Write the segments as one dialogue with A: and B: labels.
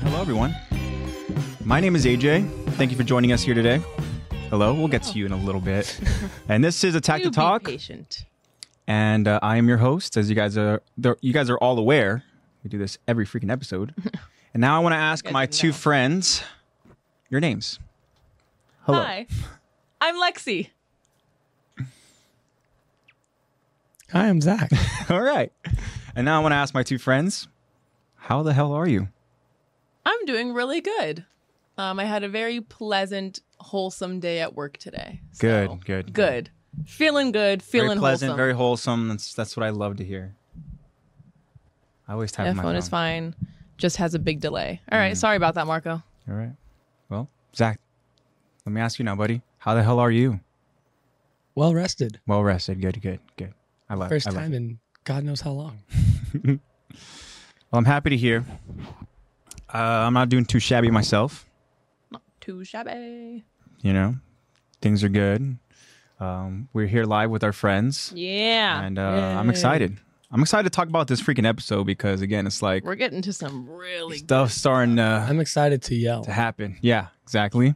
A: Hello, everyone. My name is AJ. Thank you for joining us here today. Hello, we'll get to you in a little bit. And this is Attack
B: You
A: the
B: be
A: Talk,
B: patient.
A: and uh, I am your host. As you guys are, there- you guys are all aware, we do this every freaking episode. and now I want to ask
B: guys
A: my
B: know.
A: two friends your names. Hello.
B: Hi, I'm Lexi.
C: Hi, I'm Zach.
A: All right. And now I want to ask my two friends, how the hell are you?
B: I'm doing really good. Um, I had a very pleasant, wholesome day at work today. So,
A: Good, good,
B: good. Feeling good. Feeling
A: very pleasant,
B: wholesome.
A: very wholesome. That's that's what I love to hear. I always tap
B: Yeah,
A: my Mm.
B: phone is fine. Just has a big delay. All right, sorry about that, Marco.
A: All right. Well, Zach, let me ask you now, buddy. How the hell are you?
C: Well rested.
A: Well rested. Good, good, good. I love.
C: First
A: I love
C: time
A: it.
C: in God knows how long.
A: Well, I'm happy to hear. Uh, I'm not doing too shabby myself.
B: Not too shabby.
A: You know, things are good. Um, we're here live with our friends,
B: Yeah.
A: and uh, I'm excited. I'm excited to talk about this freaking episode because again, it's like
B: We're getting to some really.
A: stuff starting uh,
C: I'm excited to yell.
A: to happen. Yeah, exactly.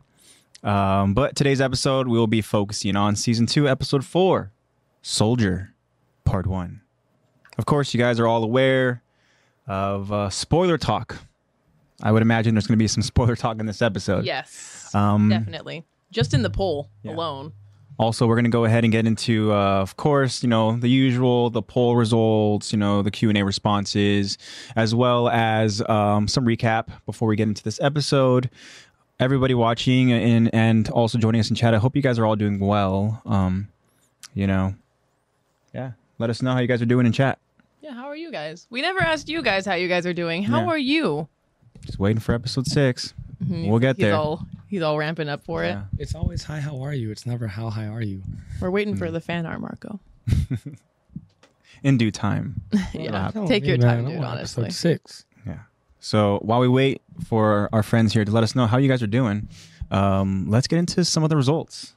A: Um, but today's episode, we will be focusing on season two, episode four, Soldier, part one. Of course, you guys are all aware of uh, spoiler talk. I would imagine there's going to be some spoiler talk in this episode.
B: yes.
A: Um,
B: definitely. Just in the poll
A: Yeah.
B: alone.
A: Also, we're going to go ahead and get into, uh, of course, you know, the usual, the poll results, you know, the Q and A responses, as well as um, some recap before we get into this episode. Everybody watching and and also joining us in chat, I hope you guys are all doing well. Um, you know, yeah, let us know how you guys are doing in chat.
B: Yeah. How are you guys? We never asked you guys how you guys are doing. How
A: Yeah.
B: are you?
A: Just waiting for episode 6 we We'll get
B: Mm-hmm. he's
A: there.
B: all he's all ramping up for
A: Yeah.
B: it.
C: It's always hi, how are you? It's never how high are you.
B: We're waiting
C: Hmm.
B: for the fan art, Marco.
A: in due time.
B: yeah,
C: Tell
B: take
C: me,
B: your
C: man.
B: time,
C: I
B: dude.
C: want
B: Honestly,
C: Episode six.
A: Yeah. So while we wait for our friends here to let us know how you guys are doing, um, let's get into some of the results.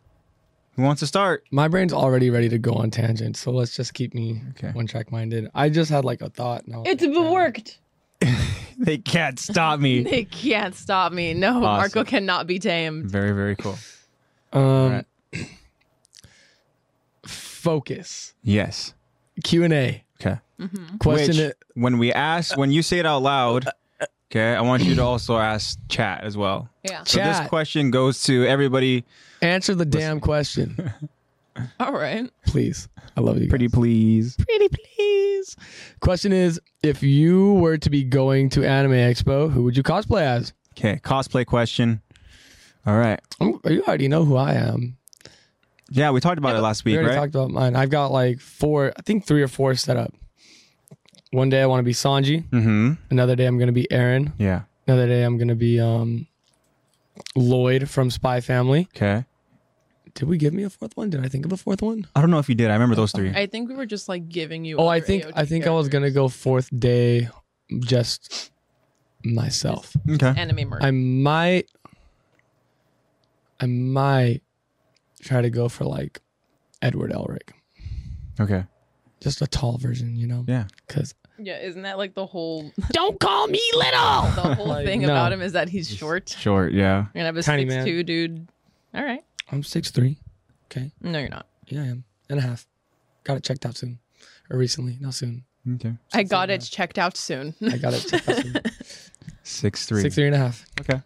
A: Who wants to start?
C: My brain's already ready to go on tangent, so let's just keep me
A: Okay.
C: one track minded. I just had like a thought. Now
B: it's worked.
A: They can't stop me.
B: They can't stop me. No, Marco
A: Awesome.
B: cannot be tamed.
A: very, very cool.
C: um,
A: Right.
C: focus
A: Yes.
C: Q and A
A: Okay.
B: Hmm?
C: question.
A: Which,
C: it.
A: when we ask, when you say it out loud, okay, I want you to also ask chat as well.
C: Hmm.
B: Yeah.
A: So this
C: Chat.
A: question goes to everybody.
C: Answer the damn question,
B: All right.
C: please. I love you.
A: Pretty please.
C: pretty please. Question is, if you were to be going to Anime Expo, who would you cosplay as?
A: Okay. Cosplay question. All right.
C: I'm, Oh, you already know who I am.
A: Yeah, we talked about it last
C: We
A: week,
C: already
A: right?
C: talked about mine. I've got like four, I think three or four set up. One day I want to be Sanji.
A: mm-hmm.
C: Another day I'm going to be Aaron.
A: Yeah.
C: Another day I'm going to be um, Lloyd from Spy Family.
A: Okay.
C: Did we give me a fourth one? Did I think of a fourth one?
A: I don't know if you did. I remember those three.
B: I think we were just like giving you.
C: Oh, I
B: other
C: think
B: AOT
C: I think I was going to go fourth day, just myself.
A: Okay.
B: characters. anime merch.
C: I might I might try to go for like Edward Elric.
A: Okay.
C: Just a tall version, you know?
A: Yeah.
C: Cuz
B: Yeah, isn't that like the whole
C: Don't call me little.
B: the whole
C: Oh, Like,
B: thing
C: no.
B: about him is that he's short.
A: Short. Yeah.
B: You're gonna have a
C: Tiny
B: six
C: man.
B: two dude. All right.
C: I'm 6'3. Okay.
B: No, you're not.
C: Yeah, I am. And a half. Got it checked out soon. Or recently, not soon.
A: Okay.
B: I got it checked out soon.
C: I got it checked out soon.
A: Six three.
C: Six three and a half.
A: Okay.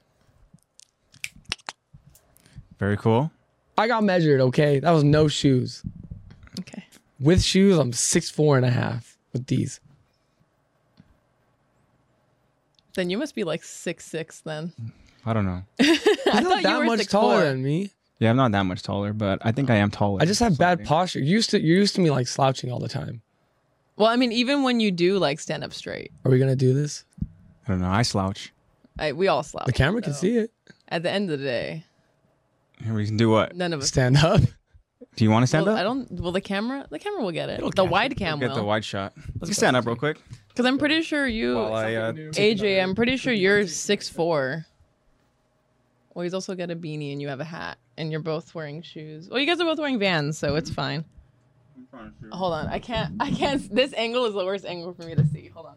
A: Very cool.
C: I got measured, okay? That was no shoes.
B: okay.
C: With shoes, I'm six four and a half with these.
B: Then you must be like six six then.
A: I don't know.
B: I
C: You're
B: thought
C: not that
B: you were
C: much
B: 6'4".
C: taller than me.
A: Yeah, I'm not that much taller, but I think I am taller.
C: I just have bad
A: Slightly.
C: posture. You used to you're used to me like slouching all the time.
B: Well, I mean, even when you do like stand up straight,
C: Are we gonna do this?
A: I don't know. I slouch.
B: I, we all slouch.
C: The camera can
B: so.
C: see it.
B: At the end of the day,
A: We can do what?
B: none of us
C: Stand up.
A: Do you want to stand
B: Well,
A: up?
B: I don't. Well, the camera, the camera will get it.
C: It'll
B: the
C: catch
B: wide
C: it.
B: cam
A: Get the
B: will.
A: wide shot. Let's stand up real quick.
B: Because I'm pretty sure you,
A: While I, uh,
B: AJ, I'm pretty sure you're six four. Well, he's also got a beanie and you have a hat, and you're both wearing shoes. Well, you guys are both wearing Vans, so it's fine. Hold on, I can't. I can't. This angle is the worst angle for me to see. Hold on.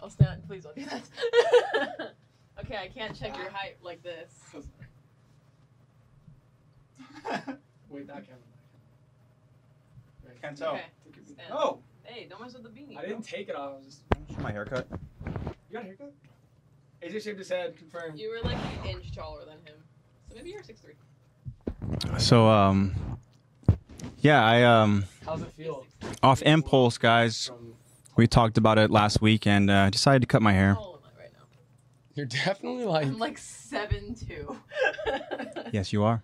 B: Oh, snap. Please don't do that. okay, I can't check your height like this.
D: Wait, that camera. That camera. Right.
A: Can't tell.
B: Okay.
D: Take your-
B: Stand.
D: No,
B: Hey, don't mess with the beanie.
D: I didn't take it off. I was just.
A: My haircut.
D: You got a haircut? AJ shaved his head. Confirmed.
B: You were like an inch taller than him. So maybe you're 6'3.
A: So um, yeah, I um
D: How's it feel?
A: off impulse, guys.
D: From
A: We talked about it last week, and uh, decided to cut my hair.
B: How old am I right now?
C: You're definitely like
B: I'm like 7'2.
A: Yes, you are.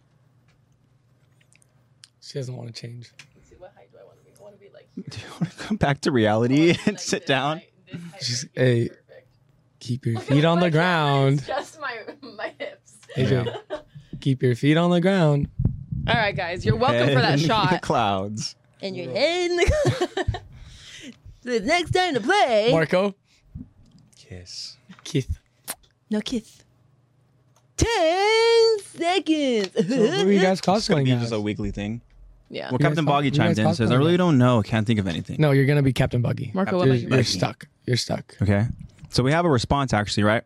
C: she doesn't want to change.
B: Let's see, what height do I want to be? I want to be like.
A: Do you want to come back to reality
B: I wanna be,
A: and
B: like,
A: sit
B: this
A: down?
B: height- this height
C: She's
B: right here is
C: eight.
B: perfect.
C: Keep your
B: Look at
C: feet on
B: my
C: the
B: hips,
C: ground.
B: Just my, my hips.
C: AJ, keep your feet on the ground.
B: All right, guys, you're welcome for
A: Head
B: that
A: in The
B: shot.
A: clouds.
B: and your head in the. the next time to play.
C: Marco,
A: Kiss.
C: Keith.
B: No kiss. Ten seconds.
C: So who are you guys
A: It's gonna
C: cosplaying
A: be
C: as?
A: just a weekly thing.
B: yeah.
A: Well,
C: You guys
A: Captain
C: talk-
A: Boggy
C: you
A: chimes
C: guys
A: in and
C: talk
A: says, I
C: about
A: really
C: it.
A: don't know. Can't think of anything.
C: No, you're gonna be Captain Buggy.
B: Marco,
A: what
B: what
A: about
C: You're,
B: about
A: you?
B: you?
C: you're stuck. You're stuck.
A: Okay. So we have a response actually, right?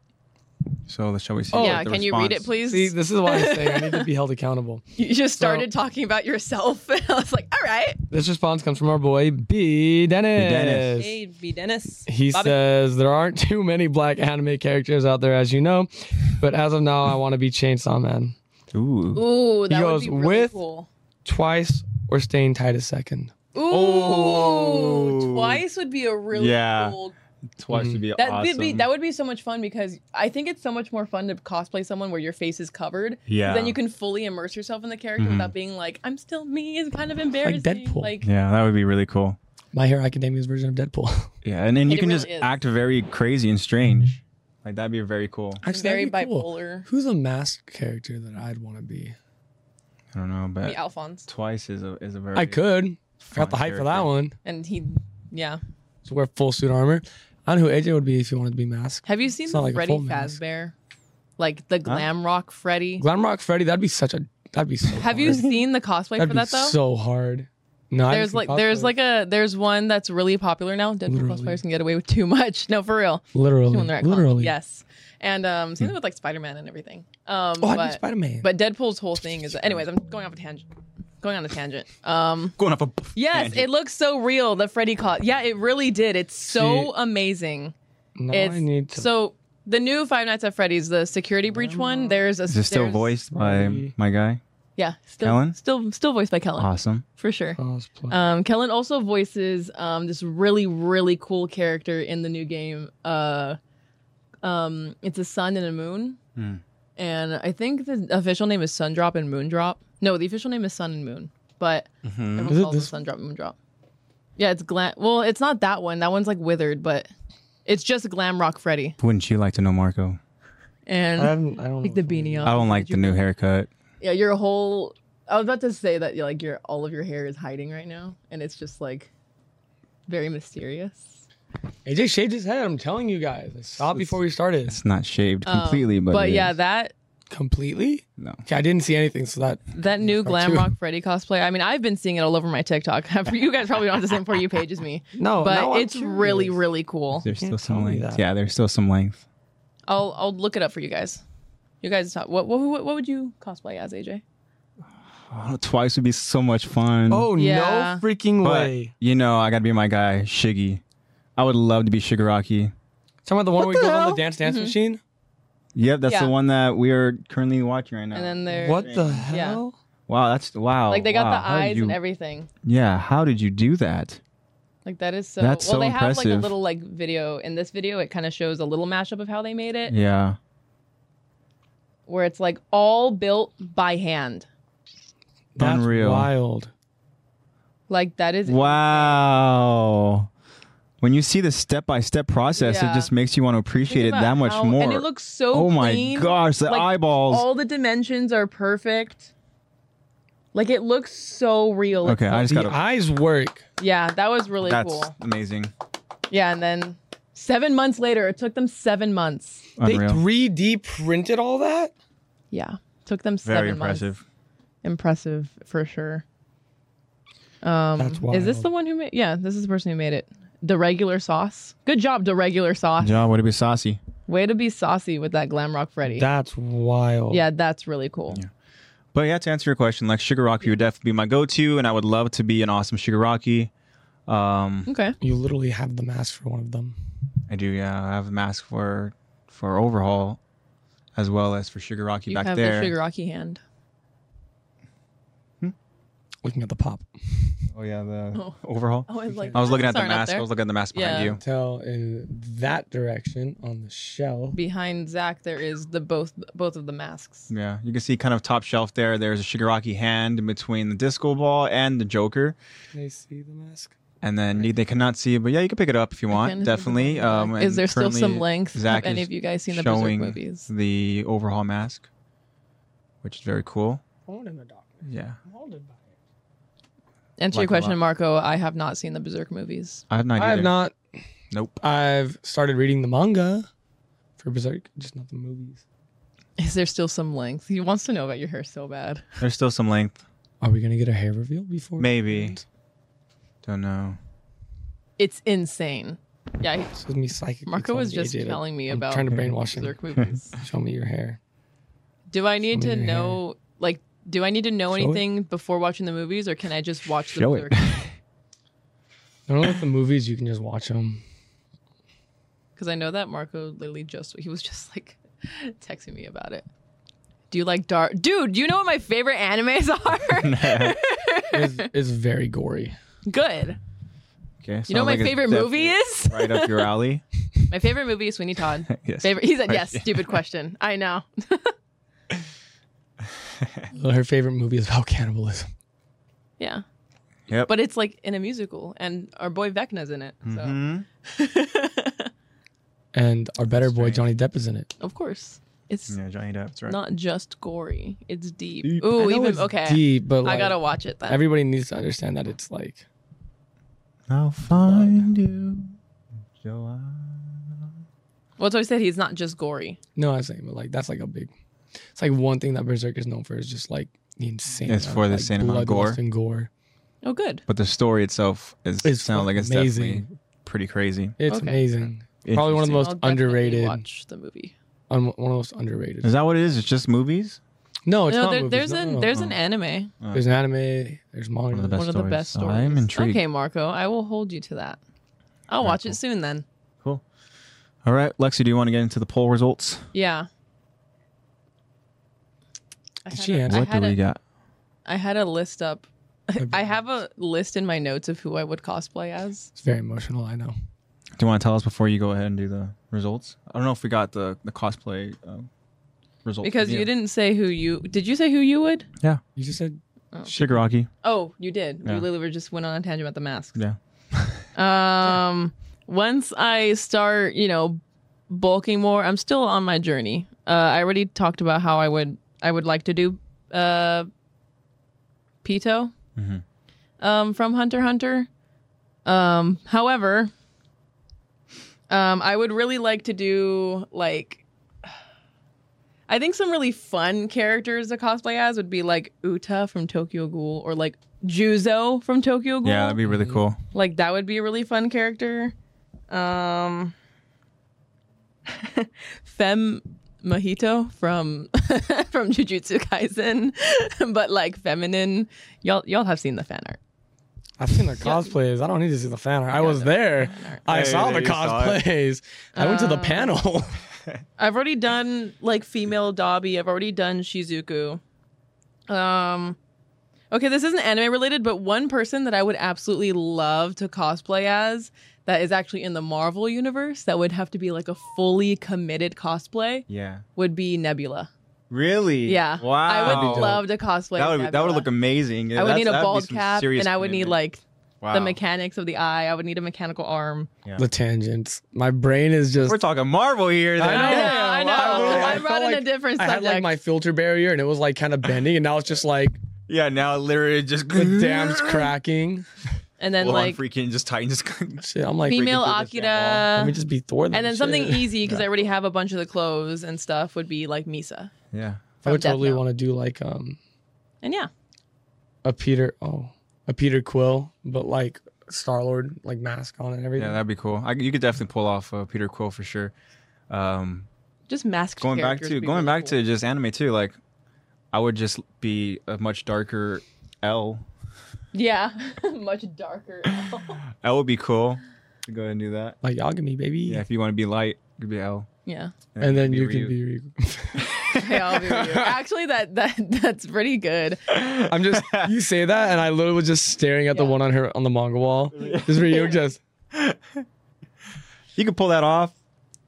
A: So shall we see?
B: yeah,
A: what
B: Oh, can
A: the
B: you read it,
A: response-
B: please?
C: See, this is why I say I need to be held accountable.
B: you just
C: So-
B: started talking about yourself. I was like, all right.
C: This response comes from our boy B Dennis.
A: Dennis.
B: Hey, B. Dennis.
C: He
B: Bobby.
C: says there aren't too many black anime characters out there, as you know, but as of now, I want to be Chainsaw Man
A: Ooh.
B: Ooh, that
C: He
B: would
C: goes
B: be really
C: with-
B: cool.
C: twice or staying Titus second.
B: Ooh,
A: Oh.
B: twice would be a really
A: Yeah.
B: cool.
A: Twice would be
B: That
A: awesome.
B: would be that would be so much fun because I think it's so much more fun to cosplay someone where your face is covered. 'cause
A: Yeah.
B: Then you can fully immerse yourself in the character
A: Mhm.
B: without being like, I'm still me. It's kind of embarrassing.
C: Mm-hmm. Deadpool.
B: Like,
A: yeah, that would be really cool.
C: My Hero Academia's version of Deadpool.
A: Yeah, and then you
B: It
A: can
B: really
A: just
B: is.
A: act very crazy and strange. Like that'd be very cool.
B: very
C: that'd be cool.
B: bipolar.
C: Who's a masked character that I'd want to be?
A: I don't know,
B: The
A: but
B: Alphonse.
A: twice is a is a very
C: I could. I got the hype for that
A: character.
C: one.
B: And he, yeah.
C: So wear full suit armor. I don't know who AJ would be if he wanted to be masked.
B: Have you seen
C: It's
B: the
C: not like a
B: Freddy
C: full mask.
B: Fazbear? Like the glam rock Freddy?
C: Glamrock Freddy, that'd be such a that'd be so
B: Have you
C: hard.
B: seen the cosplay
C: that'd
B: for
C: be
B: that though?
C: so hard. No, I
B: there's
C: just
B: like
C: cosplay.
B: there's like a there's one that's really popular now. Deadpool
C: Literally.
B: cosplayers can get away with too much. No, for real.
C: literally,
B: When they're at cons.
C: literally. Hmm.
B: Yes. And um something with like Spider Man and everything. Um
C: Oh, I'd be
B: but,
C: Spider Man.
B: but Deadpool's whole thing is anyways, I'm going off a tangent. Going on a tangent. Um
A: Going off a
B: yes,
A: tangent.
B: it looks so real, the Freddy cos yeah, it really did. It's so
C: See,
B: amazing.
C: now
B: It's
C: I need to.
B: so the new Five Nights at Freddy's, the security breach one, there's a
A: Is it still
B: there's-
A: voiced by
C: Sorry.
A: my guy?
B: Yeah, still
A: Kellen?
B: still still voiced by Kellen
A: Awesome.
B: for sure.
C: cosplay.
B: Um, Kellen also voices um, this really really cool character in the new game. Uh, um, it's a sun and a moon,
A: Hmm.
B: and I think the official name is Sundrop and Moondrop. No, the official name is Sun and Moon, but
A: Mhm.
B: everyone
C: Is it
B: calls it
C: this one?
B: Sundrop and Moondrop. Yeah, it's glam. Well, it's not that one. That one's like withered, but it's just glam rock Freddy
A: Wouldn't you like to know, Marco?
C: I
B: and
C: haven't. I don't
B: like
C: know.
B: the beanie off.
A: I don't like
B: Oh, Did you-
A: the new haircut.
B: Yeah, your whole. I was about to say that like your all of your hair is hiding right now, and it's just like very mysterious.
C: AJ shaved his head. I'm telling you guys. I saw it before we started.
A: It's not shaved
B: Um,
A: completely, but it
B: yeah,
A: is.
B: that
C: Completely.
A: no.
C: Okay, I didn't see anything. So that
B: that new
C: Fuck
B: glam
C: you.
B: rock Freddy cosplay. I mean, I've been seeing it all over my TikTok. you guys probably don't have the same for you page as me,
C: no, now
B: but
C: I'm
B: it's really
C: curious.
B: really cool.
A: There's still
C: can't
A: some
C: tell me
A: length.
C: that.
A: Yeah, there's still some length.
B: I'll I'll look it up for you guys. You guys talk. What what what what would you cosplay as, AJ?
A: Oh, twice would be so much fun.
C: Oh
B: Yeah.
C: no freaking
A: but
C: way!
A: you know, I gotta be my guy, Shiggy. I would love to be Shigaraki.
C: Talking about the one
A: What
C: where we
A: the
C: go on
A: hell?
C: the dance dance
B: Mm-hmm.
C: machine.
A: Yep, that's
B: Yeah.
A: the one that we are currently watching right now.
B: And then there,
C: What the
B: Yeah.
C: hell?
A: wow, that's wow.
B: like they got
A: Oh, wow.
B: the
A: How did
B: eyes
A: you-
B: and everything.
A: Yeah, how did you do that?
B: Like that is so.
A: That's
B: well,
A: so
B: they have like a
A: impressive.
B: little like video in this video. It kind of shows a little mashup of how they made it,
A: Yeah,
B: where it's like all built by hand.
C: That's
A: Unreal.
C: Wild.
B: Like that is
A: wow. When you see the step by step process,
B: Yeah.
A: it just makes you want to appreciate
B: Think
A: it
B: about
A: that much
B: how-
A: more.
B: And it looks so.
A: oh my
B: clean.
A: gosh, the
B: Like,
A: eyeballs.
B: All the dimensions are perfect. Like it looks so real.
A: okay, I just
C: The
A: gotta.
C: eyes work.
B: Yeah, that was really
A: that's
B: cool.
A: amazing.
B: Yeah, and then seven months later, it took them seven months.
A: Unreal.
C: They 3D printed all that.
B: Yeah, took them seven
A: Very impressive.
B: months. Impressive for sure. Um,
C: That's
B: Is this
C: wild.
B: Um, the one who made? Yeah, this is the person who made it. the regular sauce. Good job, the regular sauce.
A: John, way to be saucy.
B: Way to be saucy with that glam rock Freddy.
C: That's wild.
B: yeah, that's really cool.
A: But yeah, to answer your question, like Sugar Rocky would definitely be my go-to, and I would love to be an awesome Sugar Rocky. Um,
B: Okay.
C: You literally have the mask for one of them.
A: I do, yeah. I have a mask for for overhaul, as well as for Sugar Rocky
B: You
A: back
B: have
A: there.
B: the Sugar Rocky hand.
C: Looking at the pop.
A: oh yeah, the
B: Oh.
A: overhaul.
B: Oh, I was like,
A: I was looking at
B: "That's
A: the
B: aren't up
A: mask. I
B: there."
A: was looking at the mask behind
B: Yeah.
A: you.
C: Tell in that direction on the shelf.
B: Behind Zach, there is the both both of the masks.
A: Yeah, you can see kind of top shelf there. There's a Shigaraki hand in between the disco ball and the Joker,
C: Can I see the mask?
A: and then you- they cannot see it, but yeah, you can pick it up if you
B: Again,
A: want.
B: if you
A: Definitely.
B: look back.
A: Um,
B: is
A: and
B: there still
A: currently
B: some length?
A: Zach
B: have any
A: is
B: of you guys seen the Berserk
A: showing
B: movies?
A: the overhaul mask, which is very cool.
D: Born in the darkness.
A: Yeah,
D: I'm haunted by it.
B: Answer
A: like
B: your
A: a
B: question,
A: lot.
B: Marco. I have not seen the Berserk movies.
A: I have not.
C: I have
A: either.
C: not.
A: Nope.
C: I've started reading the manga for Berserk, just not the movies.
B: Is there still some length? He wants to know about your hair so bad.
A: There's still some length.
C: Are we gonna get a hair reveal before?
A: Maybe. Don't know.
B: It's insane. Yeah, he-
C: This is me psychic.
B: Marco was just telling me
C: I'm
B: about
C: trying to brainwash him.
B: Berserk movies.
C: Show me your hair.
B: Do I need
C: Show
B: to
C: me your
B: know like do I need to know
C: Show it.
B: anything before watching the movies or can I just watch the
A: Show it.
B: Berserk?
C: I don't know if the movies you can just watch them.
B: Because I know that Marco literally just he was just like texting me about it. Do you like dark dude, do you know what my favorite animes are?
C: It's, it's very gory.
B: Good.
A: Okay.
B: You know
A: sounds
B: what my
A: like it's
B: favorite movie
A: definitely
B: is?
A: Right up your alley.
B: My favorite movie is Sweeney Todd.
A: yes.
B: Favorite he said
A: Right.
B: yes, stupid question. I know.
C: Her favorite movie is about cannibalism.
B: Yeah.
A: Yep.
B: But it's like in a musical and our boy Vecna's in it. So
A: Mhm.
C: Mm-hmm. And our better boy
A: That's
C: Johnny Depp is in it.
B: of course. It's
A: Yeah, Johnny Depp. That's right.
B: not just gory. It's deep.
A: Deep.
C: I
B: Ooh,
C: know
B: even
C: it's
B: okay.
C: Deep, but
B: I
C: like,
B: gotta watch it then.
C: Everybody needs to understand that it's like
A: I'll find you, Joanna.
B: well, that's why I said he's not just gory.
C: no, I was saying, but like that's like a big. It's like one thing that Berserk is known for is just like the insane.
A: It's
C: amount
A: for
C: of,
A: the
C: like,
A: insane amount of
C: bloodlust
A: gore.
C: and gore.
B: Oh, good.
A: But the story itself is
C: It's
A: sounds like it's
C: amazing.
A: definitely pretty crazy.
C: It's
B: Okay.
C: amazing. Probably one of
A: Interesting.
C: the most
B: I'll definitely
C: underrated.
B: Watch the movie.
C: Um, one of the most underrated.
A: Is that what it is? It's just movies.
C: No, Oh, it's
B: no,
C: not.
B: there,
C: movies.
B: there's
C: No,
B: an
C: no, no.
B: there's
A: no.
B: an anime.
C: There's an anime. There's manga.
A: One of the best
B: one of the
A: stories.
B: best stories.
A: I'm intrigued.
B: Okay, Marco, I will hold you to that. I'll
A: Very
B: watch
A: cool.
B: it soon then.
A: Cool. All right, Lexi, do you want to get into the poll results?
B: Yeah. I
C: Did
B: had
C: she
B: a-
C: answer?
B: I
A: what do
B: had
A: we
B: a-
A: got?
B: I had a list up. I
C: bet.
B: have a list in my notes of who I would cosplay as.
C: It's very emotional. I know.
A: Do you want to tell us before you go ahead and do the results? I don't know if we got the the cosplay um, results
B: Because
A: from
B: you didn't say who you did you say who you would?
C: You just said
A: Shigaraki.
B: Oh, you did.
A: Yeah.
B: We literally were just went on a tangent about the masks.
A: Yeah.
B: Um, once I start, you know, bulking more, I'm still on my journey. Uh, I already talked about how I would I would like to do uh, Pito
A: Mhm.
B: um, from Hunter x Hunter. Um, however, um, I would really like to do like. I think some really fun characters to cosplay as would be like Uta from Tokyo Ghoul or like Juzo from Tokyo Ghoul.
A: Yeah, that'd be really cool.
B: Like that would be a really fun character. Um Fem Mojito from from Jujutsu Kaisen, but like feminine. Y'all y'all have seen the fan art.
C: I've seen the cosplays. I don't need to see the fan art. I was there. I
A: Hey,
C: saw
A: there
C: the
A: you saw it.
C: cosplays. I went to the
B: Uh,
C: panel.
B: I've already done like female Dobby. I've already done Shizuku. Um Okay, this isn't anime related, but one person that I would absolutely love to cosplay as that is actually in the Marvel universe that would have to be like a fully committed cosplay
A: Yeah.
B: would be Nebula.
A: Really?
B: Yeah.
A: Wow.
B: I
C: That'd
B: would
C: be
B: love to cosplay.
A: that
B: as
A: would be- that would
B: Nebula.
A: look amazing.
B: I would
A: That's-
B: need a
A: that'd be
B: bald
A: some
B: cap,
A: serious
B: and I would need
A: commitment.
B: like
A: Wow.
B: the mechanics of the eye. I would need a mechanical arm.
A: Yeah.
C: the tangents. My brain is just.
A: We're talking Marvel here. Then.
C: I know.
B: I know.
C: wow.
B: I, know.
C: I
B: I brought
C: felt
B: in a
C: like
B: different
C: I had
B: subject.
C: like my filter barrier, and it was like kind of bending, and now it's just like
A: Yeah. Now literally just
C: the dam's cracking.
B: and then
A: Full on
B: like
A: freaking just Titans.
C: Shit, I'm like.
B: female
A: freaking do this damn
B: Akira,
C: Let me just be Thor.
B: and then something
C: shit.
B: easy because I already have a bunch of the clothes and stuff would be like Misa.
A: yeah.
C: I
B: from
C: would
B: Death
C: totally
B: Note.
C: want to do like um
B: And yeah,
C: a Peter. Oh, a Peter Quill, but like Star Lord like mask on and everything.
A: Yeah, that'd be cool. I, you could definitely pull off uh, Peter Quill for sure. Um,
B: Just masked.
A: going back
B: characters
A: to
B: be
A: going
B: really
A: back to just anime too. Like, I would just be a much darker L.
B: cool. yeah, much darker.
A: L would be cool. Go ahead and do that.
C: like Yagami, baby.
A: Yeah, if you want to be light, you could be L.
B: yeah.
C: And then
A: could
C: you
A: Ryu.
C: can be. Ryu.
B: Okay, I'll be with you. Actually, that that that's pretty good.
C: I'm just. you say that, and I literally was just staring at the
B: Yeah.
C: one on her on the manga wall. This Ryu just.
A: You could pull that off.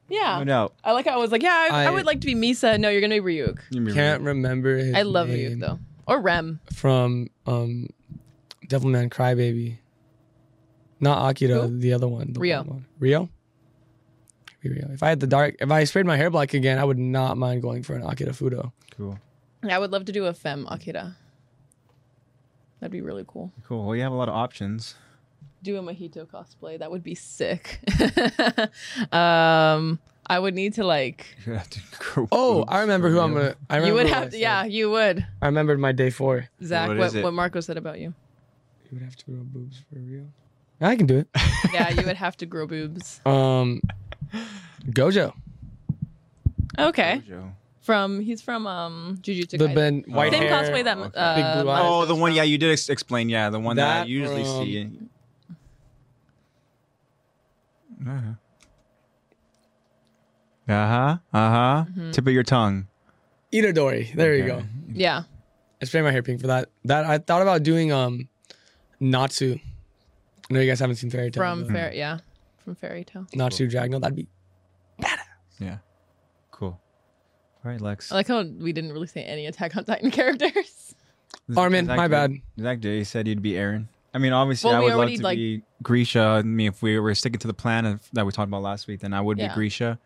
B: Yeah.
A: No doubt.
B: I like how I was like, yeah, I, I
C: I-
B: would like to be Misa. No, you're gonna be Ryuk.
A: You can be
C: Can't
A: Ryu.
C: remember. His
B: I love Ryuk
C: name
B: though, or Rem.
C: From um, Devilman Crybaby. Not Akira,
B: Who?
C: the other one. the
B: Rio.
C: blonde one. Rio. Could be Rio. If I had the dark, if I sprayed my hair black again, I would not mind going for an Akira Fudo.
A: Cool.
B: I would love to do a Femme Akira. That'd be really cool.
A: Cool. Well, you have a lot of options.
B: Do a Mojito cosplay. That would be sick. um, I would need to like.
A: You have to grow
C: Oh,
A: boobs
C: I remember
A: for
C: who I'm
A: Ryu.
C: gonna. I
B: you
C: remember
B: would
C: what
B: have
C: I
B: to.
C: said.
B: Yeah, you would.
C: I remembered my day four.
B: Zach,
A: What
B: what
A: is
B: what,
A: it?
B: Marco said about you.
C: You would have to grow boobs for real. I can do it.
B: Yeah, you would have to grow boobs.
C: Um, Gojo,
B: Okay.
A: Gojo.
B: From he's from um Jujutsu
C: the
B: Kaisen.
C: ben, white
B: Same
C: hair.
B: cosplay that
A: okay.
B: uh,
C: Big blue eyes.
B: Mara
A: Oh,
B: does
A: the one.
B: from-
A: Yeah, you did ex- explain. Yeah, the one that, I
C: That,
A: usually
C: um,
A: see. Uh huh. Uh huh. Uh huh.
B: Mm-hmm.
A: Tip of your tongue.
C: Itadori. There you go.
A: Okay.
B: Yeah.
C: I sprayed my hair pink for that. That I thought about doing um, Natsu. I know you guys haven't seen Fairy Tail.
B: From
C: but
B: fairy, yeah, from fairy tale.
C: Natsu Dragneel. That'd be
A: Yeah. Cool. All right, Lex.
B: I like how we didn't really say any Attack on Titan characters.
A: Z-
C: Armin, my bad.
A: Zach Day said you'd be Aaron. I mean, obviously,
B: Well,
A: I
B: we
A: would love
B: already,
A: to
B: like-
A: be Grisha. I mean, if we were sticking to the plan of, that we talked about last week, then I would
B: Yeah.
A: be Grisha.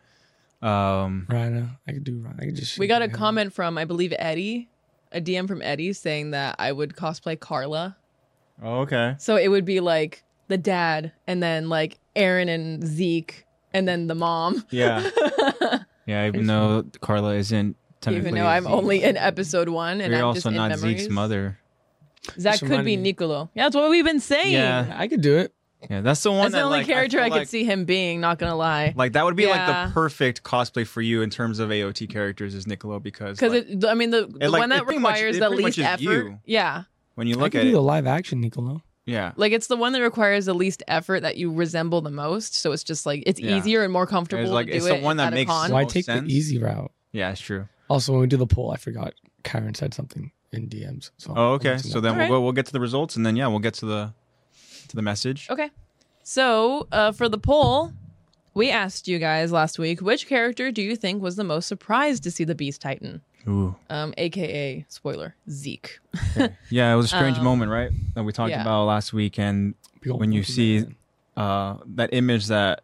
A: Um,
C: Rhino. I could do Rhino. I could just.
B: We got a
C: yeah.
B: comment from I believe Eddie, a DM from Eddie saying that I would cosplay Carla.
A: oh, okay.
B: So it would be like the dad, and then like Aaron and Zeke, and then the mom.
A: Yeah. yeah, even though Carla isn't technically.
B: Even though I'm
A: Zeke.
B: only in episode one, and
A: You're
B: I'm
A: also
B: just in
A: not
B: memories.
A: Zeke's mother.
B: Zach
C: Just
B: could be
C: reminded me.
B: Niccolo. Yeah, that's what we've been saying.
A: Yeah.
C: I could do it.
A: Yeah, that's the one.
B: That's the
A: that,
B: only
A: like,
B: character
A: feel
B: I, could
A: like-
B: see him being. Not gonna lie,
A: Like that would be like
B: Yeah.
A: the perfect cosplay for you in terms of AOT characters is Niccolo because
B: because
A: like,
B: it. I mean, the, the
A: like,
B: one
A: it
B: that
A: pretty much-
B: requires
A: it
B: the
A: pretty much
B: least
A: is
B: effort.
A: you.
B: Yeah,
A: when you
C: I
A: look
C: could
A: at
C: do
A: it,
C: the live action Niccolo.
A: yeah,
B: Like it's the one that requires the least effort that you resemble the most. So it's just like it's
A: Yeah.
B: easier and more comfortable.
A: like-
B: to do
A: it's the
B: it
A: one that
B: at a
A: makes
B: con.
A: That
C: Why
A: makes
C: take
A: sense.
C: the easy route?
A: yeah, it's true.
C: Also, when we do the poll, I forgot. Karen said something in DMs. So
A: Oh, okay. So then
B: All
A: we'll
B: right.
A: go, we'll get to the results and then yeah, we'll get to the to the message.
B: Okay. So uh, for the poll, we asked you guys last week which character do you think was the most surprised to see the Beast Titan,
A: Ooh.
B: um, aka spoiler Zeke.
A: Yeah, it was a strange
B: Um,
A: moment, right? That we talked
B: yeah.
A: about last week and
C: Big old
A: when you
C: monkey
A: see
C: man.
A: uh that image that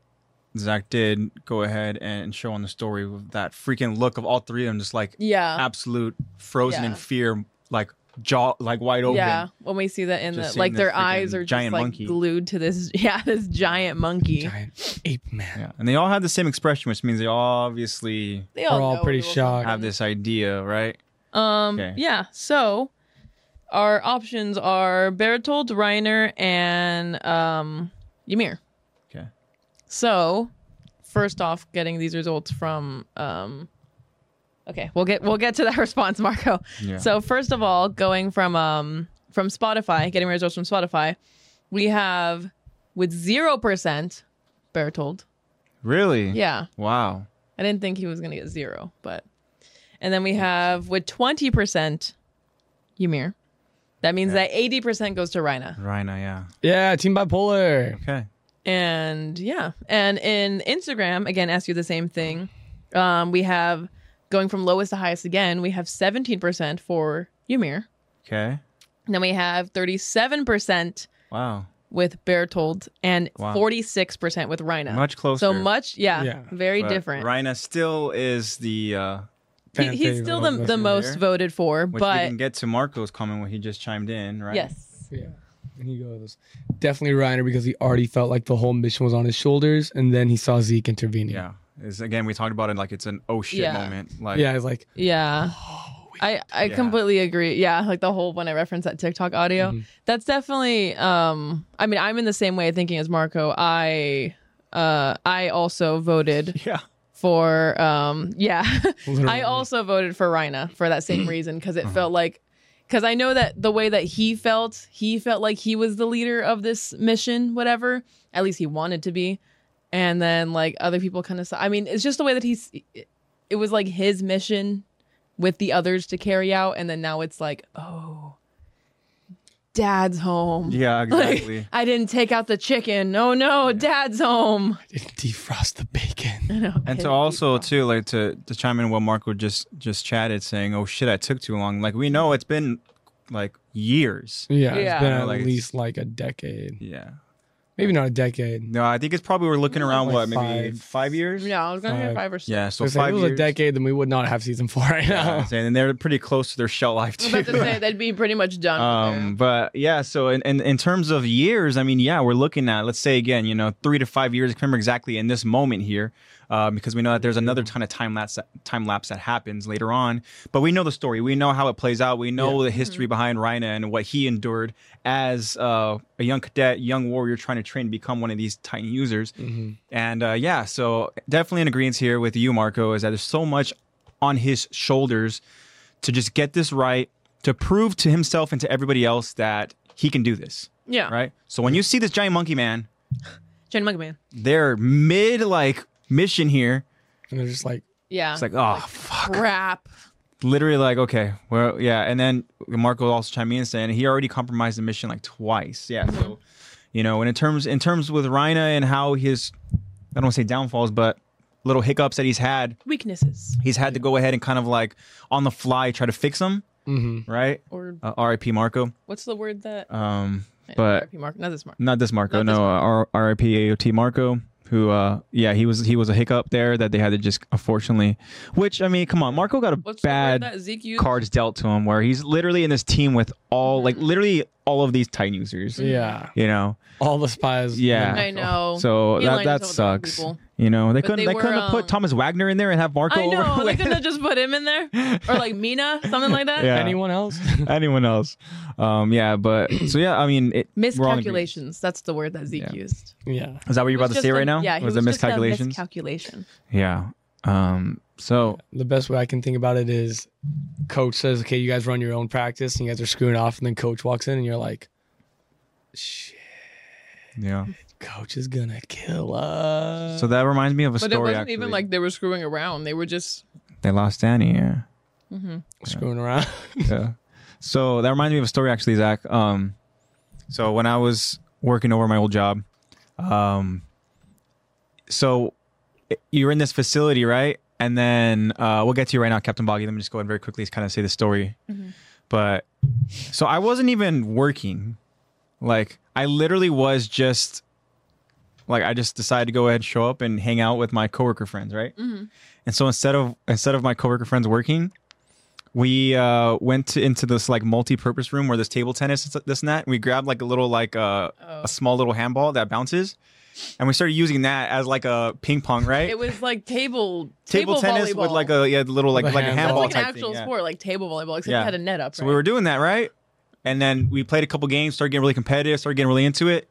A: Zach did go ahead and show on the story with that freaking look of all three of them just like
B: Yeah.
A: absolute frozen in
B: Yeah.
A: fear, like jaw like wide open.
B: Yeah. When we see that in
A: Just
B: the
A: seeing
B: like
A: this
B: their eyes
A: freaking
B: are just
A: giant
B: like
A: monkey.
B: glued to this yeah this giant monkey.
C: giant ape man.
A: Yeah, and they all have the same expression, which means they obviously
B: They all
C: We're all
B: know
C: pretty
B: it was
C: shocked.
A: have this idea, right?
B: Um.
A: Okay.
B: Yeah. So our options are Bertold, Reiner, and um, Ymir.
A: Okay.
B: So first off, getting these results from um. Okay, we'll get we'll get to that response, Marco.
A: Yeah.
B: So first of all, going from um from Spotify, getting results from Spotify, we have with zero percent Bertold.
A: Really?
B: Yeah.
A: Wow.
B: I didn't think he was gonna get zero, but and then we have with twenty percent Ymir. That means
A: Yeah.
B: that eighty percent goes to Rhina.
A: Rhino, yeah.
C: Yeah, Team Bipolar.
A: Okay.
B: And yeah. And in Instagram, again, ask you the same thing. Um, we have going from lowest to highest again, we have seventeen percent for Ymir.
A: Okay.
B: Then we have thirty-seven percent
A: Wow.
B: with Bertold and
A: Wow.
B: forty-six percent with Rhina.
A: Much closer.
B: so much, yeah,
C: Yeah.
B: very
A: but
B: different.
A: Rhino still is the uh
B: He- he's still the, the most
A: there.
B: voted for,
A: which
B: but
A: we can get to Marco's comment when he just chimed in, right?
B: yes,
C: Yeah. And he goes, definitely Reiner because he already felt like the whole mission was on his shoulders. And then he saw Zeke intervening.
A: Yeah. Is again we talked about it like it's an oh shit
B: Yeah.
A: moment. Like
C: yeah, he's like,
B: yeah.
C: oh,
B: I I
A: Yeah.
B: completely agree. Yeah, like the whole when I reference that TikTok audio,
C: Mhm.
B: that's definitely. Um, I mean, I'm in the same way of thinking as Marco. I, uh, I also voted
A: Yeah.
B: for. Um, yeah, I
C: Literally.
B: also voted for Rhina for that same reason because
A: Uh-huh.
B: it felt like, because I know that the way that he felt, he felt like he was the leader of this mission, whatever. At least he wanted to be, and then like other people kind of. I mean, it's just the way that he's. It was like his mission with the others to carry out, and then now it's like, oh, Dad's home.
A: Yeah,
B: Like,
A: exactly.
B: I didn't take out the chicken. Oh no, Dad's home.
C: I didn't defrost the bacon.
B: I know.
A: and to also too like to to chime in what Marco just just chatted saying oh shit I took too long like we know it's been like years
C: Yeah,
B: Yeah.
C: it's been
A: Yeah,
C: at
A: like it's-
C: least like a decade,
A: yeah
C: maybe not a decade.
A: no I think it's probably we're looking around
C: Like
A: what maybe
C: five.
A: five, years
B: Yeah, I was gonna say
C: Five.
B: five or six.
A: Uh, yeah so
C: if it
A: five
C: was
A: years
C: a decade, then we would not have season four right now.
A: yeah, and they're pretty close to their shelf life
B: I was
A: too
B: about to say they'd be pretty much done. with
A: um
B: it.
A: but yeah so in, in in terms of years i mean yeah we're looking at let's say again you know three to five years I can't remember exactly in this moment here uh, because we know that there's another ton of time lapse that, time lapse that happens later on but we know the story we know how it plays out we know the history behind Rhina and what he endured as uh, a young cadet young warrior trying to train to become one of these titan users
C: Mhm.
A: and uh, yeah, so definitely in agreement here with you, Marco, is that there's so much on his shoulders to just get this right, to prove to himself and to everybody else that he can do this,
B: yeah,
A: right? So when you see this giant monkey man,
B: Chain Monkey Man.
A: they're mid like mission here.
C: And they're just like,
B: Yeah,
A: It's like, oh, fuck.
B: crap.
A: Literally, like, okay, well, yeah. And then Marco also chimed in saying he already compromised the mission like twice. Yeah. So, you know, and in terms in terms with Rhina and how his I don't want to say downfalls, but little hiccups that he's had
B: Weaknesses
A: he's had to go ahead and kind of like on the fly try to fix them,
C: mm-hmm.
A: right?
B: or
A: Uh, R.I.P. Marco.
B: what's the word that?
A: Um, but
B: RIP Mark, not this Mark.
A: not this Marco.
B: Not this
A: no, uh, R- R.I.P. AOT Marco. Who? Uh, yeah, he was he was a hiccup there that they had to just unfortunately. Which I mean, come on, Marco got a
B: What's the word
A: bad
B: that Zeke used?
A: cards dealt to him where he's literally in this team with all like
B: Mm-hmm.
A: literally all of these Titan users.
C: yeah,
A: You know,
C: all the spies.
A: Yeah.
B: I know.
A: so
B: He
A: that
B: aligned
A: that
B: with some of the
A: sucks.
B: people.
A: You know, they
B: But
A: couldn't
B: they
A: they,
B: were,
A: couldn't have
B: um,
A: put Thomas Wagner in there and have Marco
B: I know.
A: over
B: They
A: with
B: couldn't have just put him in there, or like Mina, something like that.
A: Yeah.
C: Anyone else?
A: anyone else. Um, yeah, but so yeah, I mean, it, we're all in agreement.
B: Miscalculations. That's the word that Zeke
A: Yeah.
B: used.
C: yeah.
A: Is that what
B: He
A: you're about
B: was
A: to say
B: just
A: right
B: a-
A: now?
B: Yeah, he
A: was, it
B: just a
A: miscalculations?
B: miscalculation.
A: yeah. Um. So
C: The best way I can think about it is coach says, okay, you guys run your own practice and you guys are screwing off. And then coach walks in and you're like, shit,
A: yeah.
C: coach is going to kill us.
A: So that reminds me of a
B: But
A: story.
B: it wasn't
A: actually.
B: even like they were screwing around. They were just.
A: they lost Danny. Yeah.
C: screwing around.
A: yeah. So that reminds me of a story actually, Zach. Um, so when I was working over my old job, um, so i- you're in this facility, right? And then uh, we'll get to you right now, Captain Boggy. Let me just go ahead and very quickly kind of say the story. But so I wasn't even working. Like I literally was just like I just decided to go ahead and show up and hang out with my coworker friends, right? And so instead of instead of my coworker friends working, we uh, went to, into this like multi-purpose room where there's table tennis and s- this and that. And we grabbed like a little like uh, a small little handball that bounces, and we started using that as like a ping pong, right?
B: It was like table
A: table tennis
B: volleyball.
A: with like a yeah, little like
C: With a
A: like a handball
C: handball.
B: That's like an
A: type
B: actual
A: thing. yeah.
B: sport, like table volleyball, except
A: Yeah.
B: you had a net up.
A: So
B: right?
A: we were doing that, right? And then we played a couple games, started getting really competitive, started getting really into it,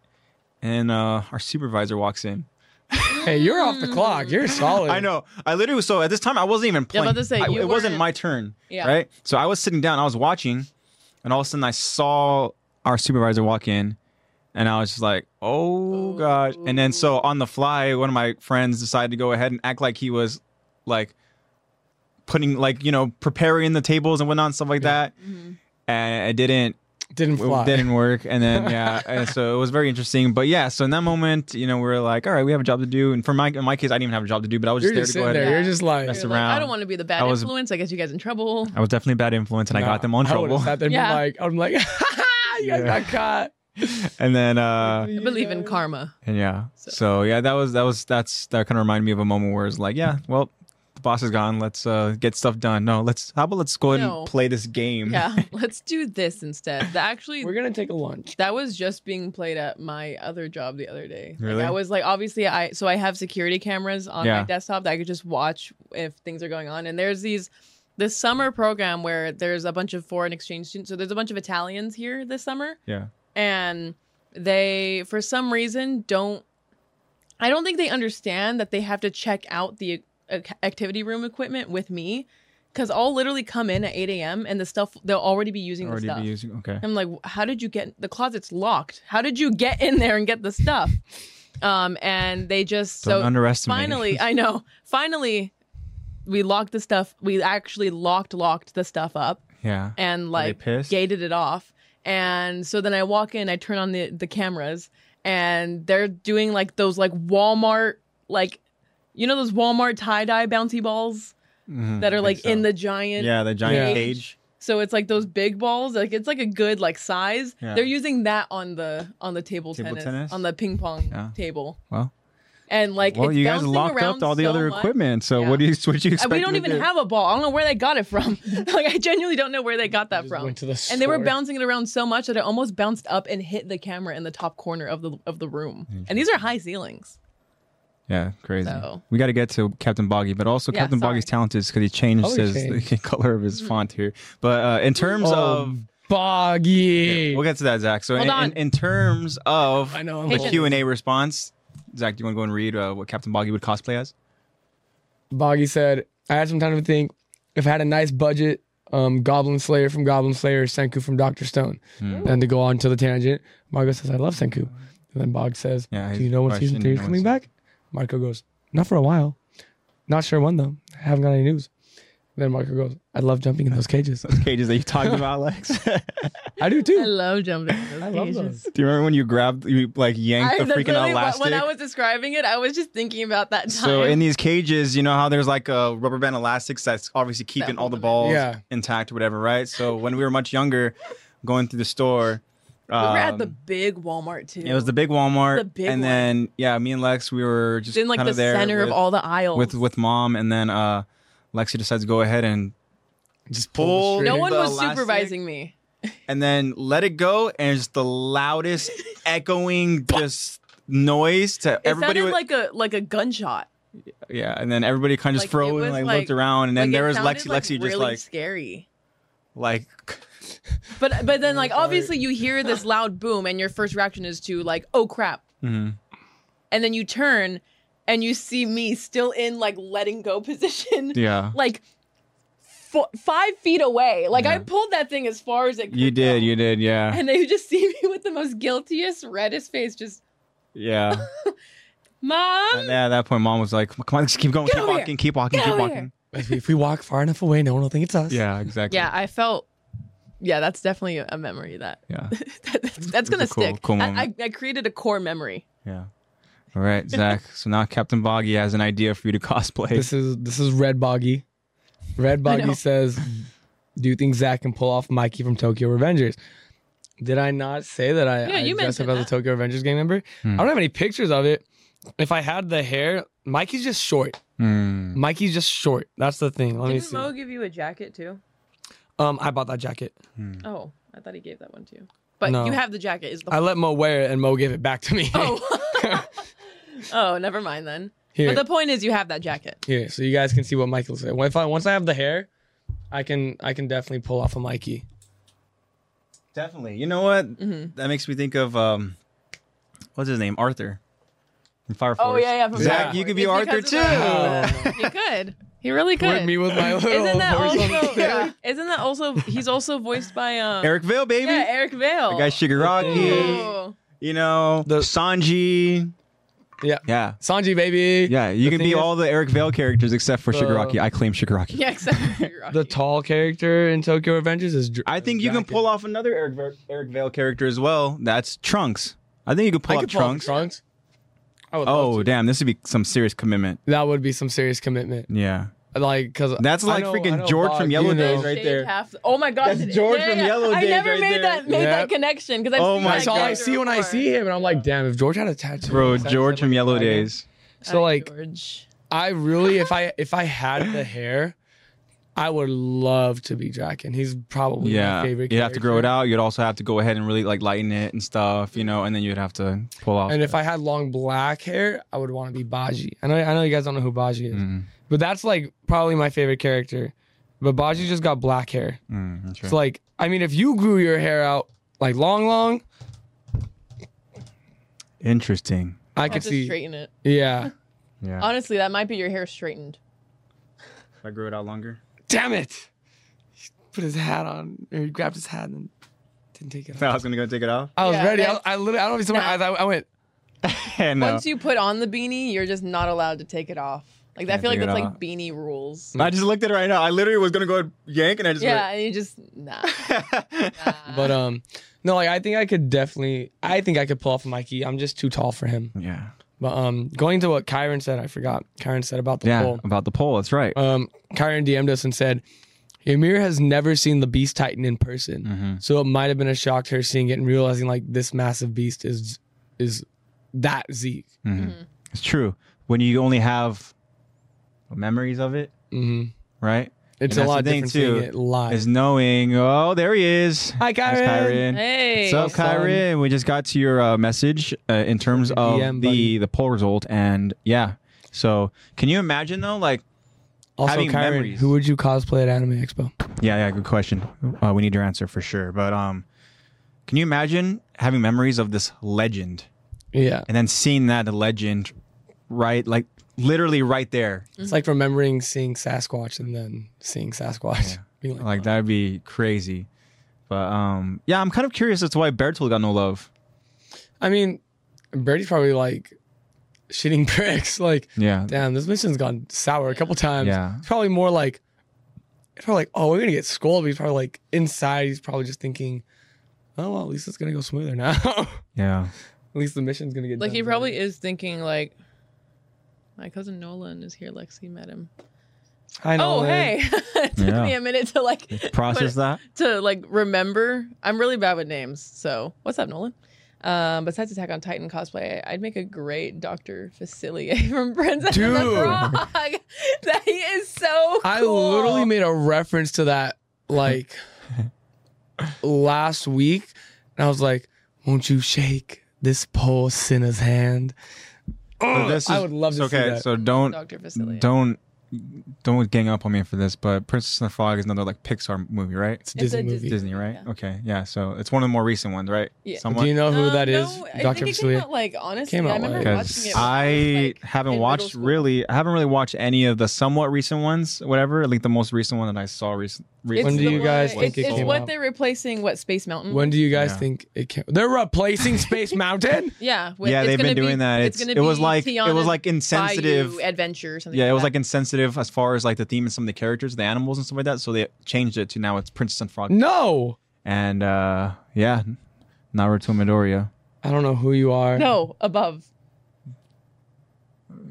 A: and uh, our supervisor walks in.
C: hey, you're off the clock. You're solid.
A: I know. I literally was so at this time I wasn't even
B: Yeah,
A: playing.
B: I'm about to say,
A: I-
B: you
A: it wasn't
B: weren't-
A: my turn.
B: Yeah.
A: Right. So I was sitting down. I was watching, and all of a sudden I saw our supervisor walk in, and I was just like, "Oh gosh!" And then so on the fly, one of my friends decided to go ahead and act like he was, like, putting like you know preparing the tables and whatnot and stuff like that, and it didn't
C: Didn't
A: it
C: fly.
A: didn't work and then yeah and so it was very interesting but yeah so in that moment you know we were like all right we have a job to do and for my in my case i didn't even have a job to do but i was
C: You're
A: just
C: just
A: there to go
C: sitting
A: ahead
C: there.
A: and-
C: You're just like,
A: Mess
B: You're
A: around.
B: I don't want to be the bad
A: I was-
B: influence. I guess you guys in trouble.
A: i was definitely a bad influence and i got them on
C: I would
A: trouble
C: have sat there and been
B: Yeah.
C: like, I'm like, you guys
A: Yeah.
C: got caught.
A: and then uh
B: I believe in karma.
A: and yeah so.
B: So-
A: yeah that was that was that's that kind of reminded me of a moment where it's like yeah well the boss is gone let's uh get stuff done no let's how about let's go ahead
B: No.
A: and play this game
B: Yeah, let's do this instead. That actually,
C: We're going to take a lunch.
B: that was just being played at my other job the other day.
A: Really?
B: Like I was like, obviously, I so I have security cameras on
A: Yeah.
B: my desktop that I could just watch if things are going on. And there's these this summer program where there's a bunch of foreign exchange students. So there's a bunch of Italians here this summer,
A: Yeah.
B: and they, for some reason, don't. I don't think they understand that they have to check out the ac- activity room equipment with me, because I'll literally come in at 8 a.m. and the stuff they'll already be using
A: Already
B: the stuff.
A: be using. Okay.
B: I'm like, how did you get the closet's locked? How did you get in there and get the stuff? Um, and they just
A: Don't
B: so
A: underestimate.
B: finally, I know, finally, we locked the stuff. We actually locked locked the stuff up
A: Yeah.
B: and
A: Were they
B: like
A: pissed?
B: gated it off. And so then I walk in, I turn on the the cameras, and they're doing like those like Walmart like. You know those Walmart tie dye bouncy balls
A: Mhm.
B: that
A: I
B: are
A: think
B: like in
A: so.
B: the giant
A: Yeah, the giant
C: Yeah.
A: cage.
B: so it's like those big balls, like it's like a good like size.
A: Yeah.
B: They're using that on the on the table,
A: Table
B: tennis,
A: tennis?
B: on the ping pong
A: Yeah.
B: table.
A: Well.
B: and like
A: well,
B: it's
A: you guys
B: bouncing
A: locked up
B: around
A: all the
B: so
A: other
B: much.
A: equipment. So
B: Yeah.
A: what do you what do you
B: And
A: expect?
B: Uh, we don't
A: them
B: even
A: to do?
B: have a ball. I don't know where they got it from. like I genuinely don't know where they got that
C: Just
B: from.
C: Went to the
B: And they were
C: store.
B: bouncing it around so much that it almost bounced up and hit the camera in the top corner of the of the room. And these are high ceilings.
A: Yeah, crazy.
B: So-
A: We got to get to Captain Boggy, but also
B: Yeah,
A: Captain
B: sorry. Mm-hmm.
A: Boggy's talented because he changed
C: Oh, he
A: his the color of his font here. But uh, in terms
C: Oh,
A: of
C: boggy.
A: we'll get to that, Zach. So
B: Hold
A: in,
B: on.
A: in, in terms of
C: I know. I'm
B: Hey,
A: the
B: Jen.
C: old.
A: Q and A response, Zach, do you want to go and read uh, what Captain Boggy would cosplay as?
C: Boggy said, I had some time to think. If I had a nice budget, um, Goblin Slayer from Goblin Slayer, Senku from Dr. Stone.
A: Hmm.
C: Then to go on to the tangent, Margo says, I love Senku. And then Bog says,
A: Yeah,
C: Do
A: he's
C: you know when
A: probably seen
C: season three
A: it
C: is
A: once.
C: coming back? Marco goes, Not for a while. Not sure when though. haven't got any news. Then Marco goes, I love jumping in those cages.
A: Those cages that you talked about, Lex. do
C: I do
B: I
C: too.
B: love jumping. in those
C: I love
B: cages.
C: those.
A: you remember when you grabbed, you like yanked
B: I-
A: the
B: that's
A: freaking
B: literally what-
A: elastic?
B: when I was describing it, I was just thinking about that time.
A: So in these cages, you know how there's like a rubber band elastics that's obviously keeping all the balls
C: Yeah.
A: intact or whatever, right? So when we were much younger, going through the store,
B: we were at the
A: um,
B: big Walmart too.
A: it was the big Walmart,
B: The big
A: and
B: one.
A: then yeah, me and Lex we were just
B: It's in like
A: kind
B: the
A: of there
B: center
A: with,
B: of all the aisles.
A: with with mom, and then uh, Lexi decides to go ahead and
C: Just
A: Pull-
C: pull the
B: no
C: string.
B: one
A: the
B: was
A: elastic.
B: supervising me.
A: and then let it go, and it's the loudest echoing just noise to
B: It
A: everybody.
B: sounded
A: was-
B: like a like a gunshot.
A: yeah, and then everybody kind of just
B: like, it
A: froze
B: was
A: and like,
B: like-
A: looked around, and then
B: Like, it
A: there was
B: sounded,
A: Lexi,
B: like,
A: Lexi just
B: really
A: like
B: scary.
A: like
B: But but then like obviously you hear this loud boom and your first reaction is to like oh crap,
A: mhm.
B: and then you turn and you see me still in like letting go position,
A: yeah.
B: like fo- five feet away. Like I
A: Yeah.
B: pulled that thing as far as it. Could
A: You did,
B: go.
A: you did, yeah,
B: And they just see me with the most guiltiest, reddest face, just
A: yeah.
B: mom.
A: And at that point, mom was like, "Come on, just keep going,
B: Get
A: keep
B: over
A: walking, keep walking,
B: Get
A: keep
B: over
A: walking."
C: If we- if we walk far enough away, no one will think it's us.
A: Yeah, exactly.
B: Yeah, I felt. Yeah, that's definitely a memory that,
A: yeah,
B: that that's, that's gonna
A: a cool-
B: stick.
A: cool
B: I,
A: moment.
B: I, I created a core memory.
A: yeah. All right, Zach. so now Captain Boggy has an idea for you to cosplay.
C: This is this is Red Boggy. Red
B: I know.
C: Boggy says, "Do you think Zach can pull off Mikey from Tokyo Revengers?" Did I not say that I,
B: Yeah,
C: I
B: you
C: dressed up
B: mentioned
C: as a
B: that.
C: Tokyo Revengers gang member?
A: Hmm.
C: I don't have any pictures of it. If I had the hair, Mikey's just short.
A: Hmm.
C: Mikey's just short. That's the thing. Let
B: Didn't Mo
C: me see.
B: give you a jacket too?
C: Um, I bought that jacket.
B: Oh, I thought he gave that one to you. But
C: No.
B: you have the jacket. Is the
C: I let Mo wear it, and Mo gave it back to me.
B: oh. oh, never mind then.
C: here,
B: But the point is, you have that jacket.
C: here, so you guys can see what Mikey looks like. If I, once I have the hair, I can I can definitely pull off a Mikey.
A: Definitely. You know what?
B: hmm
A: That makes me think of um, what's his name, Arthur, from Fire Force.
B: Oh yeah, yeah. From
A: Zach,
B: Dragon
A: you
B: Ball.
A: could be
B: It's
A: Arthur
B: because of that. Uh-huh. Oh.
A: too.
B: he could. He really could.
C: With me with my little
B: isn't that
C: horse on the
B: also?
C: stick.
B: yeah, Isn't that also? He's also voiced by um.
A: Eric Vale, baby.
B: Yeah, Eric Vale. Oh.
A: the guy Shigaraki.
B: Ooh.
A: You know,
C: The-
A: Sanji.
C: Yeah.
A: Yeah.
C: Sanji, baby.
A: Yeah, you
C: The
A: can be
C: thing is-
A: all the Eric Vale characters except for
C: The-
A: Shigaraki. I claim Shigaraki.
B: Yeah, except for Shigaraki.
C: The tall character in Tokyo Avengers is. Dr-
A: I think you can
C: Draken.
A: pull off another Eric Ver- Eric Vale character as well. That's Trunks. I think you could pull off
C: I could pull off
A: Trunks.
C: Trunks. I would love
A: Oh
C: to.
A: damn, this would be some serious commitment.
C: that would be some serious commitment.
A: Yeah,
C: Like, cause
A: That's
C: I
A: like
C: know-
A: freaking
C: I know
A: George
C: Bog,
A: from Yellow
C: you
A: Days
C: know.
A: right
B: Shaved
A: there.
B: half- oh my gosh,
A: That's George from Yellow
B: I
A: Days
B: never
A: right
B: made
A: there.
B: that made
C: Yep.
B: that connection because I've
A: Oh
B: seen
A: my
B: that
C: That's all I
B: character
C: see when I
B: before.
C: see him, and I'm like, damn, if George had a tattoo,
A: Bro,
C: I'd say
A: George
C: like
A: from Yellow
C: Dragon.
A: Days.
C: So
B: Ah,
C: like,
B: George.
C: I really, if I if I had the hair, I would love to be Draken. He's probably
A: Yeah,
C: my favorite.
A: you'd have to grow it out. You'd also have to go ahead and really like lighten it and stuff, you know, and then you'd have to pull off.
C: And if I had long black hair, I would want to be Baji. I know, I know you guys don't know who Baji is,
A: Mhm.
C: but that's like probably my favorite character But Baji just got black hair.
A: Mm, that's right.
C: It's like, I mean, if you grew your hair out like long, long,
A: Interesting.
C: I
B: I'll
C: could
B: just
C: see.
B: straighten it.
C: Yeah.
A: Yeah.
B: Honestly, that might be your hair straightened.
A: I grew it out longer.
C: Damn it! He put his hat on, or he grabbed his hat and didn't take it.
A: I
C: off.
A: was gonna go take it off.
C: I was
B: Yeah,
C: ready. I,
B: that's-
C: I literally, I don't know if someone. I, I went.
A: and uh,
B: Once you put on the beanie, you're just not allowed to take it off. Like I
A: Can't
B: feel like
A: take it
B: that's
A: off.
B: like beanie rules.
A: I just looked at it right now. I literally was gonna go yank, and I just
B: Yeah, and you just nah.
A: went-
B: nah.
C: But um, no, like I think I could definitely. I think I could pull off Mikey. I'm just too tall for him.
A: yeah,
C: But um, going to what Kyron said, I forgot. Kyron said about the
A: yeah.
C: poll.
A: About the poll, that's right.
C: Um, Kyron DM'd us and said, Ymir has never seen the Beast Titan in person,
A: Mhm.
C: so it might have been a shock to her seeing it and realizing like this massive beast is is that Zeke.
A: mm-hmm. It's true. When you only have memories of it,
C: hmm
A: right? And
C: It's a
A: that's
C: lot
A: the thing,
C: different seeing
A: too,
C: it live.
A: Is knowing, oh, there he is.
C: Hi,
A: There's
C: Kyron.
A: Kyron.
B: Hey,
A: So,
C: son.
A: Kyron, we just got to your uh, message uh, in terms
C: The
A: of
C: DM, buddy.
A: the the poll result, and yeah. So, can you imagine though, like
C: Also,
A: having
C: Kyron,
A: memories.
C: who would you cosplay at Anime Expo?
A: Yeah, yeah, good question. Uh, we need your answer for sure. But um, can you imagine having memories of this legend
C: Yeah,
A: and then seeing that legend, right? Like literally right there.
C: it's like remembering seeing Sasquatch and then seeing Sasquatch.
A: Yeah.
C: Being like,
A: Like that'd be crazy. But um, yeah, I'm kind of curious as to why Bear Tool got no love.
C: I mean, Brady's probably like shitting bricks. Like,
A: Yeah,
C: damn, this mission's gone sour a couple times.
A: yeah,
C: It's probably more like, it's probably like, oh, we're gonna get scolded. But he's probably like inside, he's probably just thinking, oh well, at least it's gonna go smoother now. at
A: yeah.
C: least the mission's gonna get
B: like
C: done
B: he
C: better.
B: probably is thinking like, my cousin Nolan is here. Lexi met him.
C: Hi,
B: Oh
C: Nolan.
B: hey, it took
A: Yeah.
B: me a minute to like
A: Process
B: put-
A: that.
B: to like remember. I'm really bad with names, so what's up, Nolan? Um, besides Attack on Titan cosplay, I'd make a great Doctor Facilier from Princess and the
C: Dude.
B: Frog. that he is so. Cool.
C: I literally made a reference to that like last week, and I was like, "Won't you shake this poor sinner's hand?"
A: But
C: Ugh,
A: this
C: I
A: is-
C: would love to
A: okay,
C: see that.
A: so don't
B: Doctor Facilier.
A: don't don't gang up on me for this. But Princess and the Frog is another like Pixar movie, right?
C: it's a
B: It's
C: Disney
B: a
C: movie.
B: Disney-
A: Disney, right?
B: Yeah.
A: Okay, yeah. So it's one of the more recent ones, right?
B: Yeah.
A: Somewhat.
C: Do you know who that is,
B: Um, I
C: Doctor
B: think it came
C: Facilier?
B: out, like honestly,
C: Came out
B: I remember
C: like-
B: watching
A: Because
B: it. when
A: I
B: was, like,
A: haven't
B: in middle
A: watched
B: school.
A: really, I haven't really watched any of the somewhat recent ones, whatever. Like the most recent one that I saw recent.
B: It's
A: recent
C: When do
B: the
C: you
B: one-
C: guys
B: it's,
C: think it
B: it's
C: came
B: what
C: out?
B: they're replacing? What Space Mountain?
C: When do you guys
A: Yeah.
C: think it came? They're replacing Space Mountain.
B: yeah, when-
A: yeah,
B: it's
A: they've been
B: gonna be-
A: doing that.
B: It's,
A: It's,
B: gonna
A: it was
B: be
A: like it was
B: Tiana's
A: like insensitive.
B: Bayou adventure. or Something
A: Yeah, it was
B: that.
A: like insensitive as far as like the theme and some of the characters, the animals and stuff like that. So they changed it to now it's Princess and Frog.
C: No,
A: And uh yeah, Naruto Midoriya.
C: I don't know who you are.
B: no above.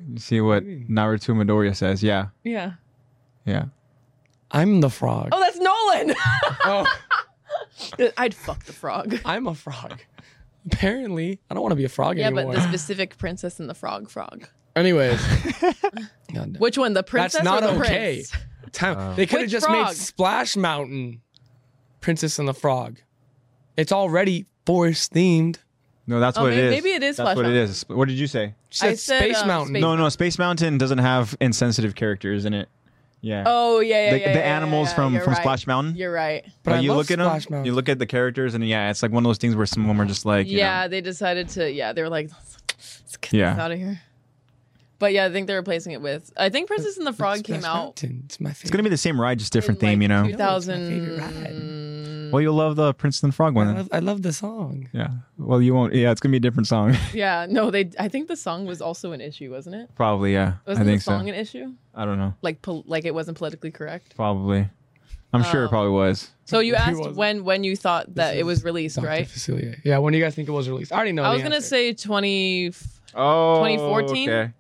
A: You see what
C: Maybe.
A: Naruto Midoriya says. Yeah,
B: Yeah.
A: yeah.
C: I'm the frog.
B: Oh, that's Nolan.
C: oh,
B: I'd fuck the frog.
C: I'm a frog. Apparently, I don't want to be a frog
B: Yeah, but
C: anymore.
B: the specific princess and the frog frog.
C: Anyways, God,
B: Which one? The princess
C: not
B: or the
C: okay.
B: prince?
C: Time. they could have
B: Which
C: just made
B: frog?
C: Splash Mountain, Princess and the Frog. It's already forest themed.
A: No, that's
B: Oh,
A: what
B: maybe-
A: it is.
B: maybe it
A: That's
B: is Flash
A: what it
B: Mountain.
A: is. What did you say?
C: She
B: I
C: said,
B: said,
C: Space
B: um,
C: Mountain.
B: Space-
A: No, no. Space Mountain doesn't have insensitive characters in it. Yeah.
B: Oh yeah, yeah,
A: the,
B: yeah,
A: the
B: yeah,
A: animals
B: yeah,
A: from
B: you're
A: from
B: right.
A: Splash Mountain.
B: You're right.
C: but I
A: you
C: love
A: look at
C: Splash
A: them,
C: Mountain.
A: you look at the characters, and yeah, it's like one of those things where some of them are just like, you
B: yeah,
A: know,
B: they decided to. Yeah, they were like, let's get
A: Yeah.
B: this out of here. But yeah, I think they're replacing it with. I think Princess and the Frog came out.
C: Mountain. It's my favorite.
A: it's gonna be the same ride, just different
B: in,
A: theme, you
B: like,
A: know.
B: 2000.
C: It's my
A: Well, you'll love the Princeton Frog one.
C: I
A: then.
C: love, I love the song.
A: yeah. Well, you won't. Yeah, it's gonna be a different song,
B: Yeah, no, they. I think the song was also an issue, wasn't it?
A: probably. Yeah,
B: Wasn't
A: I think
B: the song
A: so.
B: an issue?
A: I don't know.
B: Like, pol- like it wasn't politically correct.
A: Probably. I'm sure it
B: Um,
A: probably was.
B: So you
C: It
B: asked
C: wasn't.
B: when when you thought that
C: This
B: it
C: is
B: was released,
C: Dr.
B: right?
C: Facilier. Yeah, when do you guys think it was released? I already know.
B: I
C: the
B: was gonna
C: answer.
B: say 20,
A: Oh.
B: 2014? okay.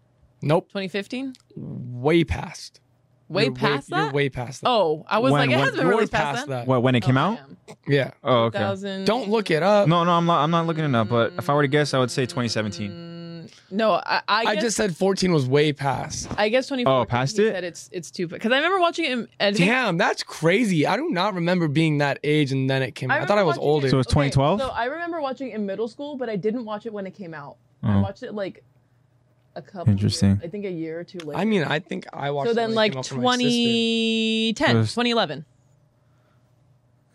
C: nope.
B: 2015?
C: Way past.
B: Way
C: You're
B: past
C: You're
B: that.
C: way past that.
B: Oh, I was
A: When-
B: like, it
A: when-
B: hasn't been
C: Way
B: released past, that.
A: What when it came out?
C: Yeah.
A: Oh, okay.
B: 2000...
C: Don't look it up.
A: No, no, I'm not. I'm not looking it up. But if I were to guess, I would say 2017.
B: Mm, No, I, I,
C: I
B: guess,
C: just said 14 was way past.
B: I guess 2014.
A: Oh, past
B: he
A: it?
B: Said it's it's too because I remember watching it. In, I think-
C: Damn, that's crazy. I do not remember being that age and then it came.
B: I
C: I, thought I
B: remember
C: was
B: watching it-
C: older.
A: So it's 2012.
B: So I remember watching it in middle school, but I didn't watch it when it came out. I
A: Oh.
B: watched it like a couple.
A: Interesting.
B: years- I think a year or two later.
C: I mean, I think I watched.
B: so
C: it when
B: then
C: it
B: like
C: came out from my sister.
B: 2010,
A: It was-
B: 2011,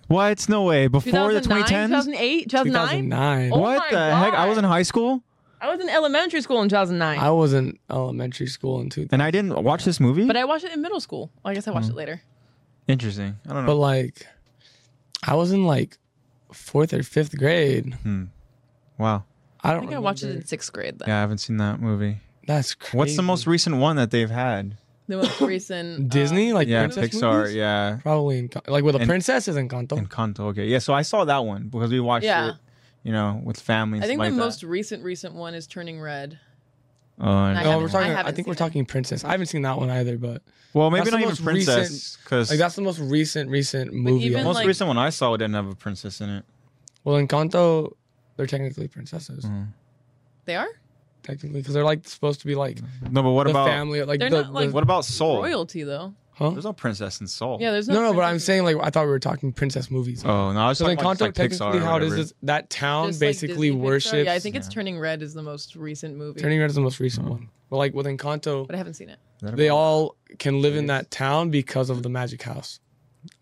A: What? No way. Before the
B: 2009,
A: 2010s?
B: 2008, 2009.
C: 2009.
B: Oh
A: what
B: my
A: the heck? I was in
B: God.
A: high school
B: I was in elementary school in 2009,
C: I was in elementary school in 2000.
A: and I didn't watch this movie.
B: but I watched it in middle school. Well, I guess I watched it later.
A: Interesting. I don't know.
C: But like, I was in like fourth or fifth grade.
A: wow.
C: I don't.
B: I think I watched it
C: remember.
B: in sixth grade. Then
A: Yeah, I haven't seen that movie.
C: That's crazy. Uh,
A: What's the most recent one that they've had?
B: the most recent
C: Disney?
B: um,
C: like
A: Yeah,
C: princess
A: Pixar.
C: movies?
A: Yeah,
C: Probably in, like with the
A: And-
C: princesses in Kanto.
A: Encanto. Okay, yeah. So I saw that one because we watched
B: Yeah.
A: it. You know, with families.
B: I think
A: like
B: the
A: that.
B: most recent recent one is Turning Red.
A: Uh,
B: I
C: No,
B: haven't-
C: we're
B: I
C: talking. I,
B: haven't
C: think
B: seen
C: we're
B: it.
C: talking princess. I haven't seen that one either, but
A: well, maybe
C: that's the
A: not even
C: most
A: princess because
C: like that's the most recent recent movie.
A: the
B: even,
A: most
B: like-
A: recent one I saw didn't have a princess in it.
C: well, in Kanto, they're technically princesses,
A: Mm-hmm.
B: They are
C: technically, because they're like supposed to be like
A: No, but what
C: the
A: about
C: family, like
B: They're
C: the,
B: not, like-
C: the-
A: what about Soul?
B: royalty though.
C: huh?
A: There's no princess in Soul.
B: Yeah, there's no.
C: No, no, but I'm
B: princesses.
C: saying like I thought we were talking princess movies.
A: Oh no, I was
C: so
A: talking
C: in
A: about just,
C: Kanto,
A: like Pixar.
C: technically,
A: or
C: how it is
A: whatever.
C: is that town
B: Just, like,
C: basically
B: Disney, Pixar.
C: worships.
B: Yeah, I think it's
A: Yeah.
B: Turning Red is the most recent movie,
C: Turning Red is the most recent one. But like with Encanto,
B: but I haven't seen it.
A: Is that
C: they
A: about-
C: all can live in that town because of the magic house.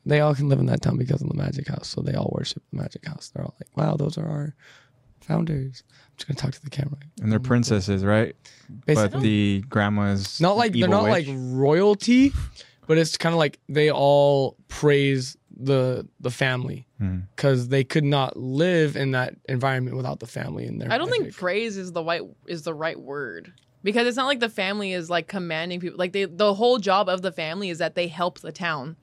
C: They all can live in that town because of the magic house. So they all worship the magic house. They're all like, wow, those are our founders. I'm just gonna talk to the camera. Mm.
A: and they're princesses, right?
C: Basically,
A: But the grandma's
C: not like they're
A: evil
C: not
A: witch.
C: like royalty, but it's kind of like they all praise the the family
A: Hmm.
C: because they could not live in that environment without the family in there.
B: I don't think praise is the white is the right word because it's not like the family is like commanding people. Like they, the whole job of the family is that they help the town.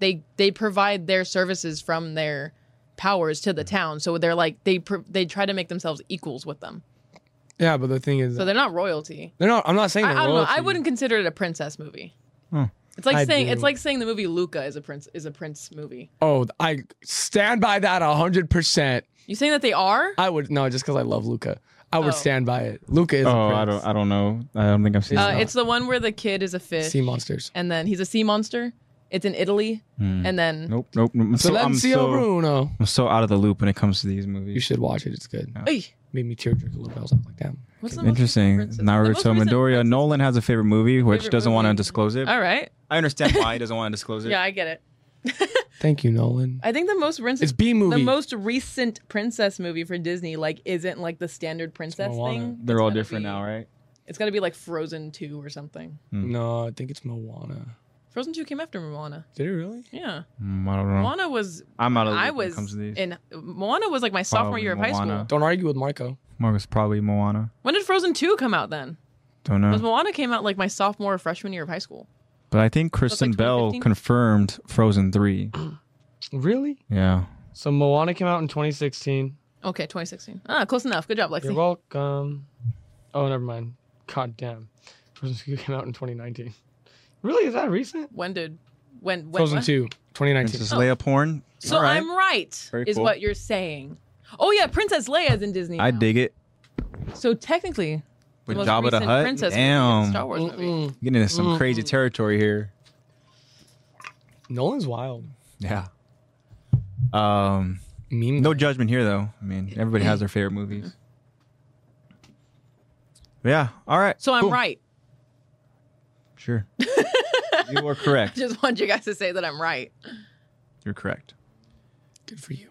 B: They they provide their services from their powers to
C: Mm.
B: the town. So they're like they pr- they try to make themselves equals with them.
C: Yeah, but the thing is,
B: So they're not royalty.
C: they're not. I'm not saying
B: I, I
C: they're
B: don't know. I
C: royalty.
B: wouldn't consider it a princess movie.
A: Hmm.
B: It's like
C: I
B: saying
C: do.
B: it's like saying the movie Luca is a prince is a prince movie.
C: Oh, I stand by that hundred percent.
B: You saying that they are?
C: I would no, just because I love Luca. I would
B: Oh.
C: stand by it. Luca is.
A: Oh,
C: a
A: I don't, I don't know. I don't think I've seen.
C: Uh,
B: Uh,
A: that.
B: it's the one where the kid is a fish.
C: Sea monsters.
B: and then he's a sea monster. It's in Italy,
A: Hmm.
B: and then
A: Nope, nope. nope. I'm so, I'm
C: Silencio
A: so,
C: Bruno.
A: I'm so out of the loop when it comes to these
C: You
A: movies.
C: should watch it. It's good.
B: Oy,
C: Made me tear jerk a little bit. I was like, damn.
B: what's the most
A: Interesting.
B: recent princess- the most
A: Naruto
B: recent
A: Midoriya.
B: princess-
A: Nolan has a favorite movie, which
B: Favorite
A: doesn't want to
B: movie.
A: disclose it.
B: All right,
A: I understand why he doesn't want to disclose it.
B: yeah, I get it.
C: Thank you, Nolan.
B: I think the most recent,
C: It's B movie.
B: the most recent princess movie for Disney, like isn't like the standard princess
C: Moana.
B: thing.
A: They're
B: It's
A: all
B: gotta
A: different
B: be-
A: now, right?
B: It's got to be like Frozen Two or something.
A: Mm.
C: No, I think it's Moana.
B: Frozen Two came after Moana.
C: Did it really?
B: Yeah,
A: Mm, I don't know.
B: Moana was
A: I'm out of the loop
B: I
A: when it
B: was
A: comes to these.
B: in Moana was like my sophomore
A: Probably
B: year of high
A: Moana.
B: school.
C: Don't argue with Marco.
A: Marcus probably Moana.
B: When did Frozen Two come out then?
A: Don't know.
B: Because Moana came out like my sophomore or freshman year of high school.
A: But I think Kristen Bell
B: 2015?
A: confirmed Frozen 3.
C: Really?
A: Yeah.
C: So Moana came out in 2016.
B: Okay, 2016. Ah, close enough. Good job,
C: You're
B: Lexi.
C: welcome. Oh, never mind. God damn. Frozen 2 came out in 2019. Really? Is that recent?
B: When did when when
C: Frozen
B: what?
C: 2, 2019.
B: Oh.
A: Princess Leia porn.
B: So
A: All right.
B: I'm right,
A: Very
B: is
A: cool.
B: what you're saying. Oh yeah, Princess Leia is in Disney.
A: I
B: now.
A: dig it.
B: So technically,
A: With
B: the most
A: Jabba the
B: recent
A: Hutt.
B: princess movie is a Star
A: Damn.
B: Wars movie.
C: Mm-mm.
A: Getting into some crazy territory here.
C: Nolan's wild.
A: Yeah. Um,
C: Meme.
A: no judgment here, though. I mean, everybody has their favorite movies. Yeah. All right.
B: So I'm
A: Cool.
B: right.
A: Sure. you are correct.
B: Just want you guys to say that I'm right.
A: You're correct.
C: Good for you.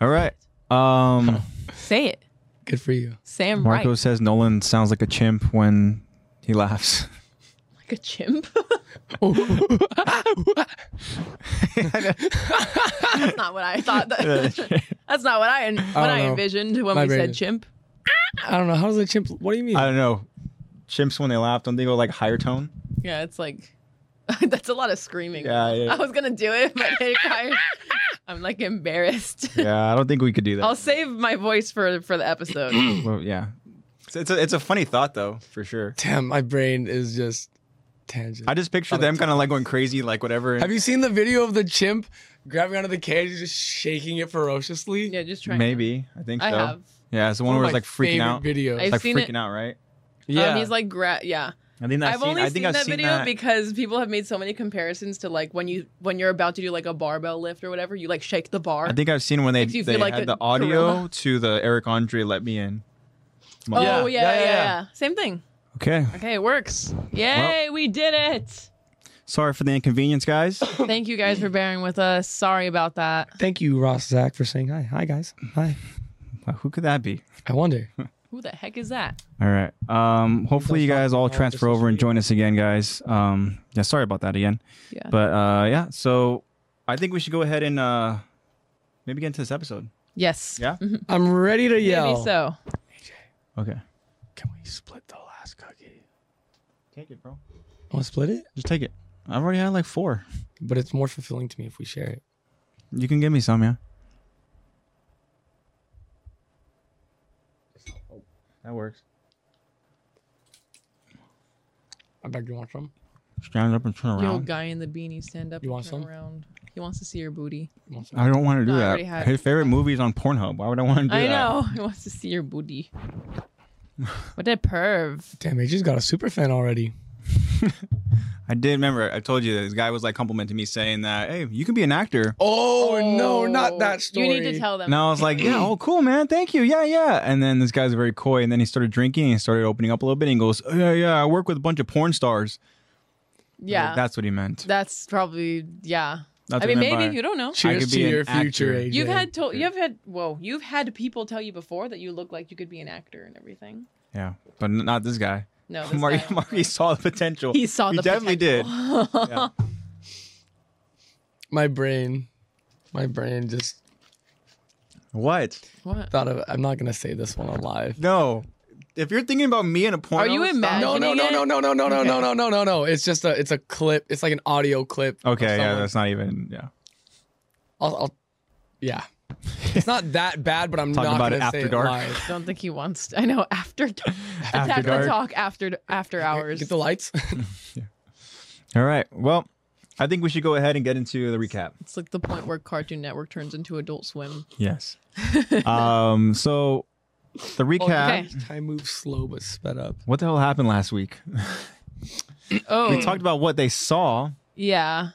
A: All right. Um,
B: Say it.
C: Good for you.
B: Say I'm
A: Marco
B: right.
A: says Nolan sounds like a chimp when he laughs.
B: Like a chimp. That's not what I thought. That, that's not what I en- what I,
C: know.
B: envisioned when
C: My
B: we
C: brain
B: said
C: is-
B: chimp.
C: I don't know. How does a chimp? What do you mean?
A: I don't know. Chimps when they laugh, don't they go like higher tone?
B: Yeah, it's like that's a lot of screaming.
A: Yeah, yeah.
B: I was gonna do it, but it requires- I'm like embarrassed.
A: Yeah, I don't think we could do that.
B: I'll save my voice for for the episode.
A: Well, yeah. It's, it's a it's a funny thought though, for sure.
C: Damn, my brain is just tangent.
A: I just picture them kind of like going crazy, like whatever.
C: Have you seen the video of the chimp grabbing onto the cage and just shaking it ferociously?
B: yeah, just try.
A: Maybe I think so.
B: I have. Um,
A: Yeah, it's the one
C: One
A: where
C: of
A: it's
C: my
A: like freaking
C: favorite
A: out.
C: Videos.
B: I've
A: It's like
B: seen
A: freaking
B: it.
A: out, right?
B: Yeah. he's like, gra- yeah.
A: I think
B: I've,
A: I've, seen.
B: only
A: I think
B: seen
A: I've
B: that
A: seen
B: video
A: that.
B: because people have made so many comparisons to like when you when you're about to do like a barbell lift or whatever, you like shake the bar.
A: I think I've seen when they
B: Makes you
A: they
B: feel like
A: had
B: a
A: the audio
B: gorilla.
A: to the Eric Andre "Let Me In."
B: oh
A: Yeah.
B: yeah yeah, yeah,
C: yeah, yeah.
B: Same thing.
A: Okay.
B: Okay, it works. Yay, we did it.
A: Sorry for the inconvenience, guys.
B: Thank you guys for bearing with us. Sorry about that.
C: Thank you, Ross Zach, for saying hi. Hi, guys. Hi.
A: Who could that be?
C: I wonder.
B: Who the heck is that?
A: All right. Um, hopefully you guys all
C: Don't fuck
A: transfer
C: all
A: over and join us again, guys. Um, yeah, sorry about that again.
B: Yeah.
A: But uh, yeah, so I think we should go ahead and uh, maybe get into this episode.
B: Yes.
A: Yeah.
C: I'm ready to yell.
B: Maybe so.
A: Okay.
C: Can we split the last cookie?
A: Take it, bro.
C: Want to split it?
A: Just take it. I've already had like four.
C: But it's more fulfilling to me if we share it.
A: You can give me some, yeah. That works.
C: I beg you want some?
A: Stand up and turn
B: You know,
A: around.
B: guy in the beanie, stand up.
C: You
B: and
C: want
B: turn
C: some?
B: Around. He wants to see your booty.
C: You want some?
A: I don't want to do
B: No, I
A: that.
B: already had-
A: His favorite movie is on Pornhub. Why would I want to do
B: I
A: that?
B: know. He wants to see your booty. what a perv.
C: Damn, AJ's got a super fan already.
A: I did remember. I told you that this guy was like complimenting me, saying that, "Hey, you can be an actor."
C: Oh, no, not that story.
B: Oh, You need to tell them.
A: And I was like, "Yeah, oh, cool, man. Thank you. Yeah, yeah." And then this guy's very coy, and then he started drinking and he started opening up a little bit. And he goes, "Oh, "Yeah, yeah. I work with a bunch of porn stars."
B: Yeah. that's,
A: that's what he meant.
B: probably, yeah.
A: That's
B: I
A: what
B: mean,
A: he meant
B: maybe.
A: by-
B: You don't know.
A: I could
C: Cheers
A: be
C: to
A: an
C: your
A: actor.
C: future AJ.
B: You've had told you've had whoa you've had people tell you before that you look like you could be an actor and everything.
A: Yeah, but n- not this guy.
B: No, this
A: Marty,
B: guy-
A: Marty saw the potential.
B: he saw
A: He
B: the
A: definitely
B: potential.
A: Yeah.
C: my brain. My brain just
A: What?
B: What?
C: thought of. I'm not gonna say this one alive.
A: No. If you're thinking about me in a porn,
B: Are you imagining?
C: No, no, no,
B: it?
C: no, no, no, no, no,
B: Okay.
C: no, no, no, no, no. It's just a. It's a clip. It's like an audio clip. of
A: Okay, yeah,
C: someone.
A: that's not even. Yeah,
C: I'll, I'll, yeah. It's not that bad, but I'm
A: Talk
C: not
A: about
C: gonna
A: it
C: say
A: after dark.
C: live.
B: Don't think he wants. I know after dark.
A: After
B: attack
A: dark.
B: the talk after after hours.
C: Get the lights.
A: All right. Well, I think we should go ahead and get into the recap.
B: It's like the point where Cartoon Network turns into Adult Swim.
A: Yes. um. So, the recap.
B: okay.
C: Time moves slow but sped up.
A: What the hell happened last week?
B: Oh,
A: We talked about what they saw.
B: yeah.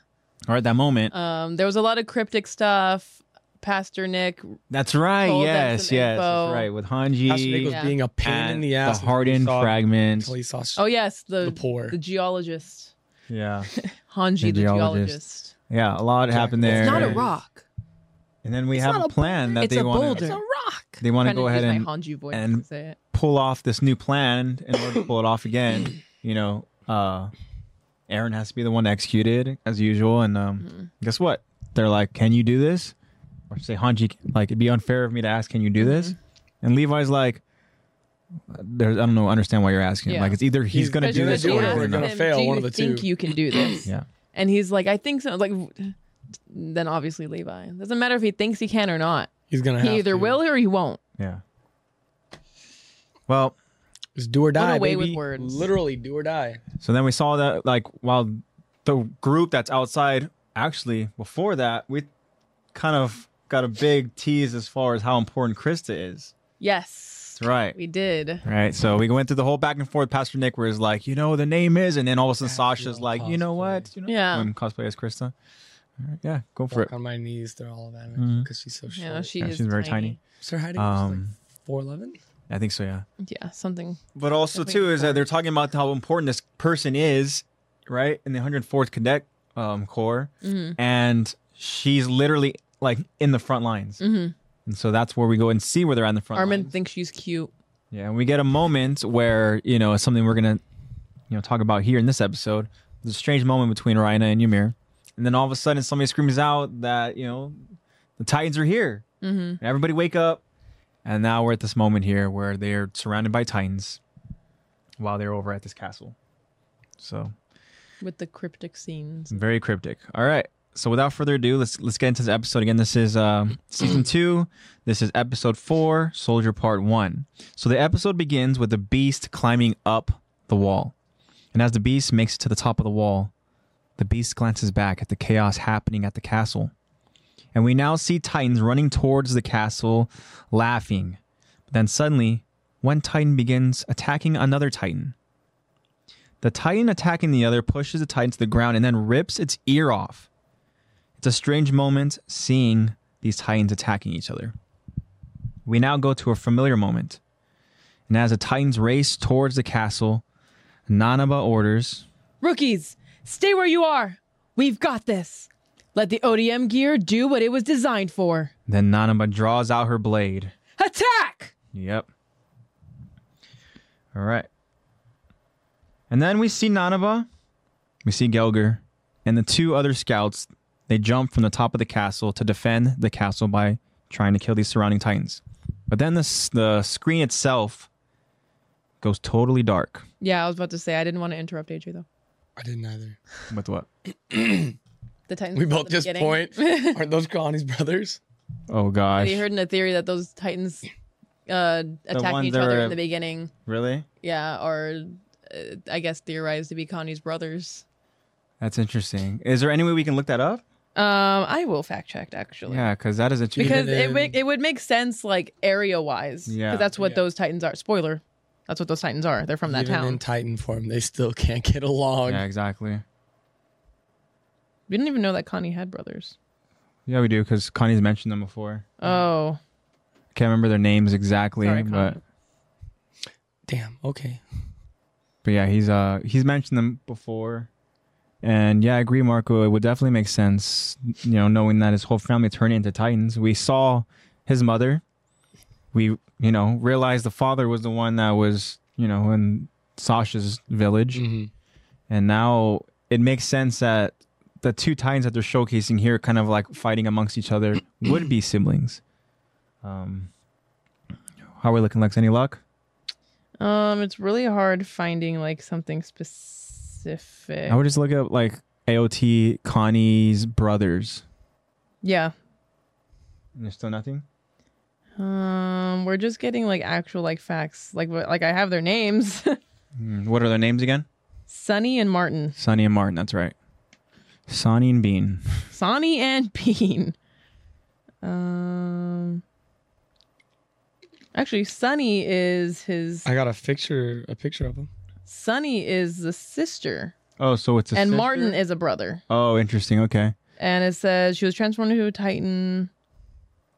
A: Or at that moment.
B: Um, there was a lot of cryptic stuff. Pastor Nick,
A: that's right.
B: told them
A: Yes.
B: some
A: Yes. That's
B: info.
A: right. With
C: Pastor Nick was
A: Hanji
B: Yeah.
C: being a pain in
A: and
C: the ass.
A: the hardened fragments.
C: Until he saw s-
B: oh yes, the
C: the poor.
B: the geologist,
A: Yeah.
B: Hanji,
A: The
B: the,
A: geologist.
B: geologist.
A: Yeah. A lot happened
C: It's
A: there.
B: It's not a
C: There it is.
B: rock.
A: And then we
B: It's
A: have
B: not
A: a
B: a
A: plan that
B: it's
A: they
B: a
A: want
B: boulder.
A: to.
B: rock.
A: They want to
B: Trying
A: go
B: use
A: ahead and
B: my Hanji voice
A: and-
B: to say it.
A: pull off this new plan in order to pull it off again. You know, uh, Aaron has to be the one to execute it as usual. And um, guess what? They're like, "Can you do this?" Or say, "Hanji, like it'd be unfair of me to ask, can you do this?" And Levi's like, "There's, I don't know, understand why you're asking.
B: Yeah.
A: Like it's either he's,
C: He's
A: gonna
C: gonna
A: do
C: do
A: this
C: it,
A: or
C: yeah.
A: he's
C: We're
A: not."
C: gonna
B: him,
C: fail
B: Do you
C: one of the
B: think
C: two."
B: you can do this?
A: Yeah.
B: And he's like, I think so. Like, then obviously Levi. Doesn't matter if he thinks he can or not.
C: He's gonna. have
B: He either
C: to.
B: will or he won't.
A: Yeah. Well,
C: It's do or die.
B: away with
C: baby.
B: words.
C: Literally, do or die.
A: So then we saw that like while the group that's outside actually before that we kind of got a big tease as far as how important Krista is.
B: Yes.
A: That's right. Oh,
B: We did.
A: Right. So we went through the whole back and forth. Pastor Nick was like, you know, what the name is, and then all of a sudden
C: Actual
A: Sasha's like, you know what? You know,
B: Yeah.
A: I'm cosplay as Krista. All right, yeah, go for it.
C: Walk on my knees through all of that
A: Mhm.
C: because she's so short.
B: Yeah, she
A: Yeah,
B: is
A: she's very
C: So her height
A: Um,
C: is like 4'11?
A: I think so, yeah.
B: Yeah, something.
A: But also
B: Definitely
A: too is that they're talking about how important this person is, right? In the 104th Cadet um, Corps,
B: Mhm.
A: and she's literally like in the front lines.
B: Mhm.
A: And so that's where we go and see where they're on the front.
B: Armin
A: lines.
B: thinks she's cute.
A: Yeah, and we get a moment where you know it's something we're gonna, you know, talk about here in this episode. There's a strange moment between Rhina and Ymir, and then all of a sudden somebody screams out that you know the Titans are here.
B: Mhm.
A: And everybody wake up, and now we're at this moment here where they're surrounded by Titans, while they're over at this castle. So
B: With the cryptic scenes.
A: very cryptic. All right. So without further ado, let's let's get into this episode again. This is um, season two. This is episode four, Soldier Part One. So the episode begins with the beast climbing up the wall, and as the beast makes it to the top of the wall, the beast glances back at the chaos happening at the castle, and we now see Titans running towards the castle, laughing. Then suddenly, one Titan begins attacking another Titan. The Titan attacking the other pushes the Titan to the ground and then rips its ear off. It's a strange moment seeing these Titans attacking each other. We now go to a familiar moment. And as the Titans race towards the castle, Nanaba orders.
B: Rookies, stay where you are. We've got this. Let the ODM gear do what it was designed for.
A: Then Nanaba draws out her blade.
B: Attack!
A: Yep. All right. And then we see Nanaba, we see Gelger, and the two other scouts. They jump from the top of the castle to defend the castle by trying to kill these surrounding titans. But then the, s- the screen itself goes totally dark.
B: Yeah, I was about to say I didn't want to interrupt Adri though.
C: I didn't either.
A: With what?
B: The Titans.
C: We
B: were at
C: both
B: the
C: just
B: beginning.
C: point. Aren't those Kalani's brothers?
A: Oh gosh.
B: We heard in a theory that those Titans uh, attacking
A: ones
B: each
A: that
B: other
A: were-
B: in the beginning.
A: Really?
B: Yeah, or uh, I guess theorized to be Connie's brothers.
A: That's interesting. Is there any way we can look that up?
B: Um, I will fact check actually.
A: Yeah, because that is interesting.
B: Because it,
C: in-
B: make, it would make sense like area wise.
A: Yeah.
B: Because that's what
C: Yeah.
B: those Titans are. Spoiler. That's what those Titans are. They're from that
C: Even
B: town.
C: in Titan form, they still can't get along.
A: yeah, exactly.
B: we didn't even know that Connie had brothers.
A: Yeah, we do because Connie's mentioned them before.
B: Oh.
A: Can't remember their names exactly,
B: Sorry,
A: but
B: Connie.
C: Damn. Okay.
A: but yeah, he's uh he's mentioned them before, and yeah, I agree, Marco. It would definitely make sense, you know, knowing that his whole family turned into titans. We saw his mother. We you know realized the father was the one that was you know in Sasha's village.
C: Mhm.
A: And now it makes sense that the two titans that they're showcasing here, kind of like fighting amongst each other, would be siblings. Um, how are we looking, Lex? Any luck?
B: Um, it's really hard finding like something specific.
A: I would just look up like AOT Connie's brothers.
B: yeah.
A: And there's still nothing.
B: Um, we're just getting like actual like facts. Like what- like I have their names.
A: Hmm, What are their names again?
B: Sonny and Martin.
A: Sonny and Martin. That's right. Sonny and Bean.
B: Sonny and Bean. Um Actually, Sonny is his
C: I got a picture. A picture of them.
B: Sonny is the sister
A: Oh, so it's a
B: and
A: sister?
B: Martin is a brother.
A: Oh, interesting. Okay.
B: And it says she was transformed into a titan.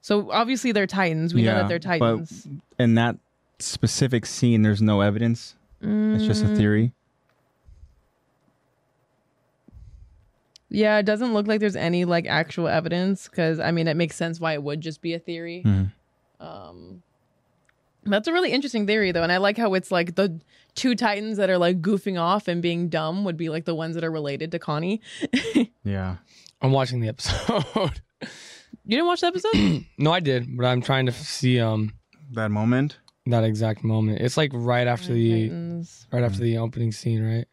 B: So obviously they're titans. We know
A: Yeah,
B: that they're
A: but-
B: titans.
A: In that specific scene, there's no evidence. It's just a
B: Mm,
A: theory.
B: Yeah, it doesn't look like there's any like actual evidence because I mean it makes sense why it would just be a theory.
A: Hmm.
B: Um, that's a really interesting theory, though, and I like how it's like the two titans that are like goofing off and being dumb would be like the ones that are related to Connie.
A: Yeah.
C: I'm watching the episode.
B: You didn't watch the episode?
C: no, I did, but I'm trying to f- see um
A: That moment.
C: that exact moment. It's like right after the
B: Titans.
C: right after the opening scene, right?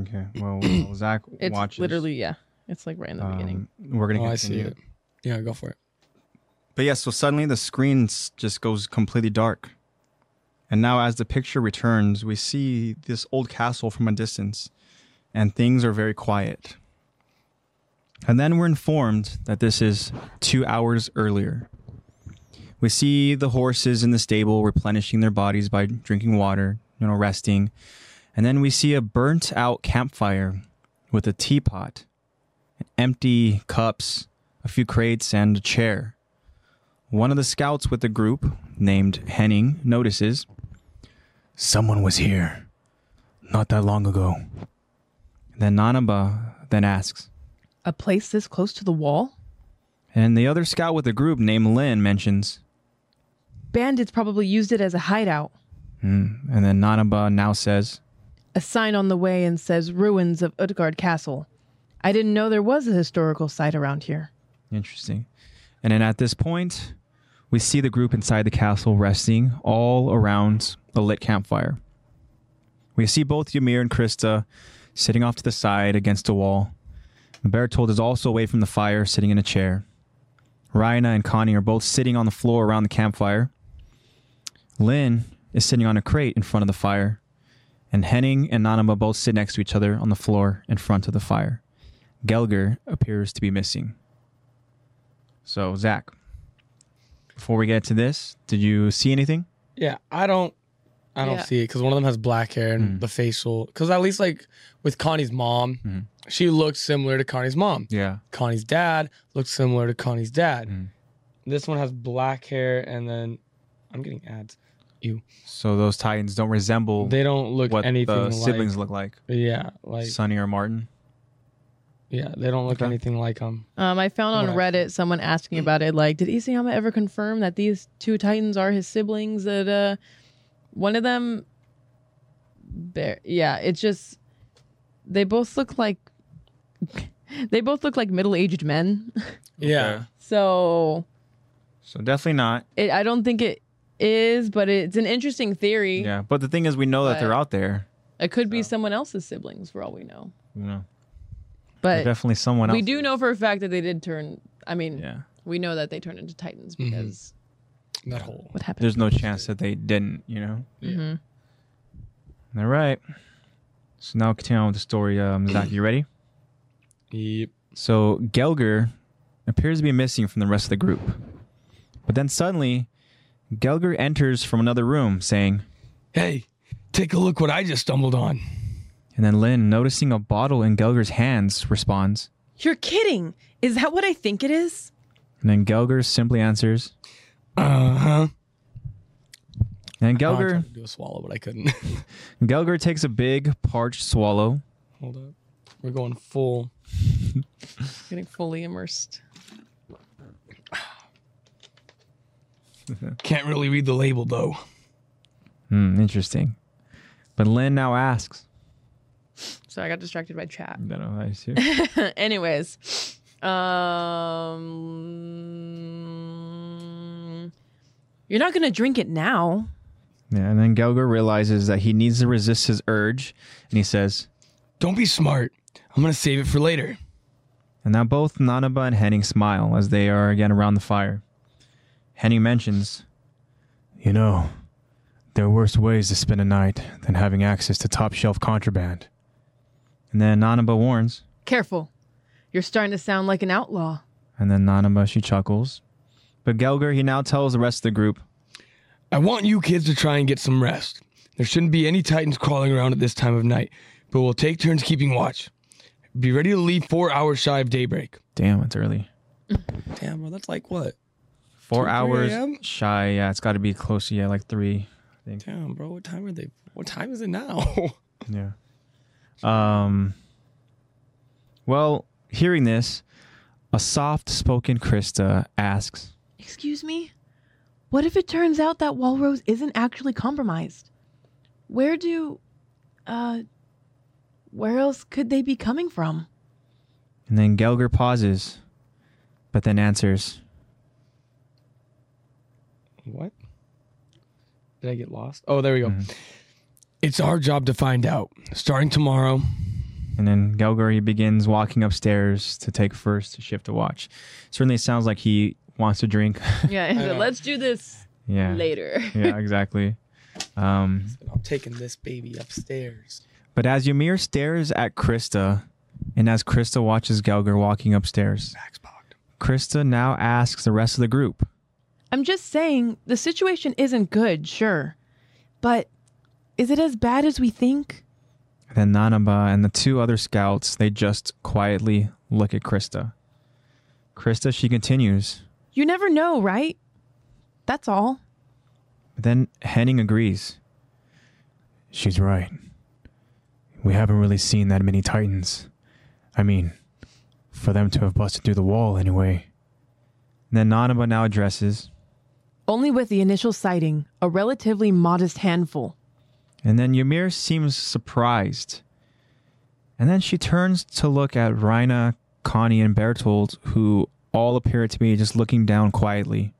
A: Okay. Well, well, Zach
B: It's
A: watches.
B: literally yeah. It's like right in the beginning.
A: um, We're gonna
C: Oh, I see
A: continue.
C: it. Yeah, go for it.
A: But yeah, so suddenly the screen s- just goes completely dark, and now as the picture returns, we see this old castle from a distance, and things are very quiet. And then we're informed that this is two hours earlier. We see the horses in the stable replenishing their bodies by drinking water, you know, resting. And then we see a burnt out campfire with a teapot, empty cups, a few crates, and a chair. One of the scouts with the group, named Henning, notices someone was here not that long ago. Then Nanaba then asks,
B: A place this close to the wall?
A: and the other scout with the group named Lynn mentions,
B: Bandits probably used it as a hideout.
A: and then Nanaba now says,
B: A sign on the way and says ruins of Utgard Castle. I didn't know there was a historical site around here.
A: Interesting. And then at this point, we see the group inside the castle resting all around a lit campfire. We see both Ymir and Krista sitting off to the side against a wall. Bertold is also away from the fire, sitting in a chair. Raina and Connie are both sitting on the floor around the campfire. Lynn is sitting on a crate in front of the fire. And Henning and Nanama both sit next to each other on the floor in front of the fire. Gelger appears to be missing. So, Zach, before we get to this, did you see anything?
C: Yeah, I don't. I don't
B: Yeah.
C: see it because one of them has black hair
A: Mm.
C: and the facial. Because at least like with Connie's mom,
A: Mm-hmm.
C: she looked similar to Connie's mom.
A: Yeah.
C: Connie's dad looked similar
A: Mm.
C: to Connie's dad. This one has black hair and then I'm getting ads. you.
A: So those Titans don't resemble
C: They don't look
A: Oh, what
C: anything
A: the
C: like.
A: siblings look like,
C: Yeah, like
A: Sonny or Martin.
C: yeah, they don't look
A: Okay.
C: anything like them.
B: Um, I found on
C: What
B: Reddit someone asking about it. Like, did Isayama ever confirm that these two titans are his siblings? That uh, one of them, there, yeah, it's just they both look like they both look like middle-aged men.
C: Yeah,
A: Okay.
B: So
A: So definitely not.
B: it, I don't think it is, but it's an interesting theory.
A: Yeah. But the thing is, we know that they're
B: But-
A: out there.
B: It could be someone else's siblings, for all we know.
A: You know, They're
B: But
A: definitely someone else.
B: we do know for a fact that they did turn. I mean,
A: Yeah.
B: we know that they turned into titans
C: Mhm.
B: because
C: that whole.
B: what happened?
A: There's no chance that they didn't. You know.
B: Mhm. Mm-hmm.
A: All right. So now continue on with the story. Um, Zach, you ready?
C: Yep.
A: So Gelger appears to be missing from the rest of the group. But then suddenly, Gelger enters from another room saying,
C: Hey, take a look what I just stumbled on.
A: and then Lynn, noticing a bottle in Gelger's hands, responds.
B: You're kidding. Is that what I think it is?
A: And then Gelger simply answers.
C: Uh huh.
A: And
C: I tried
A: Gelger,
C: to do a swallow, but I couldn't.
A: Gelger takes a big parched swallow.
C: Hold up, we're going full.
B: Getting fully immersed.
C: Can't really read the label though.
A: Hmm, interesting. But Lynn now asks.
B: So I got distracted by chat.
A: I don't know, I see.
B: Anyways, um, you're not gonna drink it now.
A: yeah, and then Gelger realizes that he needs to resist his urge, and he says,
C: Don't be smart. I'm gonna save it for later.
A: And now both Nanaba and Henning smile as they are again around the fire. Henning mentions, You know, there are worse ways to spend a night than having access to top shelf contraband. And then Nanaba warns,
B: Careful. You're starting to sound like an outlaw.
A: and then Nanaba, she chuckles. But Gelger, he now tells the rest of the group,
C: I want you kids to try and get some rest. There shouldn't be any titans crawling around at this time of night, but we'll take turns keeping watch. Be ready to leave four hours shy of daybreak.
A: Damn, it's early.
C: Damn, well, that's like what?
A: Four
C: 2, 3
A: hours
C: a.m.?
A: shy. Yeah, it's got to be close to, yeah, like three.
C: Damn, bro, what time are they? What time is it now?
A: Yeah. Um. Well, hearing this, a soft-spoken Krista asks,
B: Excuse me? What if it turns out that Walrose isn't actually compromised? Where do uh where else could they be coming from?
A: and then Gelger pauses, but then answers.
C: what? Did I get lost? Oh, there we go. It's our job to find out. Starting tomorrow.
A: And then Gelger he begins walking upstairs to take first shift to watch. Certainly sounds like he wants to drink.
B: Yeah,
C: know.
B: let's do this
A: yeah.
B: later.
A: Yeah, exactly. Um,
C: I'm taking this baby upstairs.
A: but as Ymir stares at Krista, and as Krista watches Gelger walking upstairs, Krista now asks the rest of the group,
B: I'm just saying the situation isn't good, sure. But is it as bad as we think?
A: Then Nanaba and the two other scouts, they just quietly look at Krista. Krista, she continues.
B: You never know, right? That's all.
A: But then Henning agrees. She's right. We haven't really seen that many Titans. I mean, for them to have busted through the wall anyway. Then Nanaba now addresses,
B: Only with the initial sighting, a relatively modest handful.
A: and then Ymir seems surprised. And then she turns to look at Reina, Connie, and Bertold, who all appear to be just looking down quietly.